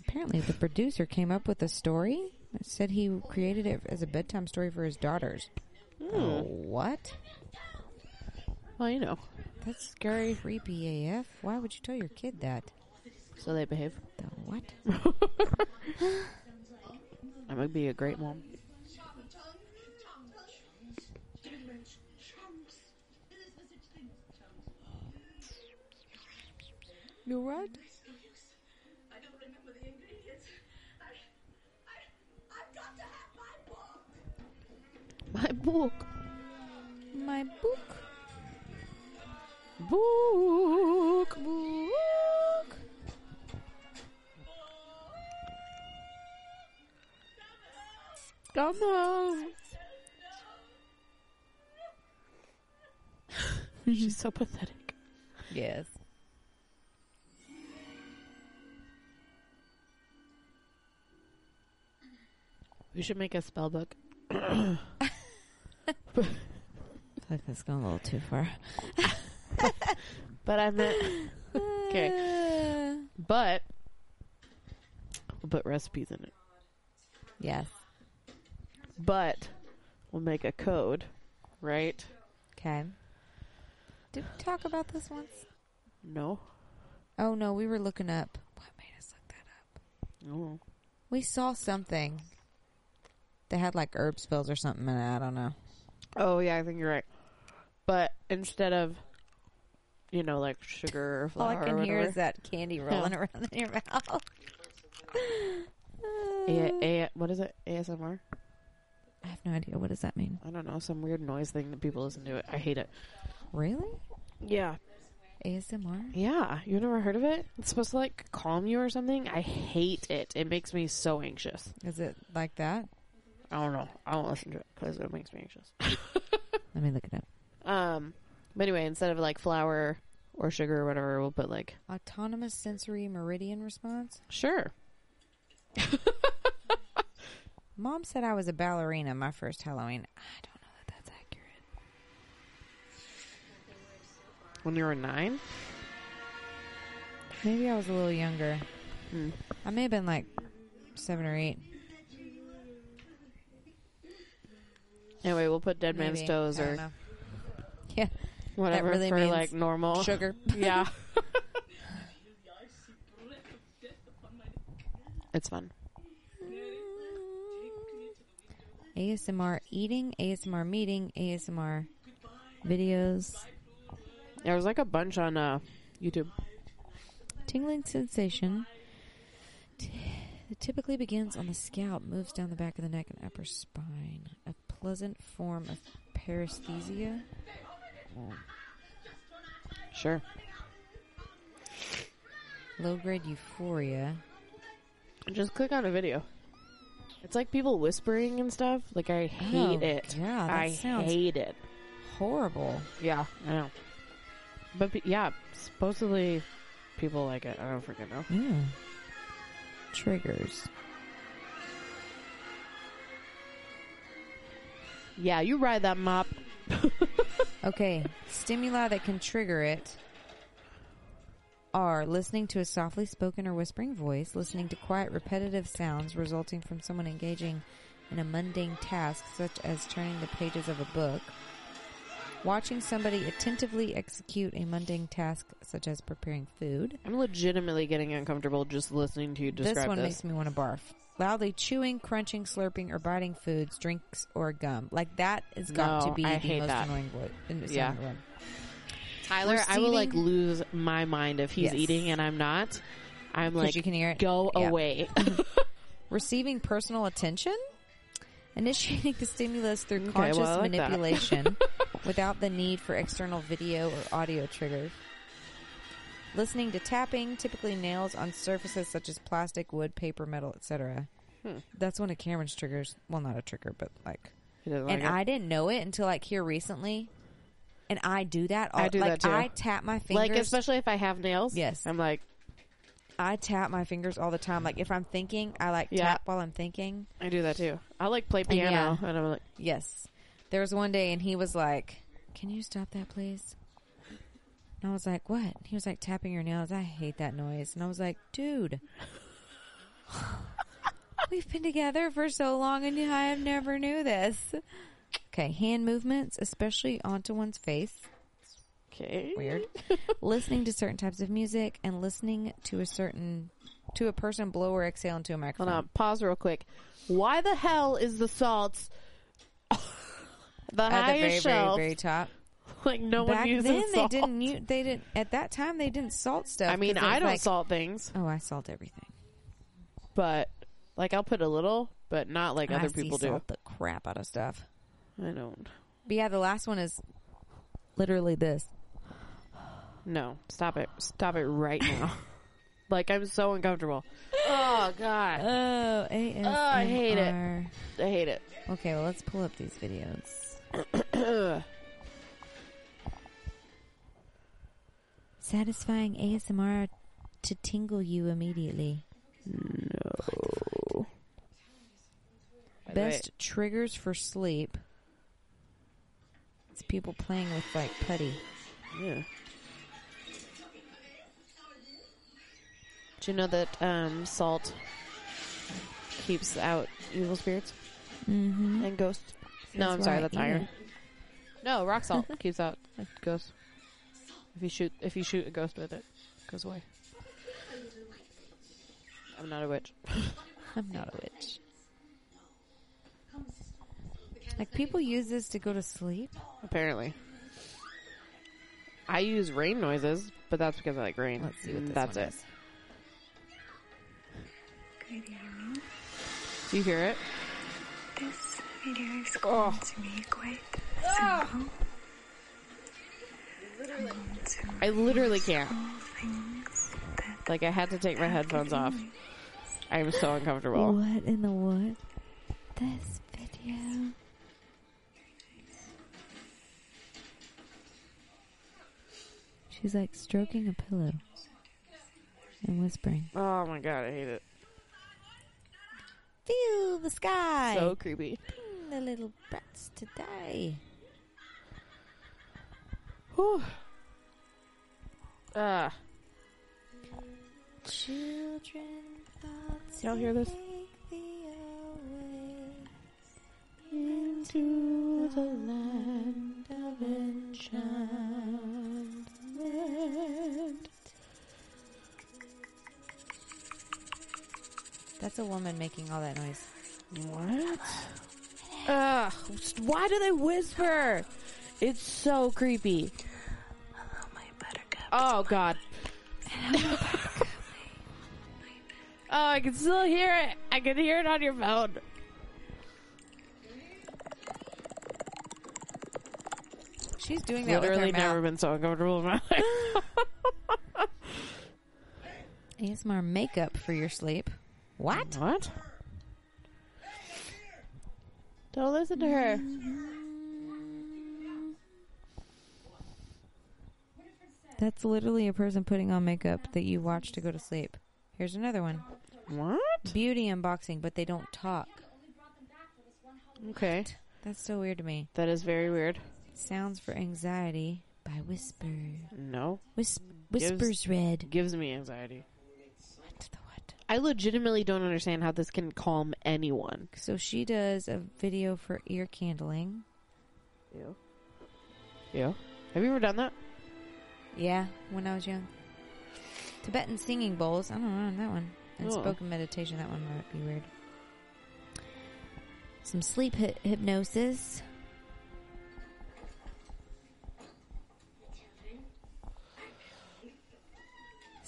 [SPEAKER 1] Apparently, the producer came up with a story. It said he created it as a bedtime story for his daughters. Oh, what?
[SPEAKER 2] Well, you know,
[SPEAKER 1] That's scary. Creepy AF. Why would you tell your kid that?
[SPEAKER 2] so they behave.
[SPEAKER 1] The what?
[SPEAKER 2] I would be a great mom.
[SPEAKER 1] You're right.
[SPEAKER 4] I don't remember the ingredients. I, I, I've got to have
[SPEAKER 2] My
[SPEAKER 4] my book.
[SPEAKER 2] book.
[SPEAKER 1] My book.
[SPEAKER 2] Book.
[SPEAKER 1] Book.
[SPEAKER 2] Come on. She's so pathetic.
[SPEAKER 1] Yes.
[SPEAKER 2] We should make a spell book.
[SPEAKER 1] I feel like that's going a little too far.
[SPEAKER 2] But I meant,
[SPEAKER 1] Okay.
[SPEAKER 2] but we'll put recipes in it.
[SPEAKER 1] yes.
[SPEAKER 2] But we'll make a code, right?
[SPEAKER 1] Okay. Did we talk about this once?
[SPEAKER 2] No.
[SPEAKER 1] Oh no, we were looking up. What made us look that up?
[SPEAKER 2] Oh.
[SPEAKER 1] We saw something. They had like herb spells or something in it. I don't know.
[SPEAKER 2] Oh yeah, I think you're right. But instead of, you know, like sugar or flour, or whatever,
[SPEAKER 1] that candy
[SPEAKER 2] rolling
[SPEAKER 1] around in your mouth.
[SPEAKER 2] A- A- what is it? ASMR?
[SPEAKER 1] I have no idea. What does that mean?
[SPEAKER 2] I don't know. Some weird noise thing that people listen to. It. I hate it.
[SPEAKER 1] Really?
[SPEAKER 2] Yeah.
[SPEAKER 1] ASMR?
[SPEAKER 2] Yeah. You've never heard of it? It's supposed to like calm you or something. I hate it. It makes me so anxious.
[SPEAKER 1] Is it like that?
[SPEAKER 2] I don't know. I won't listen to it because it makes me anxious.
[SPEAKER 1] Let me look it up.
[SPEAKER 2] Um. But anyway, instead of like flour or sugar or whatever, we'll put like
[SPEAKER 1] Autonomous sensory meridian response.
[SPEAKER 2] sure.
[SPEAKER 1] Mom said I was a ballerina my first Halloween. I don't know that that's accurate.
[SPEAKER 2] When you were nine,
[SPEAKER 1] Maybe I was a little younger.
[SPEAKER 2] Hmm.
[SPEAKER 1] I may have been like seven or eight.
[SPEAKER 2] anyway, we'll put Dead Man's
[SPEAKER 1] maybe.
[SPEAKER 2] Toes
[SPEAKER 1] I don't
[SPEAKER 2] or
[SPEAKER 1] know.
[SPEAKER 2] whatever
[SPEAKER 1] really
[SPEAKER 2] for
[SPEAKER 1] means
[SPEAKER 2] like normal.
[SPEAKER 1] sugar.
[SPEAKER 2] Yeah. it's fun.
[SPEAKER 1] ASMR eating, ASMR meeting, ASMR videos,
[SPEAKER 2] There was like a bunch on uh, YouTube.
[SPEAKER 1] tingling sensation. T- It typically begins on the scalp, moves down the back of the neck and upper spine. A pleasant form of paresthesia.
[SPEAKER 2] Sure.
[SPEAKER 1] Low grade euphoria.
[SPEAKER 2] Just click on a video. It's like people whispering and stuff. Like I hate
[SPEAKER 1] Oh,
[SPEAKER 2] it.
[SPEAKER 1] yeah, that
[SPEAKER 2] I
[SPEAKER 1] sounds-
[SPEAKER 2] hate it.
[SPEAKER 1] Horrible.
[SPEAKER 2] Yeah, I know. But pe- yeah, supposedly people like it. I don't freaking know.
[SPEAKER 1] Yeah. Hmm. Triggers.
[SPEAKER 2] Yeah, you ride that mop.
[SPEAKER 1] Okay, stimuli that can trigger it are listening to a softly spoken or whispering voice, listening to quiet, repetitive sounds resulting from someone engaging in a mundane task, such as turning the pages of a book, watching somebody attentively execute a mundane task, such as preparing food.
[SPEAKER 2] I'm legitimately getting uncomfortable just listening to you describe
[SPEAKER 1] this
[SPEAKER 2] this.
[SPEAKER 1] one makes me want to barf. Loudly chewing, crunching, slurping, or biting foods, drinks, or gum. Like that has got
[SPEAKER 2] No,
[SPEAKER 1] to be
[SPEAKER 2] I
[SPEAKER 1] the
[SPEAKER 2] hate
[SPEAKER 1] most
[SPEAKER 2] that.
[SPEAKER 1] annoying voice.
[SPEAKER 2] Yeah.
[SPEAKER 1] One.
[SPEAKER 2] Tyler, I will like
[SPEAKER 1] Receiving-
[SPEAKER 2] lose my mind if he's
[SPEAKER 1] Yes.
[SPEAKER 2] eating and I'm not. I'm
[SPEAKER 1] 'Cause
[SPEAKER 2] like,
[SPEAKER 1] you can hear it.
[SPEAKER 2] go
[SPEAKER 1] Yeah.
[SPEAKER 2] away.
[SPEAKER 1] receiving personal attention, initiating the stimulus through
[SPEAKER 2] Okay,
[SPEAKER 1] conscious
[SPEAKER 2] well, I like that.
[SPEAKER 1] manipulation without the need for external video or audio triggers. Listening to tapping, typically nails on surfaces such as plastic, wood, paper, metal, etc.
[SPEAKER 2] Hmm.
[SPEAKER 1] That's one of Cameron's triggers. Well, not a trigger, but like,
[SPEAKER 2] He doesn't
[SPEAKER 1] and
[SPEAKER 2] like
[SPEAKER 1] I didn't know it until like here recently. And I do that. All,
[SPEAKER 2] I do
[SPEAKER 1] like,
[SPEAKER 2] that, too.
[SPEAKER 1] I tap my
[SPEAKER 2] it.
[SPEAKER 1] fingers.
[SPEAKER 2] like especially if I have nails.
[SPEAKER 1] Yes.
[SPEAKER 2] I'm like,
[SPEAKER 1] I tap my fingers all the time. Like if I'm thinking, I like
[SPEAKER 2] Yeah.
[SPEAKER 1] tap while I'm thinking.
[SPEAKER 2] I do that too. I like play piano,
[SPEAKER 1] yeah.
[SPEAKER 2] and I'm like,
[SPEAKER 1] Yes. There was one day and he was like, Can you stop that, please? And I was like, What? And he was like, Tapping your nails. I hate that noise. And I was like, Dude, we've been together for so long and I never knew this. Okay, hand movements, especially onto one's face.
[SPEAKER 2] okay,
[SPEAKER 1] Weird. listening to certain types of music and listening to a certain. To a person blow or exhale into a microphone.
[SPEAKER 2] Hold on, pause real quick. Why the hell is the salt the
[SPEAKER 1] At the very,
[SPEAKER 2] highest shelf
[SPEAKER 1] very, very top.
[SPEAKER 2] like no
[SPEAKER 1] Back
[SPEAKER 2] one
[SPEAKER 1] then,
[SPEAKER 2] uses
[SPEAKER 1] they
[SPEAKER 2] salt.
[SPEAKER 1] didn't. u- They didn't. At that time, they didn't salt stuff.
[SPEAKER 2] I mean,
[SPEAKER 1] 'cause it
[SPEAKER 2] I
[SPEAKER 1] was
[SPEAKER 2] don't
[SPEAKER 1] like-
[SPEAKER 2] salt things,
[SPEAKER 1] Oh, I salt everything.
[SPEAKER 2] but like I'll put a little, but not like
[SPEAKER 1] I
[SPEAKER 2] other
[SPEAKER 1] sea
[SPEAKER 2] people do.
[SPEAKER 1] salt the crap out of stuff.
[SPEAKER 2] I don't.
[SPEAKER 1] But yeah, the last one is literally this.
[SPEAKER 2] No, stop it. Stop it right now. like I'm so uncomfortable. Oh god.
[SPEAKER 1] Oh, ASMR.
[SPEAKER 2] I hate it. I hate it.
[SPEAKER 1] Okay, well, let's pull up these videos. Satisfying ASMR to tingle you immediately.
[SPEAKER 2] No. By the way,
[SPEAKER 1] Best triggers for sleep. It's people playing with like putty.
[SPEAKER 2] yeah. Do you know that um, salt keeps out evil spirits
[SPEAKER 1] Mm-hmm.
[SPEAKER 2] and ghosts? no, I'm sorry, that's iron. No, rock salt keeps out ghosts. If you shoot, if you shoot a ghost with it, it goes away. I'm not a witch.
[SPEAKER 1] I'm not a witch. Like people use this to go to sleep.
[SPEAKER 2] Apparently. I use rain noises, but that's because I like rain. Mm,
[SPEAKER 1] Let's see what this
[SPEAKER 2] that's
[SPEAKER 1] one
[SPEAKER 2] it.
[SPEAKER 1] is.
[SPEAKER 5] Good evening.
[SPEAKER 2] Do you hear it?
[SPEAKER 5] This video is going to be quite simple. I'm going to
[SPEAKER 2] I literally can't.
[SPEAKER 5] do things that
[SPEAKER 2] Like I had to take my headphones off. I am so uncomfortable.
[SPEAKER 1] What in the what? This video. She's like stroking a pillow and whispering.
[SPEAKER 2] Oh my god, I hate it.
[SPEAKER 1] Feel the sky.
[SPEAKER 2] So creepy.
[SPEAKER 1] Bring the little brats to die.
[SPEAKER 2] Whew. Ah,
[SPEAKER 1] Children thoughts
[SPEAKER 2] Y'all hear this?
[SPEAKER 1] take thee away
[SPEAKER 2] into the land
[SPEAKER 1] of enchantment. That's a woman making all that noise.
[SPEAKER 2] What? Ugh, why do they whisper? It's so creepy. Oh god. oh, I can still hear it. I can hear it on your phone.
[SPEAKER 1] She's doing that
[SPEAKER 2] Literally
[SPEAKER 1] with her
[SPEAKER 2] never
[SPEAKER 1] mouth.
[SPEAKER 2] been so uncomfortable in my life.
[SPEAKER 1] ASMR makeup for your sleep. What?
[SPEAKER 2] What? Don't listen to her.
[SPEAKER 1] That's literally a person putting on makeup that you watch to go to sleep. Here's another one.
[SPEAKER 2] What?
[SPEAKER 1] Beauty unboxing, but they don't talk.
[SPEAKER 2] Okay.
[SPEAKER 1] That's so weird to me.
[SPEAKER 2] That is very weird.
[SPEAKER 1] Sounds for anxiety by whisper.
[SPEAKER 2] No.
[SPEAKER 1] Whis- whispers read.
[SPEAKER 2] Gives me anxiety.
[SPEAKER 1] What the what?
[SPEAKER 2] I legitimately don't understand how this can calm anyone.
[SPEAKER 1] So she does a video for ear candling.
[SPEAKER 2] Ew. Ew. Have you ever done that?
[SPEAKER 1] Yeah, when I was young. Tibetan singing bowls. I don't know that one. And
[SPEAKER 2] Oh.
[SPEAKER 1] spoken meditation. That one might be weird. Some sleep hy- hypnosis.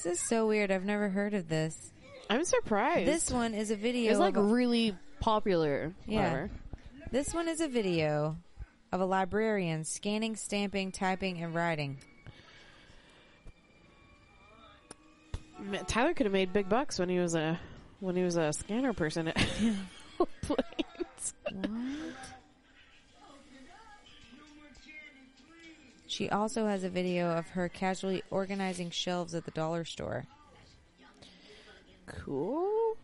[SPEAKER 1] This is so weird. I've never heard of this.
[SPEAKER 2] I'm surprised.
[SPEAKER 1] This one is a video.
[SPEAKER 2] is like
[SPEAKER 1] of a-
[SPEAKER 2] really popular.
[SPEAKER 1] Yeah.
[SPEAKER 2] Whatever.
[SPEAKER 1] this one is a video of a librarian scanning, stamping, typing, and writing.
[SPEAKER 2] Ma- Tyler could have made big bucks when he was a when he was a scanner person at planes.
[SPEAKER 1] What? She also has a video of her casually organizing shelves at the dollar store.
[SPEAKER 2] Cool.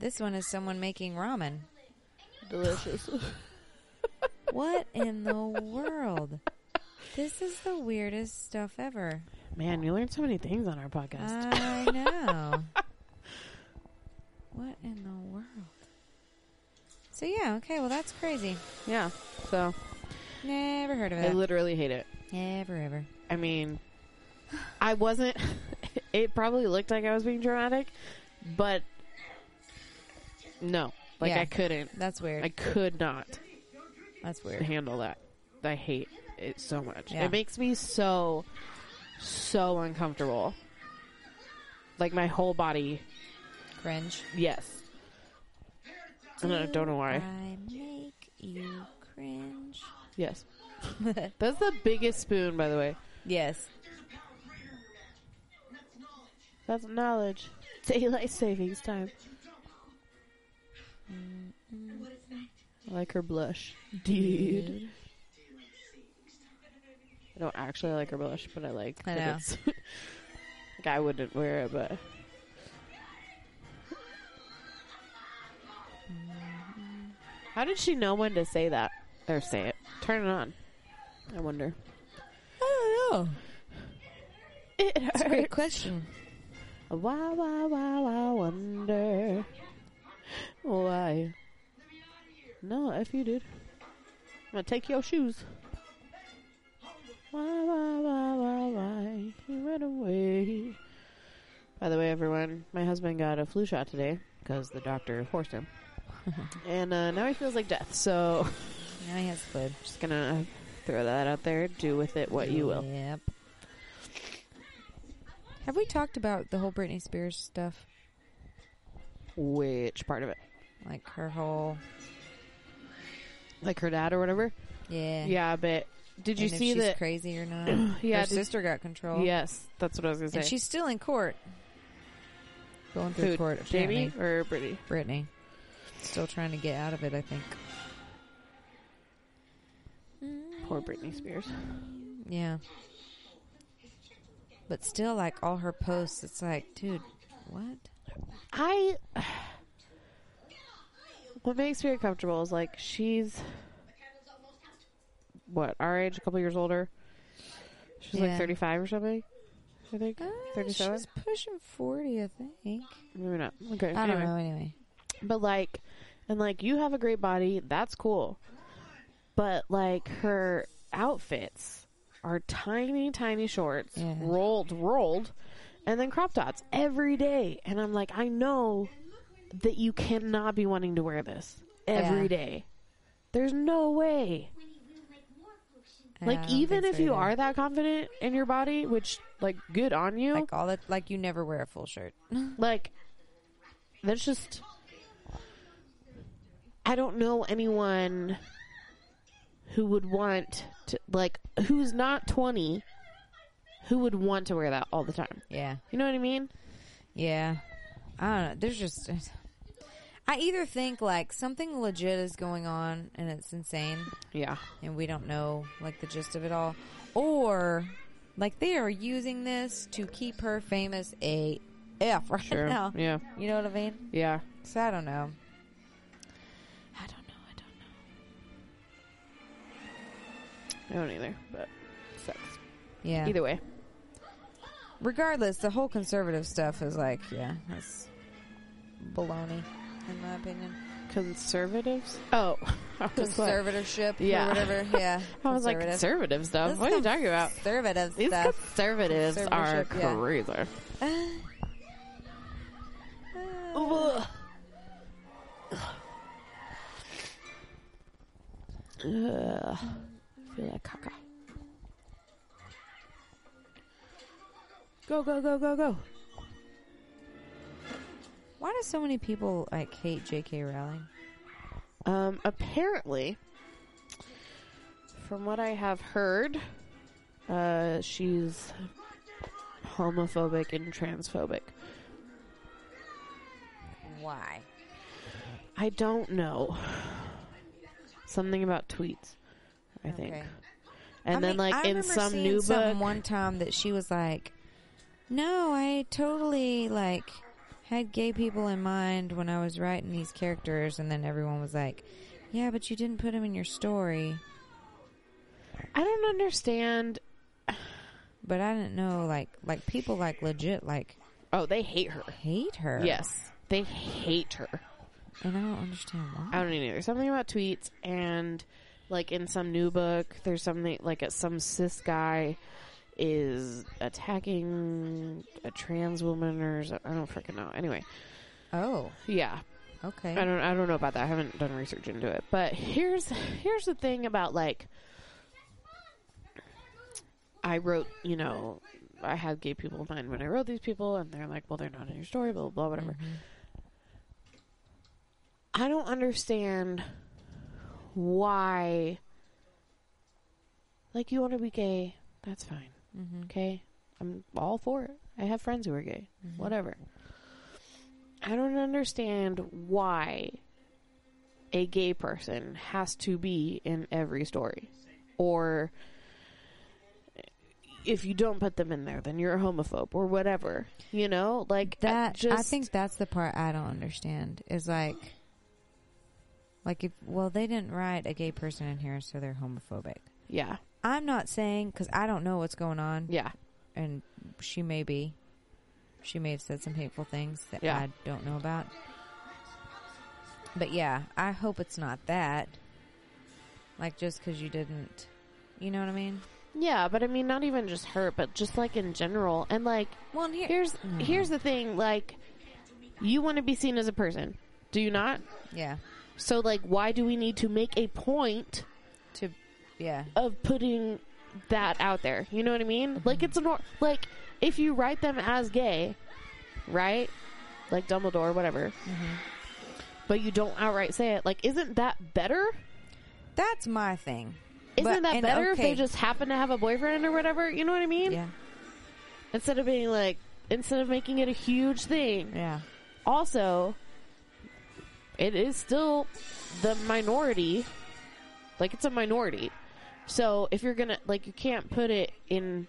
[SPEAKER 1] This one is someone making ramen.
[SPEAKER 2] Delicious.
[SPEAKER 1] What in the world? This is the weirdest stuff ever.
[SPEAKER 2] Man, we learned so many things on our podcast.
[SPEAKER 1] I know. What in the world? So yeah, okay, well that's crazy.
[SPEAKER 2] yeah. So
[SPEAKER 1] Never heard of
[SPEAKER 2] I
[SPEAKER 1] it.
[SPEAKER 2] literally hate it.
[SPEAKER 1] Never ever.
[SPEAKER 2] I mean, I wasn't. It probably looked like I was being dramatic, but no, like
[SPEAKER 1] Yeah.
[SPEAKER 2] I couldn't.
[SPEAKER 1] That's weird.
[SPEAKER 2] I could not.
[SPEAKER 1] That's weird.
[SPEAKER 2] handle that. I hate it so much.
[SPEAKER 1] Yeah.
[SPEAKER 2] It makes me so, so uncomfortable. Like my whole body.
[SPEAKER 1] Cringe.
[SPEAKER 2] Yes. I don't, don't know why.
[SPEAKER 1] I make you cringe.
[SPEAKER 2] Yes. That's the biggest spoon, by the way.
[SPEAKER 1] Yes.
[SPEAKER 2] That's knowledge. Daylight savings time. I like her blush. Dude. I don't actually like her blush, but I like
[SPEAKER 1] I
[SPEAKER 2] that
[SPEAKER 1] know.
[SPEAKER 2] it's- like I wouldn't wear it, but How did she know when to say that? Or say it. Turn it on. I wonder.
[SPEAKER 1] I don't know.
[SPEAKER 2] It
[SPEAKER 1] It's a great question.
[SPEAKER 2] Wow, wow, wow, wow, wonder why. No, if you did. I'm gonna take your shoes. Why, why, why, why, why? You ran away. By the way, everyone, my husband got a flu shot today because the doctor forced him. and uh, now he feels like death, so
[SPEAKER 1] Now he has food.
[SPEAKER 2] just gonna throw that out there. Do with it what you will.
[SPEAKER 1] Yep. Have we talked about the whole Britney Spears stuff?
[SPEAKER 2] Which part of it?
[SPEAKER 1] Like her whole.
[SPEAKER 2] Like her dad or whatever?
[SPEAKER 1] Yeah.
[SPEAKER 2] Yeah, but did you
[SPEAKER 1] and if
[SPEAKER 2] see
[SPEAKER 1] she's
[SPEAKER 2] that?
[SPEAKER 1] crazy or not?
[SPEAKER 2] Yeah,
[SPEAKER 1] Her
[SPEAKER 2] did-
[SPEAKER 1] sister got control.
[SPEAKER 2] Yes, that's what I was gonna say.
[SPEAKER 1] And she's still in court. Going through
[SPEAKER 2] Who,
[SPEAKER 1] court.
[SPEAKER 2] Jamie
[SPEAKER 1] apparently.
[SPEAKER 2] or Brittany?
[SPEAKER 1] Brittany. Still trying to get out of it, I think.
[SPEAKER 2] Poor Britney Spears.
[SPEAKER 1] Yeah. But still, like, all her posts, it's like, dude, what?
[SPEAKER 2] I. What makes me uncomfortable is like she's what our age, a couple years older. She's
[SPEAKER 1] Yeah.
[SPEAKER 2] like thirty-five or something. I think
[SPEAKER 1] Uh,
[SPEAKER 2] thirty-seven.
[SPEAKER 1] She's pushing 40, I think.
[SPEAKER 2] Maybe not. Okay,
[SPEAKER 1] I don't
[SPEAKER 2] anyway.
[SPEAKER 1] know, anyway.
[SPEAKER 2] But like, and like, you have a great body. That's cool. But like, her outfits are tiny, tiny shorts,
[SPEAKER 1] Yeah.
[SPEAKER 2] rolled, rolled, and then crop tops every day. And I'm like, I know that you cannot be wanting to wear this every day.
[SPEAKER 1] Yeah.
[SPEAKER 2] There's no way.
[SPEAKER 1] I
[SPEAKER 2] Like,
[SPEAKER 1] don't
[SPEAKER 2] even
[SPEAKER 1] think
[SPEAKER 2] if
[SPEAKER 1] so
[SPEAKER 2] you
[SPEAKER 1] either.
[SPEAKER 2] are that confident in your body, which, like, good on you,
[SPEAKER 1] Like, all that, like, you never wear a full shirt.
[SPEAKER 2] like, that's just. I don't know anyone who would want to, like, who's not 20 who would want to wear that all the time.
[SPEAKER 1] yeah.
[SPEAKER 2] You know what I mean?
[SPEAKER 1] Yeah. I don't know. There's just. I either think, like, something legit is going on and it's insane.
[SPEAKER 2] Yeah.
[SPEAKER 1] and we don't know like the gist of it all or like they are using this to keep her famous a f right
[SPEAKER 2] Sure.
[SPEAKER 1] now
[SPEAKER 2] Yeah.
[SPEAKER 1] you know what i mean
[SPEAKER 2] Yeah.
[SPEAKER 1] so i don't know i don't know i don't know
[SPEAKER 2] I don't either, but sucks.
[SPEAKER 1] yeah
[SPEAKER 2] Either way.
[SPEAKER 1] regardless the whole conservative stuff is like yeah that's baloney in my opinion
[SPEAKER 2] Conservatives? Oh. I was like-
[SPEAKER 1] conservatorship
[SPEAKER 2] Yeah.
[SPEAKER 1] or whatever yeah
[SPEAKER 2] I was like,
[SPEAKER 1] Conservative.
[SPEAKER 2] conservative stuff?
[SPEAKER 1] This
[SPEAKER 2] what are you
[SPEAKER 1] cons-
[SPEAKER 2] talking about?
[SPEAKER 1] conservative
[SPEAKER 2] These
[SPEAKER 1] stuff Ah.
[SPEAKER 2] conservatives are
[SPEAKER 1] Conservatorship, yeah.
[SPEAKER 2] crazy. Ugh. Feel like caca. Go, go, go, go, go.
[SPEAKER 1] why do so many people like hate jk rowling
[SPEAKER 2] Um, apparently, from what I have heard, uh, she's homophobic and transphobic.
[SPEAKER 1] why
[SPEAKER 2] I don't know. Something about tweets, I think.
[SPEAKER 1] Okay.
[SPEAKER 2] And
[SPEAKER 1] I
[SPEAKER 2] then,
[SPEAKER 1] mean,
[SPEAKER 2] like,
[SPEAKER 1] I
[SPEAKER 2] in
[SPEAKER 1] remember
[SPEAKER 2] some
[SPEAKER 1] seeing
[SPEAKER 2] new
[SPEAKER 1] something
[SPEAKER 2] book,
[SPEAKER 1] one time that she was like, "No, I totally like had gay people in mind when I was writing these characters," and then everyone was like, "Yeah, but you didn't put them in your story."
[SPEAKER 2] I don't understand.
[SPEAKER 1] But I didn't know, like, like people like legit like
[SPEAKER 2] Oh, they hate her.
[SPEAKER 1] hate her.
[SPEAKER 2] Yes, they hate her.
[SPEAKER 1] and I don't understand why.
[SPEAKER 2] I don't even know. There's something about tweets and like in some new book, there's something like a, some cis guy is attacking a trans woman or so- I don't freaking know. Anyway,
[SPEAKER 1] oh,
[SPEAKER 2] yeah.
[SPEAKER 1] Okay.
[SPEAKER 2] I don't I don't know about that. I haven't done research into it. But here's here's the thing about like I wrote, you know, I had gay people in mind when I wrote these people and they're like, well, they're not in your story, blah blah, blah whatever.
[SPEAKER 1] Mm-hmm.
[SPEAKER 2] I don't understand why like you want to be gay, that's fine.
[SPEAKER 1] Mm-hmm.
[SPEAKER 2] Okay? I'm all for it. I have friends who are gay.
[SPEAKER 1] Mm-hmm.
[SPEAKER 2] Whatever. I don't understand why a gay person has to be in every story. Or if you don't put them in there, then you're a homophobe or whatever. You know? Like I
[SPEAKER 1] that I
[SPEAKER 2] just-
[SPEAKER 1] think that's the part I don't understand is like like if well they didn't write a gay person in here so they're homophobic.
[SPEAKER 2] Yeah.
[SPEAKER 1] I'm not saying cuz I don't know what's going on
[SPEAKER 2] Yeah.
[SPEAKER 1] and she may be she may have said some hateful things that
[SPEAKER 2] Yeah.
[SPEAKER 1] I don't know about. But yeah, I hope it's not that. Like just cuz you didn't you know what I mean?
[SPEAKER 2] Yeah, but I mean not even just her, but just like in general. And like
[SPEAKER 1] Well, and here,
[SPEAKER 2] here's here's the thing, like you want to be seen as a person. Do you not?
[SPEAKER 1] yeah.
[SPEAKER 2] So like why do we need to make a point
[SPEAKER 1] To yeah.
[SPEAKER 2] of putting that out there. You know what I mean? Like it's a nor- like if you write them as gay, right? Like Dumbledore, whatever.
[SPEAKER 1] Mm-hmm.
[SPEAKER 2] But you don't outright say it. Like, isn't that better?
[SPEAKER 1] That's my thing.
[SPEAKER 2] Isn't
[SPEAKER 1] But-
[SPEAKER 2] that
[SPEAKER 1] and
[SPEAKER 2] better if they
[SPEAKER 1] okay.
[SPEAKER 2] just happen to have a boyfriend or whatever? You know what I mean?
[SPEAKER 1] Yeah.
[SPEAKER 2] Instead of being like, instead of making it a huge thing.
[SPEAKER 1] Yeah.
[SPEAKER 2] Also, it is still the minority. Like it's a minority. So if you're gonna like you can't put it in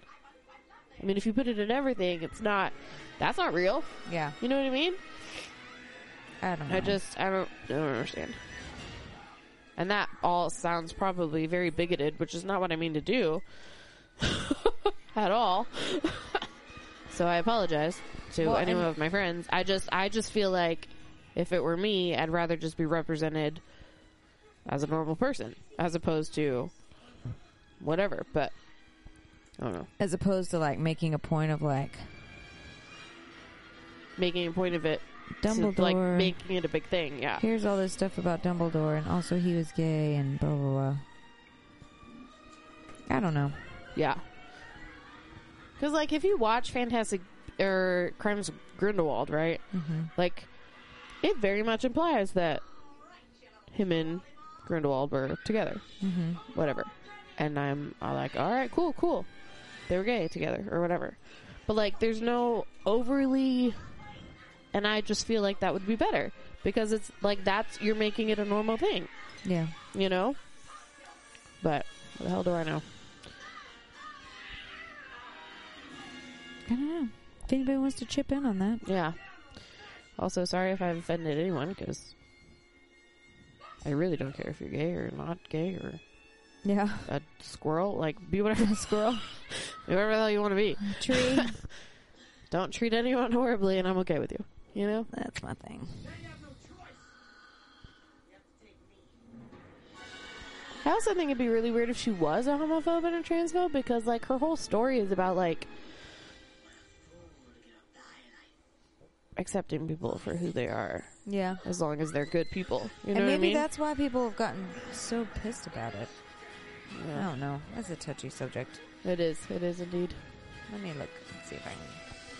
[SPEAKER 2] I mean if you put it in everything, it's not that's not real.
[SPEAKER 1] Yeah.
[SPEAKER 2] You know what I mean?
[SPEAKER 1] I don't know.
[SPEAKER 2] I just I don't I don't understand. And that all sounds probably very bigoted, which is not what I mean to do at all. so I apologize to
[SPEAKER 1] Well,
[SPEAKER 2] any
[SPEAKER 1] and-
[SPEAKER 2] of my friends. I just I just feel like if it were me, I'd rather just be represented as a normal person as opposed to whatever, but I don't know.
[SPEAKER 1] as opposed to like making a point of like
[SPEAKER 2] Making a point of it to,
[SPEAKER 1] Dumbledore.
[SPEAKER 2] like making it a big thing, yeah.
[SPEAKER 1] here's all this stuff about Dumbledore, and also he was gay, and blah blah blah. I don't know.
[SPEAKER 2] Yeah. Because, like, if you watch Fantastic or Crimes of Grindelwald, right?
[SPEAKER 1] Mm-hmm.
[SPEAKER 2] Like, it very much implies that him and Grindelwald were together. Mm-hmm. Whatever. And I'm all like, all right, cool, cool. They were gay together or whatever. But, like, there's no overly. And I just feel like that would be better because it's like that's you're making it a normal thing
[SPEAKER 1] Yeah.
[SPEAKER 2] you know? But what the hell do I know?
[SPEAKER 1] I don't know. If anybody wants to chip in on that,
[SPEAKER 2] Yeah. Also, sorry if I've offended anyone because I really don't care if you're gay or not gay or
[SPEAKER 1] yeah.
[SPEAKER 2] a squirrel. Like, be whatever squirrel, be whatever the hell you want to be.
[SPEAKER 1] Tree.
[SPEAKER 2] Don't treat anyone horribly, and I'm okay with you. You know?
[SPEAKER 1] That's my thing.
[SPEAKER 2] I also think it'd be really weird if she was a homophobe and a transphobe because, like, her whole story is about like accepting people for who they are
[SPEAKER 1] Yeah.
[SPEAKER 2] as long as they're good people. You know
[SPEAKER 1] and
[SPEAKER 2] what
[SPEAKER 1] maybe
[SPEAKER 2] I mean?
[SPEAKER 1] that's why people have gotten so pissed about it. I don't know. That's a touchy subject.
[SPEAKER 2] It is. It is indeed.
[SPEAKER 1] Let me look and see if I can.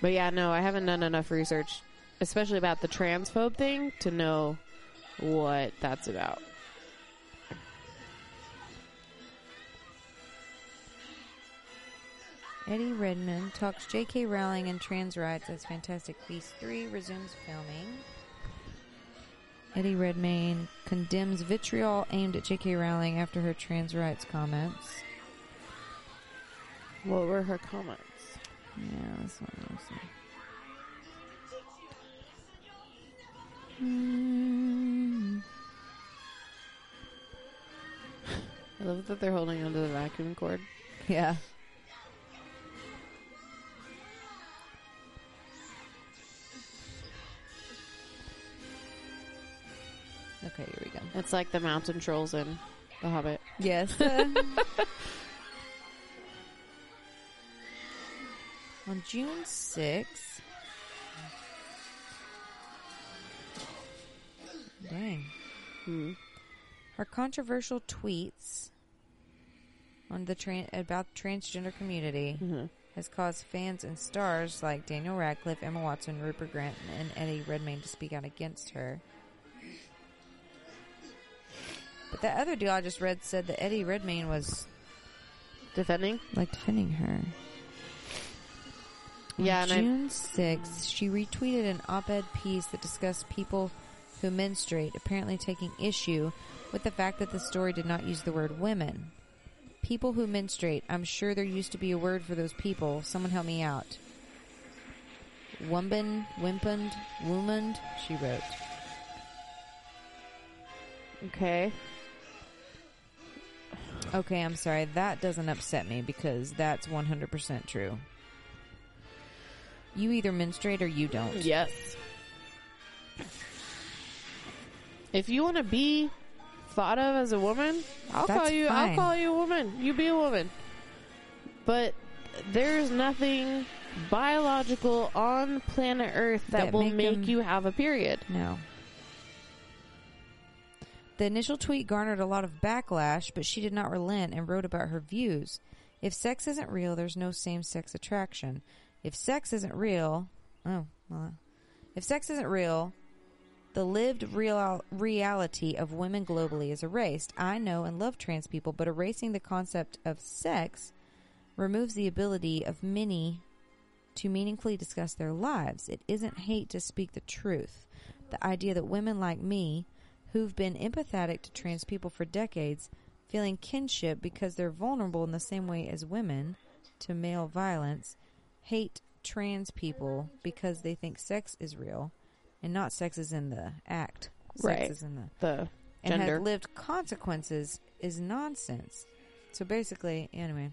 [SPEAKER 2] But yeah, no, I haven't done enough research, especially about the transphobe thing, to know what that's about.
[SPEAKER 1] Eddie Redmond talks J.K. Rowling and trans rights as Fantastic Beasts 3 resumes filming. Eddie Redmayne condemns vitriol aimed at J.K. Rowling after her trans rights comments.
[SPEAKER 2] What were her comments?
[SPEAKER 1] Yeah, this one. Let's see. Hmm.
[SPEAKER 2] I love that they're holding onto the vacuum cord.
[SPEAKER 1] Yeah. Okay, here we go.
[SPEAKER 2] It's like the mountain trolls in The Hobbit.
[SPEAKER 1] Yes. On June 6th, Dang.
[SPEAKER 2] Hmm.
[SPEAKER 1] Her controversial tweets on the tran- about the transgender community has caused fans and stars like Daniel Radcliffe, Emma Watson, Rupert Grant, and Eddie Redmayne to speak out against her. But that other deal I just read said that Eddie Redmayne was
[SPEAKER 2] Defending?
[SPEAKER 1] like defending her. On
[SPEAKER 2] Yeah, and I-
[SPEAKER 1] June 6th, she retweeted an op-ed piece that discussed people who menstruate apparently taking issue with the fact that the story did not use the word women. People who menstruate, I'm sure there used to be a word for those people. Someone help me out. Wumben, wimpened, womaned, she wrote.
[SPEAKER 2] Okay.
[SPEAKER 1] Okay, I'm sorry. That doesn't upset me because that's 100% true. You either menstruate or you don't.
[SPEAKER 2] Yes. If you want to be thought of as a woman, I'll
[SPEAKER 1] That's
[SPEAKER 2] call you.
[SPEAKER 1] fine.
[SPEAKER 2] I'll call you a woman. You be a woman. But there's nothing biological on planet Earth that,
[SPEAKER 1] That
[SPEAKER 2] will
[SPEAKER 1] make
[SPEAKER 2] make,
[SPEAKER 1] 'em-
[SPEAKER 2] you have a period.
[SPEAKER 1] No. The initial tweet garnered a lot of backlash, but she did not relent and wrote about her views. If sex isn't real, there's no same sex attraction. If sex isn't real, oh, well, if sex isn't real, the lived real reality of women globally is erased. I know and love trans people, but erasing the concept of sex removes the ability of many to meaningfully discuss their lives. It isn't hate to speak the truth. The idea that women like me, who've been empathetic to trans people for decades, feeling kinship because they're vulnerable in the same way as women to male violence, hate trans people because they think sex is real and not sex is in the act. Sex
[SPEAKER 2] Right.
[SPEAKER 1] is in the
[SPEAKER 2] The
[SPEAKER 1] and
[SPEAKER 2] gender.
[SPEAKER 1] has lived consequences is nonsense. So basically, anyway,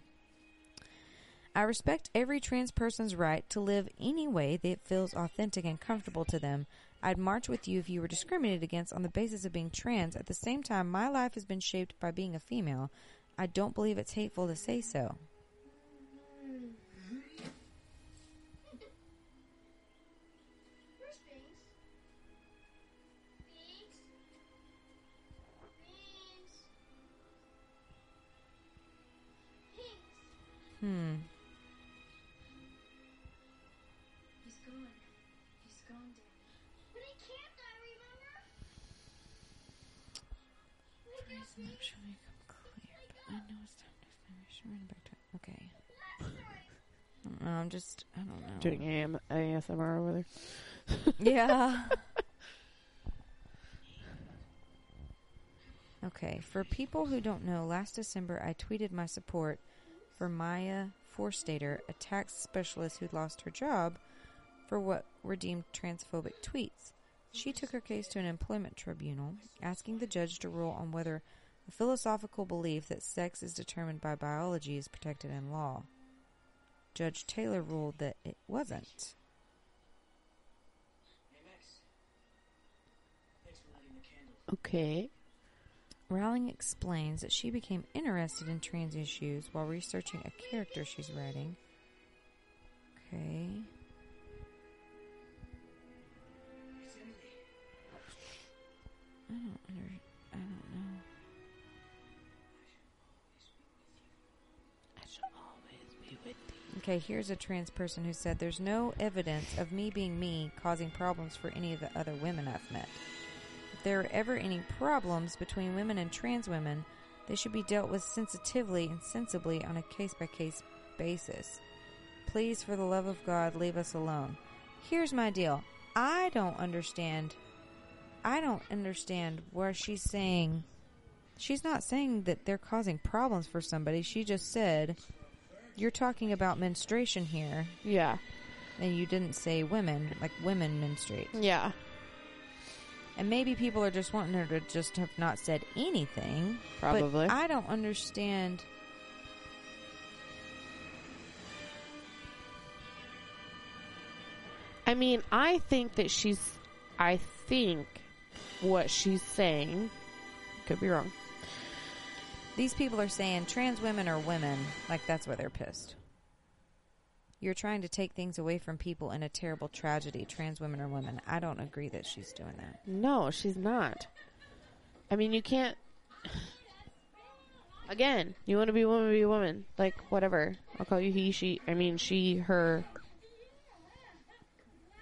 [SPEAKER 1] I respect every trans person's right to live any way that feels authentic and comfortable to them. I'd march with you if you were discriminated against on the basis of being trans. At the same time, my life has been shaped by being a female. I don't believe it's hateful to say so.
[SPEAKER 4] Where's Beans? Beans? Beans? Beans?
[SPEAKER 1] Hmm.
[SPEAKER 4] He's gone. He's gone, Daddy. But he can't, I remember. Wake up, Beans.
[SPEAKER 1] Okay. I don't know, I'm just. I don't know.
[SPEAKER 2] doing AM, ASMR over there.
[SPEAKER 1] Yeah. okay, for people who don't know, last December I tweeted my support for Maya Forstater, a tax specialist who lost her job for what were deemed transphobic tweets. She took her case to an employment tribunal, asking the judge to rule on whether the philosophical belief that sex is determined by biology is protected in law. Judge Taylor ruled that it wasn't.
[SPEAKER 2] Okay.
[SPEAKER 1] Rowling explains that she became interested in trans issues while researching a character she's writing. Okay. I don't under, I don't know. Okay, here's a trans person who said there's no evidence of me being me causing problems for any of the other women I've met. If there are ever any problems between women and trans women, they should be dealt with sensitively and sensibly on a case by case basis. Please, for the love of God, leave us alone. Here's my deal I don't understand. I don't understand where she's saying. She's not saying that they're causing problems for somebody. She just said, You're talking about menstruation here,
[SPEAKER 2] Yeah.
[SPEAKER 1] and you didn't say women, like women menstruate.
[SPEAKER 2] Yeah.
[SPEAKER 1] And maybe people are just wanting her to just have not said anything. but
[SPEAKER 2] Probably.
[SPEAKER 1] I don't understand.
[SPEAKER 2] I mean, I think that she's. I think what she's saying could be wrong.
[SPEAKER 1] These people are saying trans women are women. Like, that's why they're pissed. You're trying to take things away from people in a terrible tragedy, trans women or women. I don't agree that she's doing that.
[SPEAKER 2] No, she's not. I mean, you can't. Again, you want to be a woman, be a woman. Like, whatever. I'll call you he, she. I mean, she, her.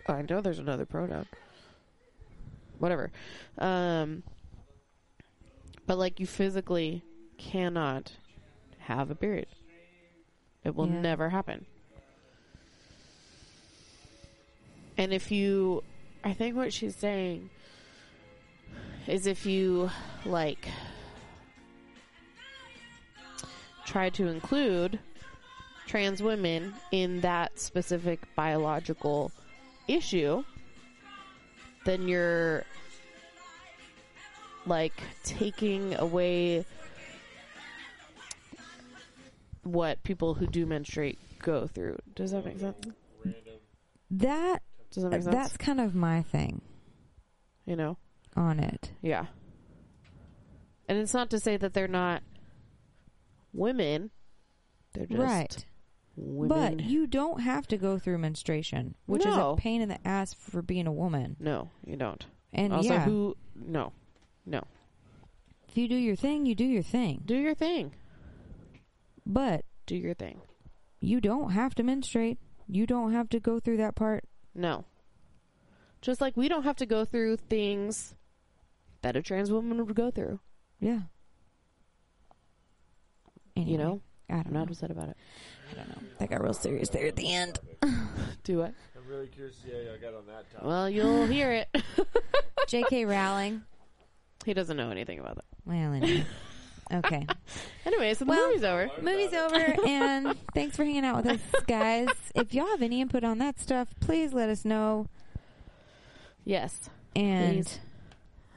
[SPEAKER 2] Oh, I know there's another pronoun. Whatever. Um, but, like, you physically cannot have a period, it will
[SPEAKER 1] Yeah.
[SPEAKER 2] never happen. And if you. I think what she's saying is if you like try to include trans women in that specific biological issue then you're like taking away what people who do menstruate go through does that make sense
[SPEAKER 1] That
[SPEAKER 2] does that make sense
[SPEAKER 1] that's kind of my thing
[SPEAKER 2] you know
[SPEAKER 1] on it.
[SPEAKER 2] Yeah. And it's not to say that they're not women. They're just
[SPEAKER 1] right.
[SPEAKER 2] women.
[SPEAKER 1] But you don't have to go through menstruation, which
[SPEAKER 2] No.
[SPEAKER 1] is a pain in the ass for being a woman.
[SPEAKER 2] no, you don't.
[SPEAKER 1] And
[SPEAKER 2] also,
[SPEAKER 1] yeah,
[SPEAKER 2] who? No, no.
[SPEAKER 1] if you do your thing, you do your thing.
[SPEAKER 2] Do your thing.
[SPEAKER 1] But
[SPEAKER 2] Do your thing.
[SPEAKER 1] you don't have to menstruate. You don't have to go through that part.
[SPEAKER 2] No. Just like we don't have to go through things that a trans woman would go through.
[SPEAKER 1] Yeah. Anyway,
[SPEAKER 2] You know,
[SPEAKER 1] I don't
[SPEAKER 2] I'm
[SPEAKER 1] know.
[SPEAKER 2] not upset about it.
[SPEAKER 1] I don't know. That got real serious there at the end.
[SPEAKER 2] Do what?
[SPEAKER 3] I'm really curious to see how y'all got on that topic.
[SPEAKER 2] Well, you'll hear it.
[SPEAKER 1] J.K. Rowling.
[SPEAKER 2] he doesn't know anything about that.
[SPEAKER 1] Well, anyway. okay.
[SPEAKER 2] Anyway, so the
[SPEAKER 1] Well-
[SPEAKER 2] movie's over.
[SPEAKER 1] Movie's over, and thanks for hanging out with us, guys. If y'all have any input on that stuff, please let us know.
[SPEAKER 2] Yes.
[SPEAKER 1] And
[SPEAKER 2] Please.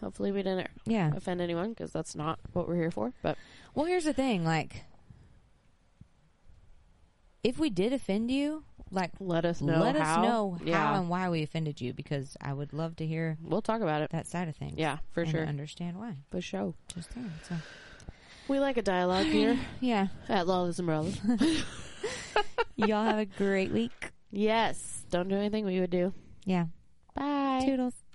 [SPEAKER 2] Hopefully, we didn't
[SPEAKER 1] yeah,
[SPEAKER 2] offend anyone because that's not what we're here for. But
[SPEAKER 1] well, here's the thing: like, if we did offend you, like,
[SPEAKER 2] let us know.
[SPEAKER 1] let
[SPEAKER 2] how.
[SPEAKER 1] us know
[SPEAKER 2] yeah.
[SPEAKER 1] how and why we offended you, because I would love to hear
[SPEAKER 2] We'll talk about it.
[SPEAKER 1] that side of things.
[SPEAKER 2] Yeah, for
[SPEAKER 1] and
[SPEAKER 2] sure.
[SPEAKER 1] Understand why?
[SPEAKER 2] For sure.
[SPEAKER 1] Just saying. So
[SPEAKER 2] We like a dialogue here
[SPEAKER 1] yeah,
[SPEAKER 2] at Lawless Umbrellas.
[SPEAKER 1] y'all have a great week.
[SPEAKER 2] yes. Don't do anything we would do.
[SPEAKER 1] Yeah,
[SPEAKER 2] Bye.
[SPEAKER 1] toodles.